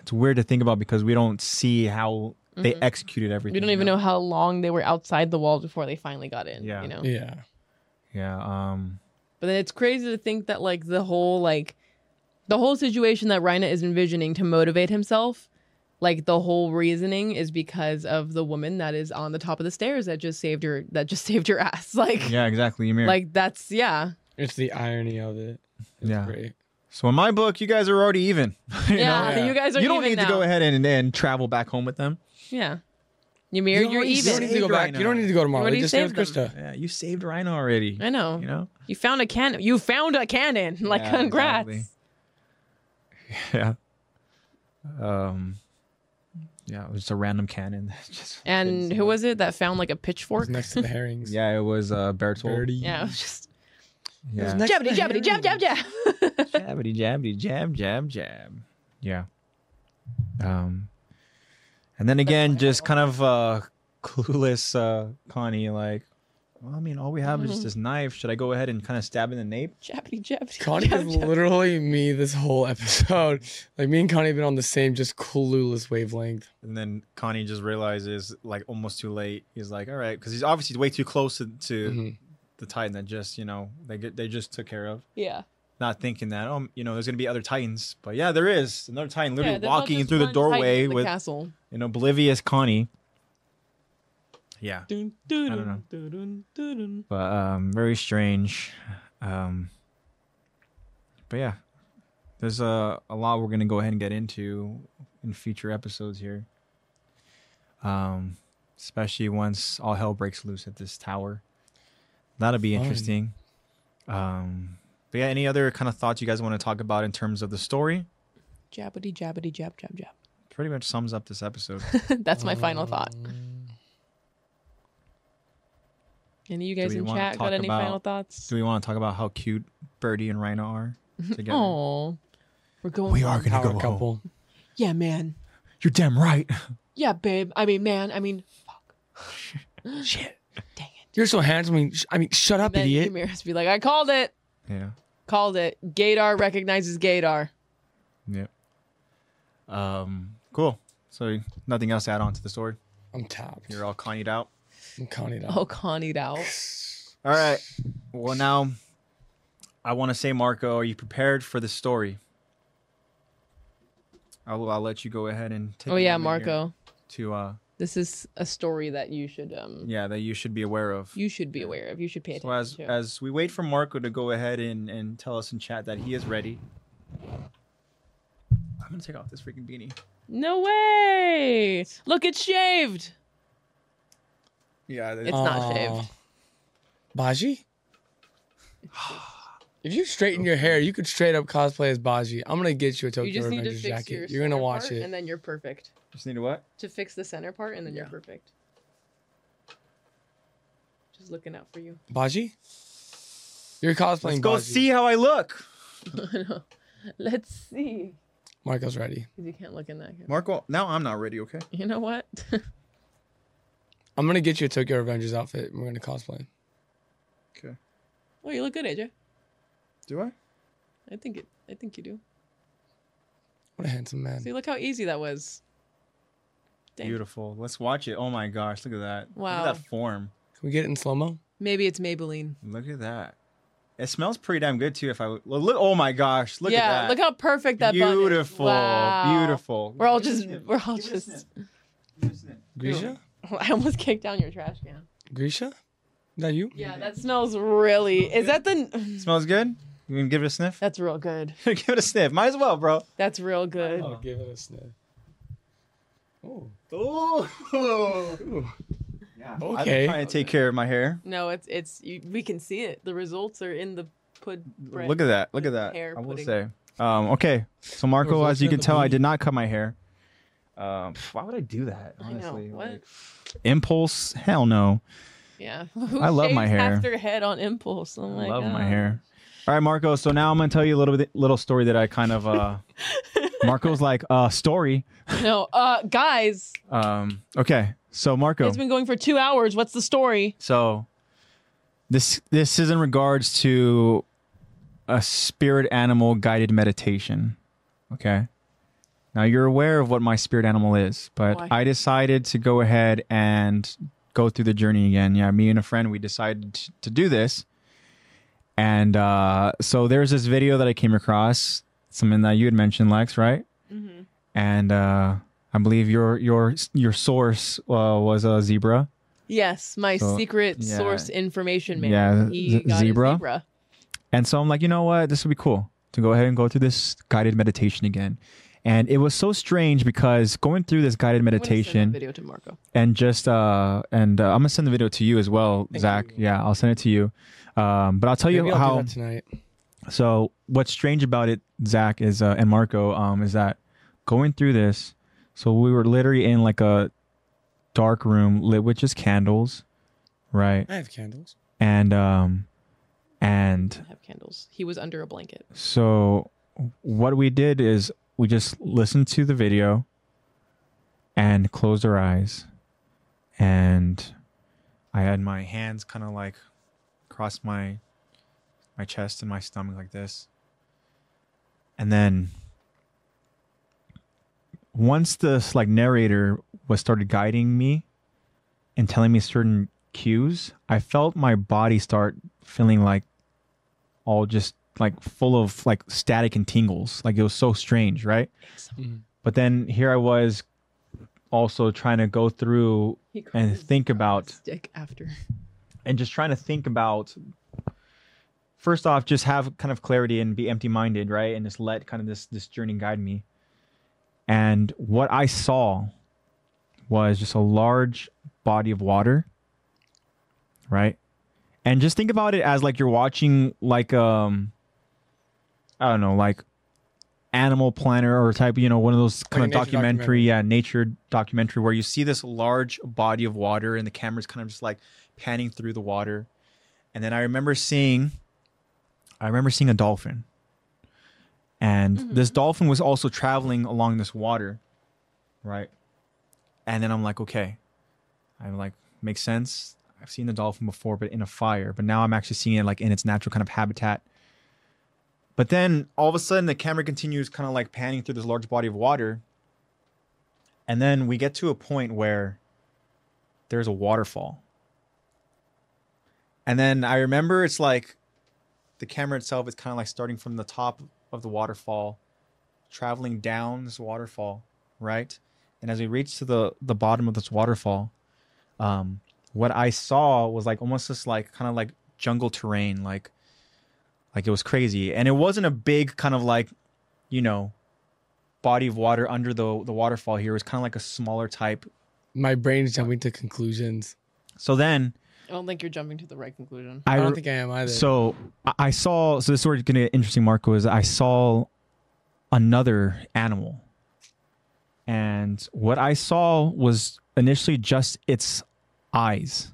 A: it's weird to think about because we don't see how they
B: Mhm.
A: executed everything.
B: We don't
A: you
B: even know how long they were outside the walls before they finally got in.
A: Yeah.
B: You know?
C: yeah.
A: Yeah. Um.
B: But then it's crazy to think that like the whole like the whole situation that Reina is envisioning to motivate himself, like the whole reasoning is because of the woman that is on the top of the stairs that just saved her that just saved your ass. Like
A: Yeah. Exactly. Ymir.
B: like that's yeah.
C: It's the irony of it. It's
A: Yeah.
C: great.
A: So in my book, you guys are already even. you know?
B: yeah,
C: Yeah.
B: you guys are
A: you don't
B: even
A: need to
B: now.
A: go ahead and, and travel back home with them.
B: Yeah. Ymir,
A: You
B: you're
A: already
C: You don't need
B: even.
C: to go
A: Saved
C: back.
A: Rhino.
C: You don't need to go to Marley.
B: already
C: Just stay with
B: saved them.
C: Krista.
A: Yeah, you saved Rhino already.
B: I know.
A: You know?
B: You found a cannon. You found a cannon. Like
A: Yeah,
B: congrats.
A: exactly. Yeah. Um Yeah, it was just a random cannon. that just
B: And who was it that found like a
C: It
B: pitchfork?
C: was next to the herrings.
A: Yeah, it was uh, Bertolt.
C: Birdie.
B: Yeah, it was just
A: Yeah.
B: jabbity jabbity jab jab jab.
A: Jabbity jabbity jab jab jab. Yeah. Um and then again, just kind of uh clueless uh Connie, like, well, I mean, all we have is
B: Mm-hmm.
A: just this knife. Should I go ahead and kind of stab in the nape?
B: jabbity jabbity.
C: Connie
B: jab,
C: is
B: jab.
C: literally me this whole episode. Like me and Connie have been on the same just clueless wavelength.
A: And then Connie just realizes, like, almost too late. He's like, all right, because he's obviously way too close to, to
B: Mm-hmm.
C: Mhm.
A: the Titan that just, you know, they get, they just took care of.
B: Yeah.
A: Not thinking that, oh, you know, there's gonna be other Titans, but yeah, there is another Titan
B: Yeah,
A: literally
B: there's not
A: walking
B: just
A: through the
B: one titan in
A: doorway
B: the
A: with
B: castle.
A: an oblivious Connie. Yeah,
B: Dun,
A: I don't
B: dun,
A: know.
B: dun, dun, dun, dun.
A: but um, very strange. Um, but yeah, there's a a lot we're gonna go ahead and get into in future episodes here. Um, especially once all hell breaks loose at this tower, that'll be
C: Fun.
A: interesting. Um, but yeah, any other kind of thoughts you guys want to talk about in terms of the story?
B: Jabbity jabbity jab jab jab.
A: Pretty much sums up this episode.
B: That's my final thought.
A: Mm.
B: Any of you guys
A: we
B: in
A: wanna
B: chat
A: talk
B: got any
A: about-
B: final thoughts?
A: Do we want to talk about how cute Birdie and Rhino are together?
B: Oh, we're going.
A: We are gonna
C: Power
A: go home.
C: couple.
B: Yeah, man.
A: You're damn right.
B: Yeah, babe. I mean, man. I mean, fuck.
C: Shit.
B: Dang it.
C: You're so handsome. I mean, sh- I mean shut up,
B: And then
C: idiot.
B: Ymir has to be like, I called it.
A: Yeah.
B: Called it. Gadar recognizes Gadar.
A: Yeah. Um. Cool. So nothing else to add on to the story.
C: I'm tapped.
A: You're all Connie'd out.
C: I'm Connie down.
B: Oh, Connie'd out.
A: All right. Well, now I want to say, Marco, are you prepared for the story? I'll, I'll let you go ahead and take.
B: Oh
A: a
B: yeah,
A: moment here
B: Marco.
A: To uh,
B: This is a story that you should um
A: yeah, that you should be aware of.
B: you should be aware of. You should pay
A: so
B: attention
A: as
B: to.
A: as we wait for Marco to go ahead and and tell us in chat that he is ready. I'm gonna take off this freaking beanie.
B: no way! Look, it's shaved.
A: Yeah.
B: It's not shaved.
C: Baji? If you straighten your hair, you could straight up cosplay as Baji. I'm gonna get you a Tokyo
B: you just need to
C: Revengers
B: fix your
C: jacket. You're gonna
B: center
C: watch
B: part,
C: it.
B: and then you're perfect.
A: Just need to what?
B: To fix the center part, and then you're
A: Yeah.
B: perfect. Just looking out for you.
C: Baji? You're cosplaying
A: Let's go
C: Baji.
A: see how I look.
B: Let's see.
C: Marco's ready.
B: 'Cause You can't look in that. camera.
A: Marco, now I'm not ready, okay?
B: You know what?
C: I'm gonna get you a Tokyo Revengers outfit and we're gonna cosplay.
A: Okay.
B: oh, you look good, AJ.
A: Do I?
B: I think it. I think you do.
C: What a handsome man.
B: See, look how easy that was. Dang.
A: Beautiful. Let's watch it. Oh my gosh, look at that. Look
B: Wow.
A: at that form.
C: Can we get it in slow mo?
B: Maybe it's Maybelline.
A: Look at that. It smells pretty damn good too if I would- well, look oh my gosh, look
B: yeah,
A: at that.
B: look how perfect that bun is.
A: beautiful.
B: Wow.
A: Beautiful.
B: We're all just
D: Give it a
B: we're all
D: Give it a
B: just.
D: sniff. Give it a sniff.
C: Grisha?
B: I almost kicked down your trash can.
C: Grisha? Is that you?
B: Yeah, that smells really. Is that the?
A: smells good? You can give it a sniff?
B: That's real good.
A: give it a sniff. Might as well, bro.
B: That's real good.
C: Oh, give it a sniff. Oh.
A: Ooh.
D: Yeah.
A: I've been
C: Okay.
A: trying to take care of my hair.
B: No, it's it's you, we can see it. The results are in the pud. Bread.
A: Look at that. Look at that.
B: Hair
A: I will
B: pudding.
A: say. Um, okay. So Marco,
C: Or
A: as you
C: Vulcan
A: can
C: the
A: tell, I
C: Bee.
A: did not cut my hair. Um, why would I do that?
B: I know.
A: Honestly,
B: What?
A: like, impulse? Hell no.
B: Yeah. Who
A: I love my
B: shaves
A: hair.
B: Half their head on impulse. Oh my
A: love my
B: God.
A: hair. All right, Marco. So now I'm gonna tell you a little bit, little story that I kind of. uh Marco's like uh story.
B: No, uh, guys,
A: Um. Okay. So Marco.
B: it's been going for two hours. What's the story?
A: So this this is in regards to a spirit animal guided meditation. Okay. Now you're aware of what my spirit animal is, but
B: Why?
A: I decided to go ahead and go through the journey again. Yeah, me and a friend we decided t- to do this. And uh so there's this video that I came across, something that you had mentioned Lex, right? And uh I believe your your your source uh, was a zebra.
B: Yes, my
A: So,
B: secret
A: yeah.
B: source information man.
A: Yeah,
B: he
A: z-
B: got a
A: zebra?
B: zebra.
A: And so I'm like, you know what? This would be cool to go ahead and go through this guided meditation again. And it was so strange because going through this guided
B: I'm gonna send that
A: meditation
B: video to Marco.
A: and just uh and uh, I'm gonna send the video to you as well, Zach. Yeah, I'll send it to you. Um, but I'll tell
C: Maybe
A: you
C: I'll
A: how.
C: do that tonight.
A: So what's strange about it, Zach, is uh, and Marco, um, is that going through this, So we were literally in like a dark room lit with just candles, right?
C: I have candles.
A: And um and
B: I have candles. He was under a blanket.
A: so what we did is we just listened to the video and closed our eyes and I had my hands kind of like across my my chest and my stomach like this. And then once this like narrator was started guiding me and telling me certain cues, I felt my body start feeling like all just like full of like static and tingles. Like it was so strange, right?
C: Mhm.
A: But then here I was also trying to go through
B: He caught
A: and
B: his
A: think about
B: stick after.
A: and just trying to think about first off just have kind of clarity and be empty minded right and just let kind of this this journey guide me and what i saw was just a large body of water right and just think about it as like you're watching like um i don't know like animal planner or type you know one of those kind
C: Like a
A: of
C: nature
A: documentary,
C: documentary.
A: yeah nature documentary where you see this large body of water and the camera's kind of just like panning through the water and then I remember seeing, I remember seeing a dolphin, and this dolphin was also traveling along this water, right? And then I'm like, okay, I'm like, makes sense. I've seen the dolphin before, but in a fire. But now I'm actually seeing it like in its natural kind of habitat. But then all of a sudden, the camera continues kind of like panning through this large body of water, and then we get to a point where there's a waterfall. And then I remember it's like the camera itself is kind of like starting from the top of the waterfall, traveling down this waterfall, right? And as we reach to the the bottom of this waterfall, um, what I saw was like almost this like kind of like jungle terrain, like like it was crazy. And it wasn't a big kind of like, you know, body of water under the the waterfall here. It was kind of like a smaller type.
C: My brain's jumping to conclusions.
A: So then
B: I don't think you're jumping to the right conclusion.
A: I,
C: I, don't think I am either.
A: So I- I saw. So this is where it's gonna get interesting, Marco. Is I saw another animal, and what I saw was initially just its eyes,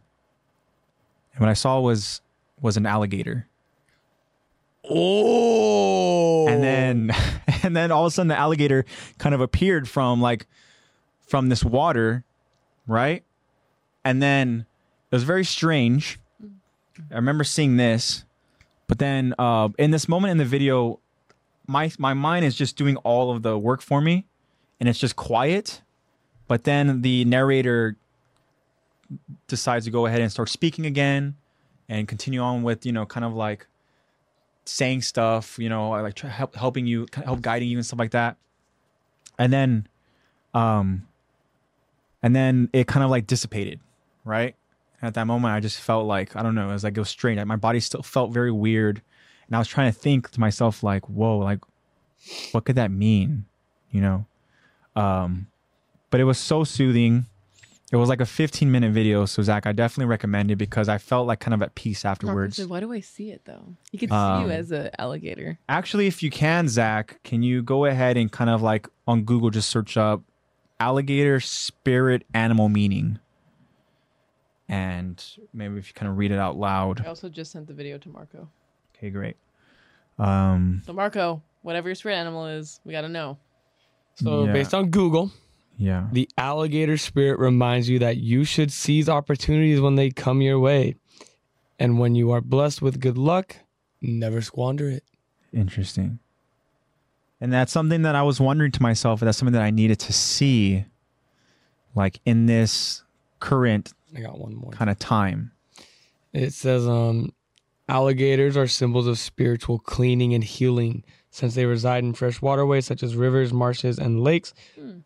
A: and what I saw was was an alligator.
C: oh,
A: And then and then all of a sudden the alligator kind of appeared from like from this water, right? And then it was very strange. I remember seeing this, but then uh, in this moment in the video, my my mind is just doing all of the work for me, and it's just quiet. But then the narrator decides to go ahead and start speaking again, and continue on with you know kind of like saying stuff, you know, like try, help, helping you, kind of help guiding you and stuff like that. And then, um, and then it kind of like dissipated, right? And at that moment, I just felt like I don't know, it was like it was strange. Like my body still felt very weird, and I was trying to think to myself like, whoa, like what could that mean, you know? Um, but it was so soothing. It was like a 15 minute video, so Zach, I definitely recommend it because I felt like kind of at peace afterwards.
B: Why do I see it though? You can see
A: Um,
B: you as an alligator.
A: Actually, if you can, Zach, can you go ahead and kind of like on Google just search up alligator spirit animal meaning? And maybe if you kind of read it out
B: I
A: loud.
B: also just sent the video to Marco.
A: Okay, great. Um,
B: So Marco, whatever your spirit animal is, we gotta know.
C: so
A: Yeah.
C: based on Google,
A: yeah.
C: The alligator spirit reminds you that you should seize opportunities when they come your way. And when you are blessed with good luck, never squander it.
A: Interesting. And that's something that I was wondering to myself. That's something that I needed to see, like in this current
C: I got one more.
A: kind of time.
C: It says um alligators are symbols of spiritual cleaning and healing since they reside in fresh waterways such as rivers, marshes, and lakes.
B: Hmm.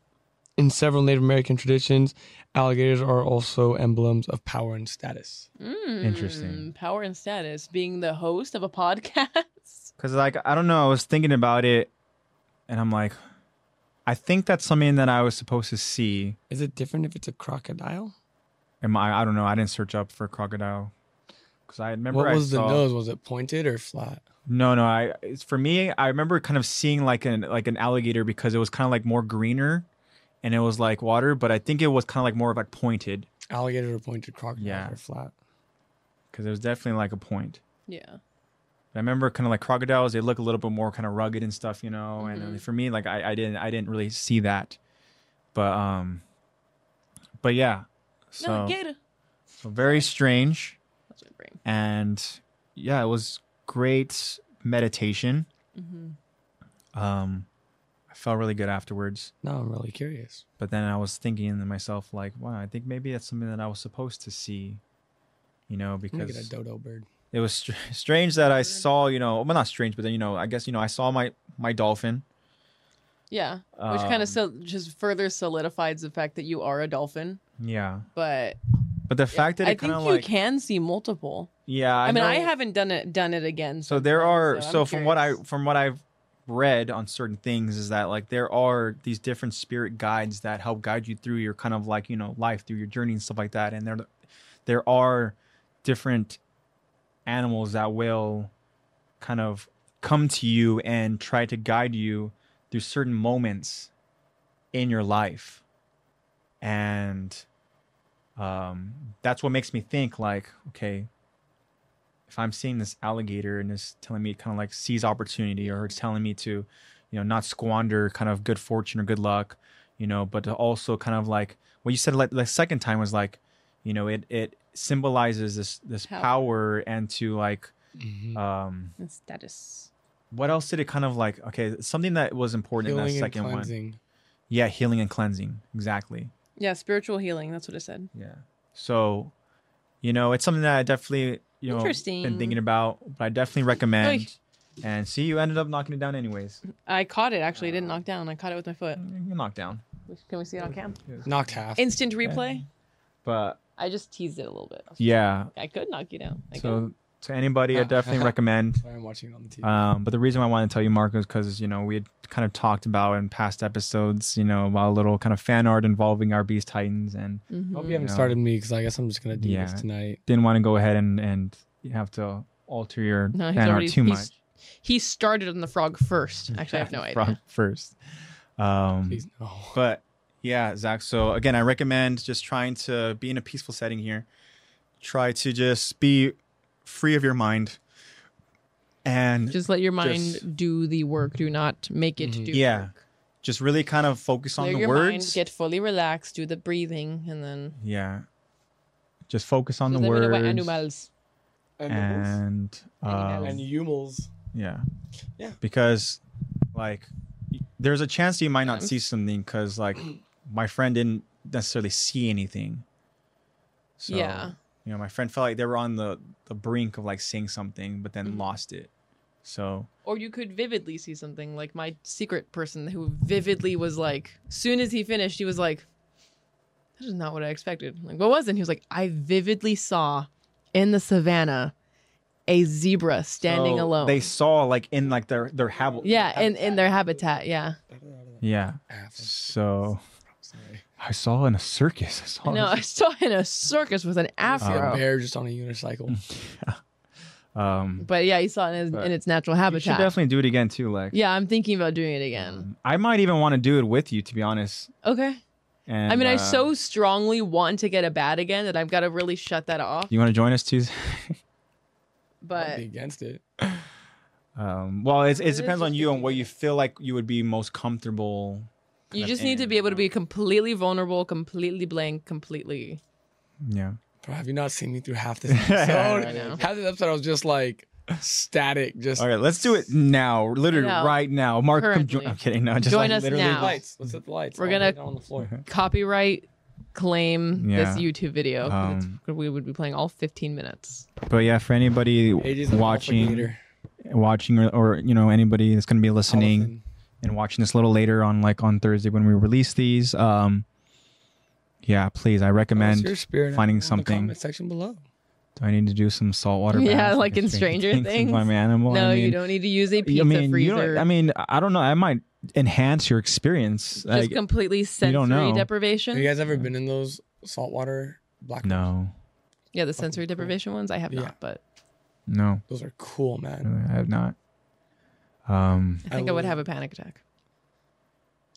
C: In several Native American traditions, alligators are also emblems of power and status.
B: Mm,
A: Interesting.
B: Power and status, being the host of a podcast.
A: Cause like I don't know, I was thinking about it, and I'm like, I think that's something that I was supposed to see.
C: Is it different if it's a crocodile?
A: Am I? I don't know. I didn't search up for crocodile. Cause I remember
C: what
A: I
C: was
A: saw-
C: the nose? Was it pointed or flat?
A: No, no. I it's, for me, I remember kind of seeing like an like an alligator because it was kind of like more greener, and it was like water, but I think it was kind of like more of like pointed
C: Alligator or pointed crocodile
A: Yeah.
C: are flat.
A: because it was definitely like a point.
B: Yeah.
A: I remember kind of like crocodiles, they look a little bit more kind of rugged and stuff, you know.
C: Mm-hmm.
A: And uh, for me, like I, I didn't I didn't really see that. But um but yeah. So,
B: No, gator.
A: so very strange
B: That's my brain.
A: and yeah, it was great meditation.
B: Mm-hmm.
A: Um I felt really good afterwards.
C: Now I'm really curious.
A: But then I was thinking to myself, like, wow, I think maybe that's something that I was supposed to see. You know,
C: I'm gonna get a
A: because
C: dodo bird.
A: it was str- strange that I saw, you know, well, not strange, but then, you know, I guess, you know, I saw my my dolphin.
B: Yeah. Which kind
A: Um,
B: of so just further solidifies the fact that you are a dolphin.
A: Yeah,
B: But
A: but the fact that
B: I
A: it kind
B: think
A: of
B: you
A: like
B: can see multiple.
A: yeah, I,
B: I, mean, I
A: know-
B: haven't done it done it again.
A: So there are
B: sometimes,
A: so,
B: I'm
A: from what I
B: curious.
A: from what I've read on certain things is that like there are these different spirit guides that help guide you through your kind of like you know life through your journey and stuff like that, and there there are different animals that will kind of come to you and try to guide you through certain moments in your life and um, that's what makes me think like okay if i'm seeing this alligator and it's telling me kind of like seize opportunity or it's telling me to you know not squander kind of good fortune or good luck you know but to also kind of like what you said like the second time was like you know it it symbolizes this this
B: Power.
A: power and to like um
B: status.
A: what else did it kind of like okay something that was important in that
C: Healing and
A: second one
C: cleansing.
A: yeah healing and cleansing exactly
B: Yeah, spiritual healing. That's what I said.
A: yeah so you know it's something that i definitely you know been
B: Interesting.
A: thinking about but i definitely recommend and see you ended up knocking it down anyways
B: I caught it actually. I didn't knock down. I caught it with my foot.
A: you knocked down
B: Can we see it on cam?
C: Knocked half.
B: Instant replay.
A: but
B: I just teased it a little bit.
A: yeah
B: I could knock you down. I Uh, could.
A: so to anybody i definitely recommend
C: Sorry, I'm watching it on the TV.
A: Um, but the reason why I wanted to tell you, Marco, is because you know we had kind of talked about in past episodes, you know, about a little kind of fan art involving our Beast Titans, and
B: Mm-hmm.
C: Hope you haven't
A: no.
C: started me because I guess I'm just gonna do
A: Yeah.
C: this tonight.
A: didn't want to go ahead and and you have to alter your
B: No, he's
A: fan
B: already
A: art too
B: he's-
A: much.
B: He started on the frog first. Actually, I have no idea.
A: Frog first. Um,
C: Please no.
A: but yeah, Zach. So again, I recommend just trying to be in a peaceful setting here. Try to just be free of your mind, and
B: Just let your mind
A: Just- Mm-hmm.
B: do the work. Do not make it do.
A: Yeah.
B: work.
A: just really kind of focus on
B: Clear
A: the
B: your
A: words.
B: mind. Get fully relaxed. Do the breathing, and then
A: yeah, just focus on
B: Just
A: the
B: let me know
A: words.
B: what animals.
A: and
B: Animals.
A: um,
B: And
C: humals.
A: yeah,
C: Yeah.
A: because like y- there's a chance you might not see something because like my friend didn't necessarily see anything. So,
B: Yeah.
A: you know, my friend felt like they were on the the brink of like seeing something, but
B: Mm-hmm.
A: then lost it. So
B: Or you could vividly see something like my secret person who vividly was like, soon as he finished, he was like, "This is not what I expected." I'm like, what was it? And He was like, "I vividly saw in the savannah a zebra standing
A: So
B: alone."
A: Oh, they saw like in like their their habit.
B: yeah, in in their habitat. Yeah,
A: yeah.
C: Half.
A: So
C: Sorry.
A: I saw in a circus. I saw. in a
B: no, I saw in a circus with an
C: A
B: afro.
C: bear just on a unicycle.
A: um,
B: but yeah, you saw it in,
A: But
B: in its natural
A: we should
B: habitat.
A: definitely do it again too, like.
B: yeah, I'm thinking about doing it again.
A: I might even want to do it with you, to be honest.
B: Okay.
A: And
B: I mean, I
A: uh,
B: so strongly want to get a bat again that I've got to really shut that off.
A: You want to join us too?
C: I'd
B: But
C: be against it.
A: Um, well, it's, it
B: It's
A: depends on
B: just
A: you
B: a
A: and what you feel like you would be most comfortable. kind
B: You
A: of
B: just need to
A: in,
B: be able
A: you
B: to be completely vulnerable, completely blank, completely.
A: Yeah.
C: Bro, have you not seen me through half this episode?
B: I know.
C: half this episode, I was just like static. Just
A: All right, let's do it now, literally
B: I know.
A: right now. Mark, come join.
B: Currently.
A: I'm kidding. No, just
B: Join
A: like,
B: us
A: literally.
B: now.
C: lights. Let's set the lights.
B: We're
C: I'll
B: gonna-
C: lay down on the floor.
B: Copyright claim
A: Yeah.
B: this YouTube video. 'cause
A: Um,
B: it's, we would be playing all 15 minutes.
A: But yeah, for anybody
C: Ages of
A: watching,
C: alligator.
A: watching, or, or you know anybody that's gonna be listening
C: Elephant.
A: and watching this a little later on, like on Thursday when we release these. Um, yeah, please, I
C: What's
A: recommend.
C: your spirit
A: finding
C: animal in the
A: something.
C: comment section below.
A: Do I need to do some saltwater?
B: Yeah,
A: baths,
B: like in Stranger Things?
A: with my animal.
B: no,
A: I
B: you
A: mean,
B: don't need to use a pizza
A: I mean,
B: freezer.
A: you don't, I mean, I don't know. I might enhance your experience.
B: just
A: Like,
B: completely
A: don't
B: sensory
A: know.
B: deprivation.
C: Have you guys ever been in those saltwater black?
A: no,
B: yeah, the sensory deprivation ones. I have
C: Yeah.
B: not, but
A: no,
C: Those are cool, man.
A: really, I have not. Um,
B: I think I,
C: love
B: would
C: it.
B: have a panic attack.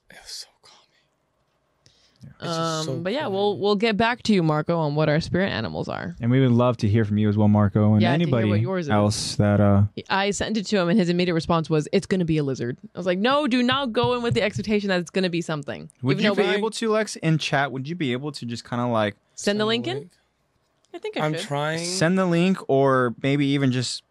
C: It was so calming. It's just so
B: Um, but yeah,
C: cool.
B: we'll we'll get back to you, Marco, on what our spirit animals are.
A: And we would love to hear from you as well, Marco, and
B: Yeah, I'd like to hear
A: anybody
B: what yours is.
A: else that uh
B: I sent it to him, and his immediate response was, "It's going to be a lizard." I was like, "No, do not go in with the expectation that it's going to be something."
A: would
B: Even
A: you
B: though
A: be
B: we-
A: able to, Lex, in chat, would you be able to just kinda like
B: send the link
C: Link.
B: in? I think I
C: I'm
B: should.
C: trying.
A: send the link or maybe even just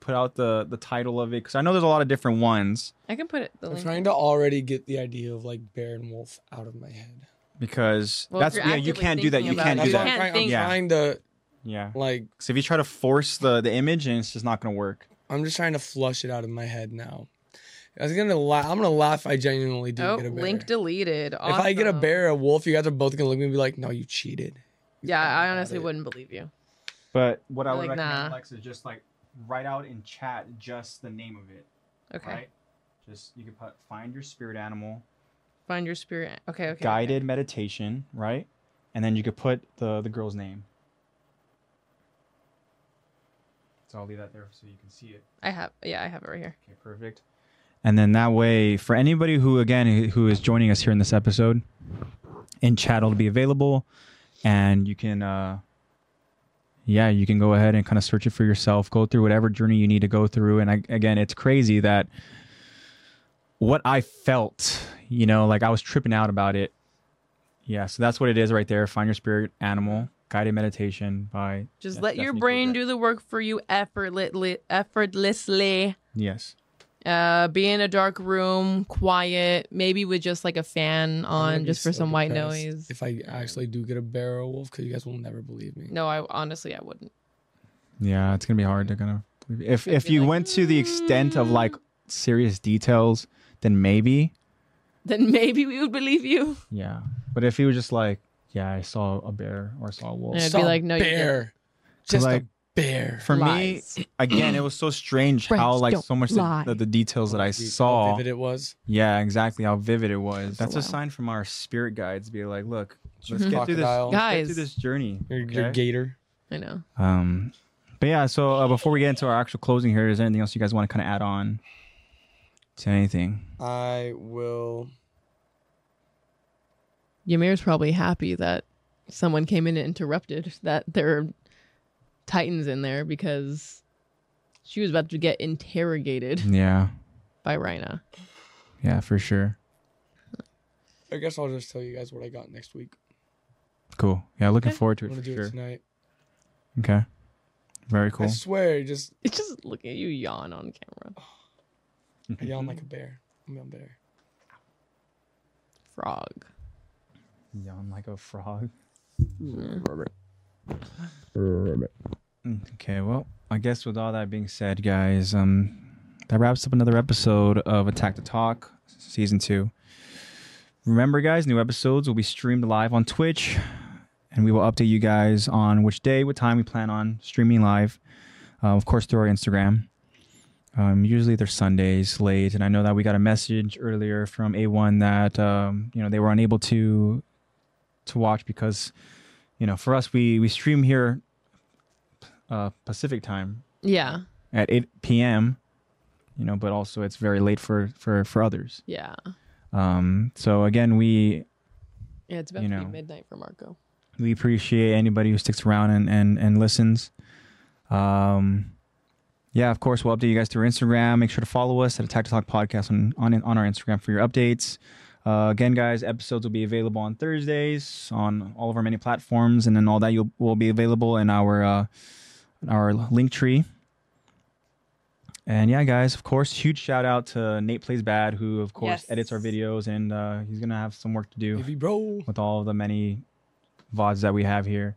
A: put out the the title of it because i know there's a lot of different ones
B: I can put it. The
C: I'm
B: link.
C: trying to already get the idea of like bear and wolf out of my head.
A: because
B: Well, if
A: that's
B: you're
A: yeah you
B: actively
A: can't do that you
B: thinking
A: can't
B: about
A: do
B: it,
C: That's
B: you
C: why
A: that
B: can't
C: I'm, trying, I'm
B: think.
C: trying to
A: yeah
C: like.
A: because if you try to force the the image and it's just not gonna work
C: I'm just trying to flush it out of my head now. I was gonna laugh. I'm gonna laugh. If I genuinely do
B: Oh,
C: get a bear.
B: link deleted.
C: If I get a
B: Awesome.
C: bear, or a wolf, you guys are both gonna look at me and be like, "No, you cheated." You
B: yeah,
C: lied
B: I
C: about
B: honestly
C: it."
B: wouldn't believe you.
A: but what i would
B: Like,
A: recommend
B: nah.
A: Lex, is just like write out in chat just the name of it
B: Okay,
A: right just you can put find your spirit animal
B: find your spirit. Okay, okay.
A: guided meditation right and then you could put the the girl's name so i'll leave that there so you can see it
B: I have. Yeah, I have it right here.
A: Okay, perfect. And then that way, for anybody who again who- who is joining us here in this episode, in chat will be available, and you can, uh, yeah, you can go ahead and kind of search it for yourself. Go through whatever journey you need to go through. And I, again, it's crazy that what I felt, you know, like I was tripping out about it. Yeah, so that's what it is right there. Find your spirit animal guided meditation by
B: Just
A: Yeah,
B: let your
A: definitely
B: brain
A: do that.
B: do the work for you effortlessly. Effortlessly.
A: yes.
B: Uh, be in a dark room, quiet, maybe with just like a fan
C: I'm gonna
B: on,
C: be
B: just for
C: so
B: some white
C: depressed
B: noise.
C: If I actually do get a bear or a wolf, because you guys will never believe me.
B: No, I honestly I wouldn't.
A: Yeah, it's gonna be hard to kind of. If if
B: be
A: you
B: like,
A: went to the extent of like serious details, then maybe.
B: Then maybe we would believe you.
A: Yeah, but if he was just like, yeah, I saw a bear or I saw a wolf.
B: Yeah. I'd be
C: Saw a
B: like, "No, you didn't."
C: bear, just
A: Like-
C: a bear.
A: For
B: Lies.
A: me, again, it was so strange how
B: Friends
A: like
B: don't
A: so much the,
B: lie.
A: the, the details that I
C: How
A: saw.
C: vivid it was.
A: Yeah, exactly how vivid it was. That's a
B: wow.
A: sign from our spirit guides. Be like, look, let's get through this.
C: Crocodile.
A: let's get through
B: Guys.
A: this journey.
C: Your, your
A: okay?
C: gator.
B: I know.
A: Um, but yeah, so uh, before we get into our actual closing here, is there anything else you guys want to kind of add on to anything?
C: I will.
B: Ymir's probably happy that someone came in and interrupted that there are titans in there because she was about to get interrogated
A: Yeah,
B: by Rhina.
A: yeah, for sure.
C: I guess I'll just tell you guys what I got next week.
A: Cool. Yeah, looking
B: Okay.
A: forward to
C: I'm
A: it
C: gonna
A: for
C: do
A: sure.
C: it tonight.
A: Okay. Very cool.
C: I swear, just
B: It's just looking at you yawn on camera.
C: I yawn like a bear. I'm a bear.
B: Frog.
A: Yawn like a frog. Okay, well, I guess with all that being said, guys, um, that wraps up another episode of Attack the Talk, season two. Remember, guys, new episodes will be streamed live on Twitch, and we will update you guys on which day, what time we plan on streaming live. Uh, of course, through our Instagram. Um, usually they're Sundays late, and I know that we got a message earlier from A1 that um, you know they were unable to to watch because you know for us we we stream here uh, Pacific time
B: Yeah.
A: at 8 p.m. You know, but also it's very late for for for others.
B: Yeah.
A: Um, so again, we
B: Yeah, it's about
A: You
B: to
A: know.
B: be midnight for Marco.
A: we appreciate anybody who sticks around and and and listens. Um, yeah, of course, we'll update you guys through Instagram. Make sure to follow us at Attack to Talk Podcast on on, on our Instagram for your updates. Uh, again, guys, episodes will be available on Thursdays on all of our many platforms, and then all that you'll, will be available in our uh, in our link tree. And yeah, guys, of course, huge shout out to Nate Plays Bad, who of course
B: Yes.
A: edits our videos, and uh, he's gonna have some work to do
C: Baby bro.
A: with all of the many VODs that we have here.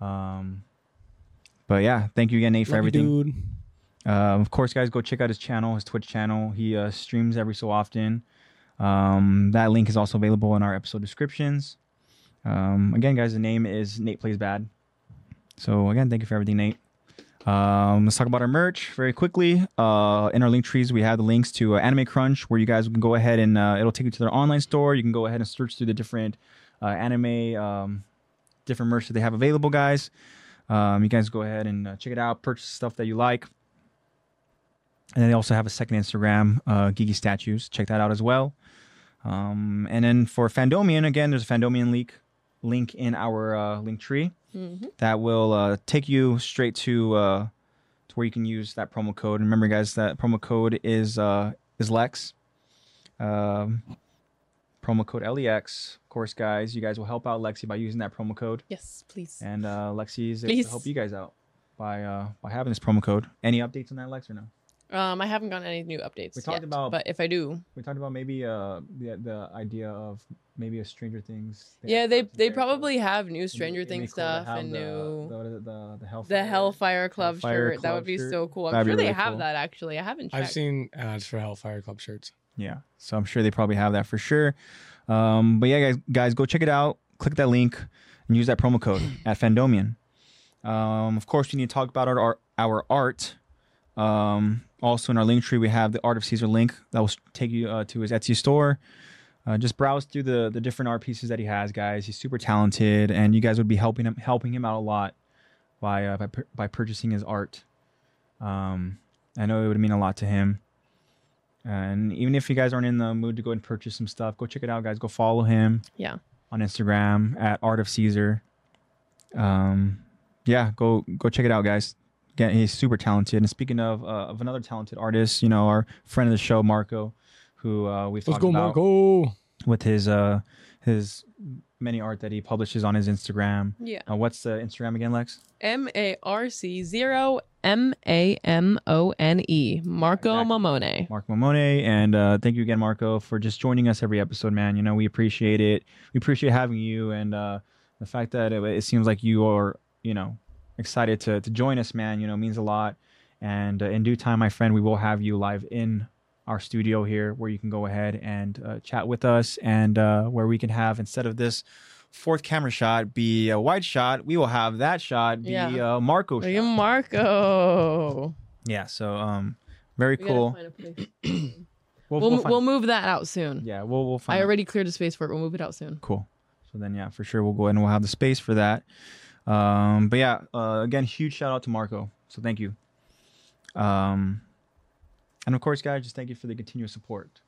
A: Um, but yeah, thank you again, Nate, for
C: Love you,
A: everything.
C: dude.
A: Um, of course, guys, go check out his channel, his Twitch channel. He uh, streams every so often. Um, that link is also available in our episode descriptions. Um, again, guys, the name is Nate Plays Bad. So again, thank you for everything, Nate. Um, let's talk about our merch very quickly. Uh, in our link trees, we have the links to uh, Anime Crunch, where you guys can go ahead and uh, it'll take you to their online store. You can go ahead and search through the different uh, anime, um, different merch that they have available, guys. Um, you guys go ahead and uh, check it out, purchase stuff that you like. And then they also have a second Instagram, uh, Geeky Statues. Check that out as well. Um, and then for Fandomian, again, there's a Fandomian link link in our uh, link tree
B: Mm-hmm.
A: that will uh, take you straight to uh, to where you can use that promo code. And remember, guys, that promo code is uh, is Lex. Um, promo code LEX. Of course, guys, you guys will help out Lexi by using that promo code,
B: Yes, please.
A: and uh, Lexi is able
B: Please.
A: to help you guys out by uh, by having this promo code. Any updates on that, Lex, or no?
B: Um, I haven't gotten any new updates.
A: We talked
B: yet,
A: about-
B: but if I do,
A: We talked about maybe uh, the the idea of maybe a Stranger Things. thing
B: yeah, they
A: that's
B: they
A: very close.
B: probably have new
A: It'd be-
B: Stranger
A: it'd be
B: Things
A: cool to
B: stuff
A: have
B: and
A: the-
B: new
A: the what is it, the the Hellfire.
B: the Hellfire Club
A: Hellfire
B: shirt. that
A: Club
B: would be
A: shirt.
B: so cool. I'm
A: That'd be
B: sure they
A: really
B: have
A: cool.
B: that actually. I haven't checked.
C: I've seen ads for Hellfire Club shirts.
A: Yeah, so I'm sure they probably have that for sure. Um, but yeah, guys, guys, go check it out. Click that link and use that promo code at Fandomian. Um, of course, we need to talk about our our, our art. Um, also, in our link tree, we have the Art of Caesar link that will take you uh, to his Etsy store. Uh, just browse through the the different art pieces that he has, guys. He's super talented, and you guys would be helping him helping him out a lot by uh, by, pur- by purchasing his art. Um, I know it would mean a lot to him. And even if you guys aren't in the mood to go and purchase some stuff, go check it out, guys. Go follow him
B: Yeah.
A: on Instagram at Art of Caesar. Um, yeah, go go check it out, guys. Again, he's super talented. And speaking of uh, of another talented artist, you know our friend of the show Marco, who uh, we've
C: Let's
A: talked
C: go,
A: about
C: Marco.
A: with his uh his many art that he publishes on his Instagram.
B: Yeah.
A: Uh, what's the Instagram again, Lex?
B: M A R C zero M A M O N E. Marco
A: Exactly.
B: Mamone.
A: Mark Mamone, and uh, thank you again, Marco, for just joining us every episode, man. You know we appreciate it. We appreciate having you, and uh, the fact that it, it seems like you are, you know, excited to to join us, man. You know means a lot. And uh, in due time, my friend, we will have you live in our studio here, where you can go ahead and uh, chat with us, and uh, where we can have instead of this fourth camera shot be a wide shot, we will have that shot be
B: Yeah.
A: uh, Marco.
B: Look at
A: Shot.
B: Marco.
A: Yeah. So um, very
B: We gotta
A: cool.
B: find a place.
A: We'll,
B: We'll,
A: we'll
B: we'll,
A: find-
B: move that out soon.
A: yeah, we'll we'll find.
B: I already cleared a space for it. We'll move it out soon.
A: Cool. So then, yeah, for sure, we'll go ahead and we'll have the space for that. Um, but yeah, uh, again, huge shout out to Marco. So thank you. Um, and of course, guys, just thank you for the continuous support.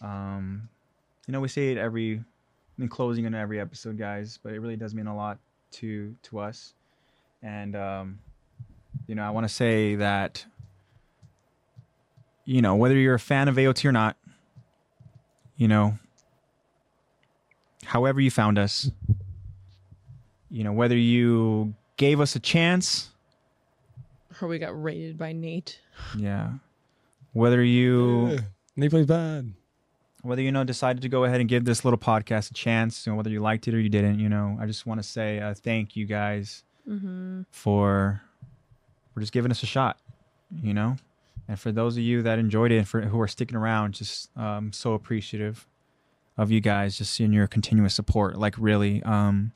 A: Um, you know, we say it every in closing in every episode, guys, but it really does mean a lot to to us. And um, you know, I want to say that you know whether you're a fan of AOT or not, you know, however you found us, you know, whether you gave us a chance,
B: Or we got raided by Nate.
A: yeah, whether you
C: Yeah. Nate plays bad.
A: whether you know decided to go ahead and give this little podcast a chance, you know, whether you liked it or you didn't, you know, I just want to say uh, thank you guys for for just giving us a shot, you know, and for those of you that enjoyed it and for who are sticking around, just um, so appreciative of you guys, just seeing your continuous support. Like really, um,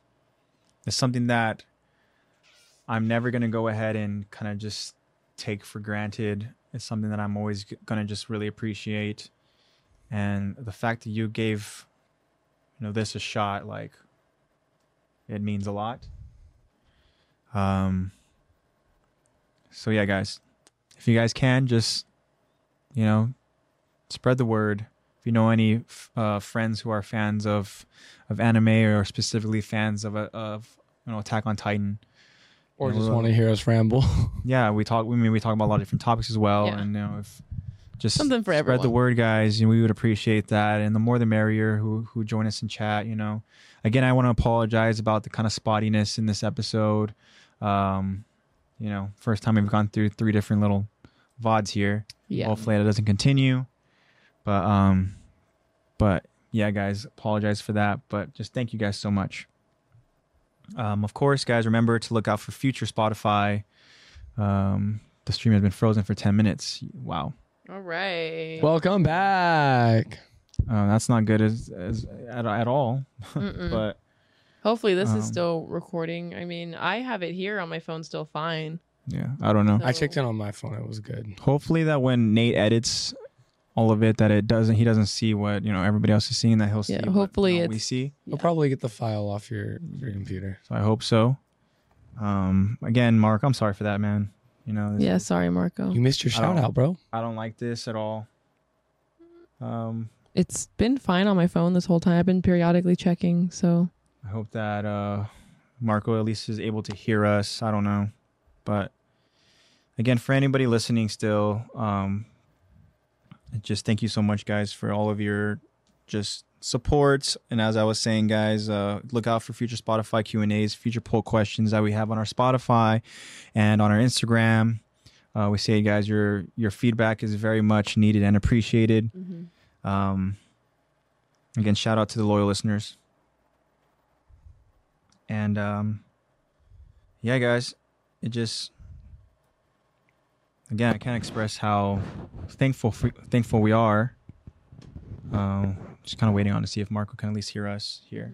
A: it's something that I'm never gonna go ahead and kind of just take for granted. It's something that I'm always g- gonna just really appreciate and the fact that you gave you know this a shot like it means a lot um so yeah guys if you guys can just you know spread the word if you know any f- uh, friends who are fans of of anime or specifically fans of a, of you know attack on titan
C: Or
A: Yeah,
C: just
A: we'll-
C: want to hear us ramble.
A: yeah we talk we mean we talk about a lot of different topics as well
B: Yeah.
A: and you know if just
B: Something for
A: spread the
B: everyone.
A: word guys and we would appreciate that and the more the merrier who who join us in chat you know again i want to apologize about the kind of spottiness in this episode um you know first time we've gone through three different little vods here
B: Yeah.
A: hopefully that doesn't continue but um but yeah guys apologize for that but just thank you guys so much um of course guys remember to look out for future spotify um the stream has been frozen for 10 minutes wow
B: All right.
C: Welcome back.
A: uh, that's not good as, as at, at all
B: Mm-mm.
A: but
B: Hopefully this is
A: um,
B: still recording. I mean, I have it here on my phone still fine.
A: yeah i don't know
B: So-
C: I checked in on my phone. It was good.
A: hopefully that when nate edits all of it that it doesn't he doesn't see what you know everybody else is seeing that he'll see
B: Yeah,
A: what,
B: hopefully
A: you know, we
B: it's-
A: see
C: You'll probably get the file off your, your computer.
A: So I hope so. Um, again, Mark, I'm sorry for that, man. You know, this-
B: Yeah, sorry, Marco.
C: You missed your
A: I don't-
C: shout out, bro.
A: I don't like this at all. Um,
B: It's been fine on my phone this whole time. I've been periodically checking, so
A: I hope that uh, Marco at least is able to hear us. I don't know, but again, for anybody listening, still, um, just thank you so much, guys, for all of your just support. And as I was saying, guys, uh, look out for future Spotify Q and A's, future poll questions that we have on our Spotify and on our Instagram. Uh, we say, guys, your your feedback is very much needed and appreciated. Um, again, shout out to the loyal listeners. And um, yeah, guys, it just again I can't express how thankful for, thankful we are. Um, just kind of waiting on to see if Marco can at least hear us here.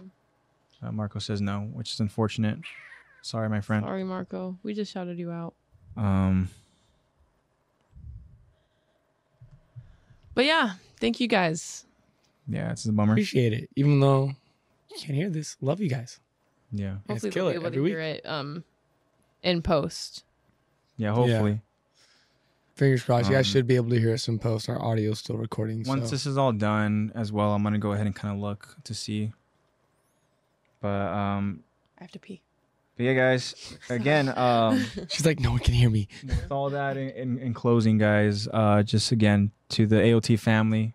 A: Uh, Marco says no, which is unfortunate. Sorry, my friend.
B: sorry, Marco. We just shouted you out.
A: Um,
B: But yeah, thank you guys.
A: yeah, it's a bummer.
C: Appreciate it, even though you can't hear this. Love you guys.
A: Yeah,
C: Let's
B: Hopefully,
C: kill
B: we'll
C: it
B: be able to
C: every
B: hear it um in post.
A: yeah. Hopefully,
C: Fingers crossed. you guys
A: Um,
C: should be able to hear us in post. Our audio is still recording.
A: once
C: so.
A: this is all done as well, I'm gonna go ahead and kind of look to see. But um,
B: I have to pee.
A: but yeah, guys, again, um.
C: She's like, no one can hear me.
A: with all that in, in, in closing guys uh just again to the aot family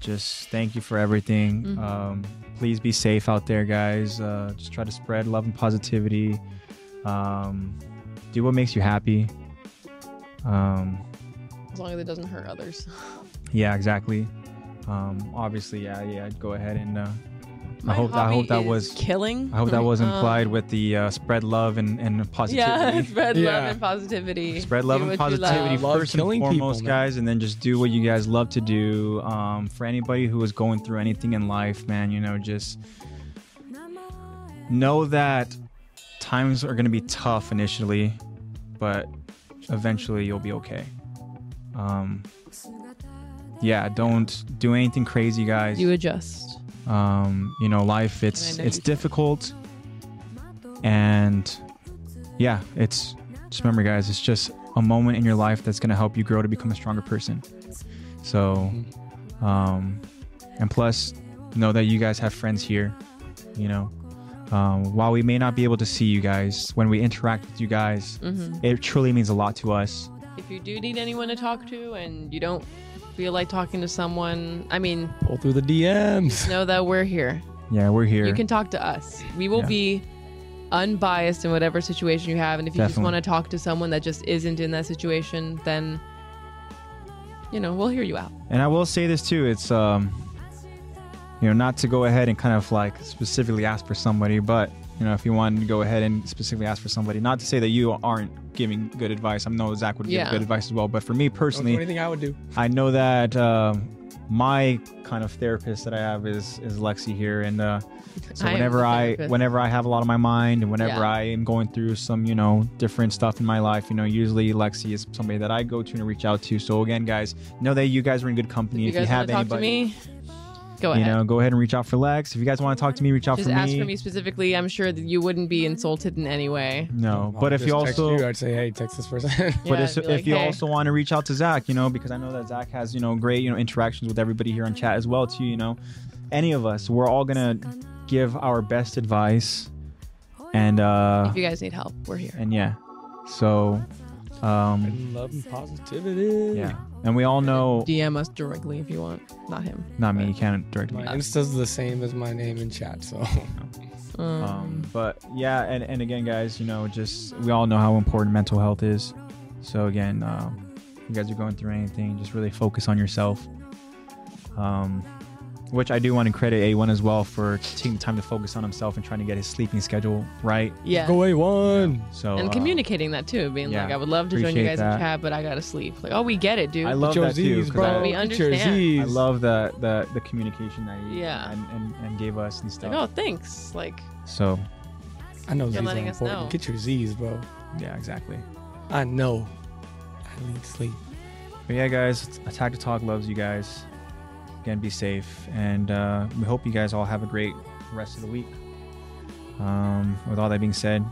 A: just thank you for everything
B: Mhm.
A: um please be safe out there guys uh just try to spread love and positivity um do what makes you happy um
B: As long as it doesn't hurt others.
A: yeah exactly um obviously yeah yeah go ahead and uh
B: My
A: hope- I
B: hobby
A: hope that
B: is
A: was-
B: killing.
A: i hope that was
B: Um,
A: implied with the uh spread love and and
B: Yeah,
A: positivity
B: spread love
C: Yeah.
B: and positivity.
A: Spread love
B: Do
A: and
B: what you
A: positivity
B: love.
C: Love
A: first and
C: killing people,
A: foremost,
C: man.
A: guys, and then just do what you guys love to do. Um, for anybody who is going through anything in life, man, you know, just know that times are going to be tough initially, but eventually you'll be okay. Um, yeah, don't do anything crazy, guys.
B: You adjust.
A: Um, you know, life
B: I
A: it's
B: know
A: it's
B: you-
A: difficult, and yeah, it's just remember, guys, it's just a moment in your life that's gonna help you grow to become a stronger person. So,
C: Mm-hmm.
A: um, and plus, know that you guys have friends here. You know, um, while we may not be able to see you guys, when we interact with you guys,
B: Mhm.
A: it truly means a lot to us.
B: If you do need anyone to talk to and you don't feel like talking to someone, I mean,
C: Pull through the DMs.
B: know that we're here.
A: Yeah, we're here.
B: You can talk to us. We will
A: Yeah.
B: be unbiased in whatever situation you have. And if you
A: Definitely.
B: just want to talk to someone that just isn't in that situation, then, you know, we'll hear you out.
A: And I will say this too, it's um you know, not to go ahead and kind of like specifically ask for somebody, but you know, if you wanted to go ahead and specifically ask for somebody, not to say that you aren't giving good advice. I know Zach would give
B: Yeah.
A: good advice as well, but for me
C: Don't do
A: personally,
C: anything I would do.
A: I know that um my kind of therapist that I have is is Lexi here, and uh, so
B: I am
A: whenever
B: the
A: I
B: therapist.
A: whenever I have a lot on my mind, and whenever
B: Yeah.
A: I am going through some you know different stuff in my life, you know, usually Lexi is somebody that I go to and reach out to. So again, guys, know that you guys are in good company.
B: you
A: If you,
B: guys
A: have
B: want to talk to
A: anybody,
B: me, go
A: you
B: ahead.
A: know, go ahead and reach out for Lex. If you guys want to talk to me, reach out
B: just
A: for
B: ask
A: me.
B: for me specifically. I'm sure that you wouldn't be insulted in any way.
A: No, Oh, but if
C: Just
A: you
C: text
A: also
C: I'd say, hey, text this person.
A: But
B: Yeah,
A: if,
B: I'd be
A: if
B: like,
A: you
B: "Hey."
A: also want to reach out to Zach, you know, because I know that Zach has, you know, great, you know, interactions with everybody here on chat as well, too, you know. Any of us, we're all gonna give our best advice and uh
B: If you guys need help, we're here.
A: and yeah. So um
C: Love and positivity.
A: yeah. And we all know
B: DM us directly if you want. Not him.
A: not me, you can't direct
C: My
A: me.
C: Insta's the same as my name in chat, so
B: Um,
A: Um but yeah, and, and again guys, you know, just we all know how important mental health is. So again, um if you guys are going through anything, just really focus on yourself. Um, which I do want to credit A1 as well for taking the time to focus on himself and trying to get his sleeping schedule right.
B: yeah.
C: go away one.
A: So
B: and
A: uh,
B: communicating that too, being
A: yeah,
B: like, I would love to join you
A: appreciate
B: guys
A: that.
B: in chat, but I gotta sleep. Like, oh, we get it, dude.
A: I love that too.
C: Jerseys,
A: 'cause
C: bro.
B: We
A: I,
B: understand.
A: I
C: Jerseys.
A: love the, the the communication that he
B: Yeah.
A: and, and, and gave us and
B: like,
A: stuff.
B: oh, thanks. Like,
A: So
C: I know Z's
B: You're
C: are
B: letting us
C: important.
B: know.
C: Get your Z's, bro.
A: yeah, exactly.
C: I know. I need sleep.
A: But yeah, guys, Attack to Talk loves you guys. Again, be safe, and uh, we hope you guys all have a great rest of the week. Um, with all that being said,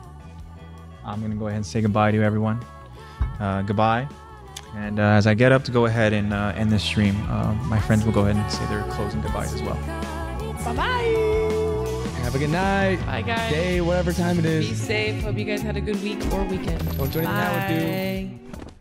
A: I'm gonna go ahead and say goodbye to everyone. Uh, goodbye. And uh, as I get up to go ahead and uh, end this stream, uh, my friends will go ahead and say their closing goodbyes as well.
B: Bye-bye.
C: Have a good night,
B: Bye, guys.
C: day, whatever time it
B: Be
C: is.
B: safe. Hope you guys had a good week or weekend.
C: Don't do anything that would do.
B: Bye.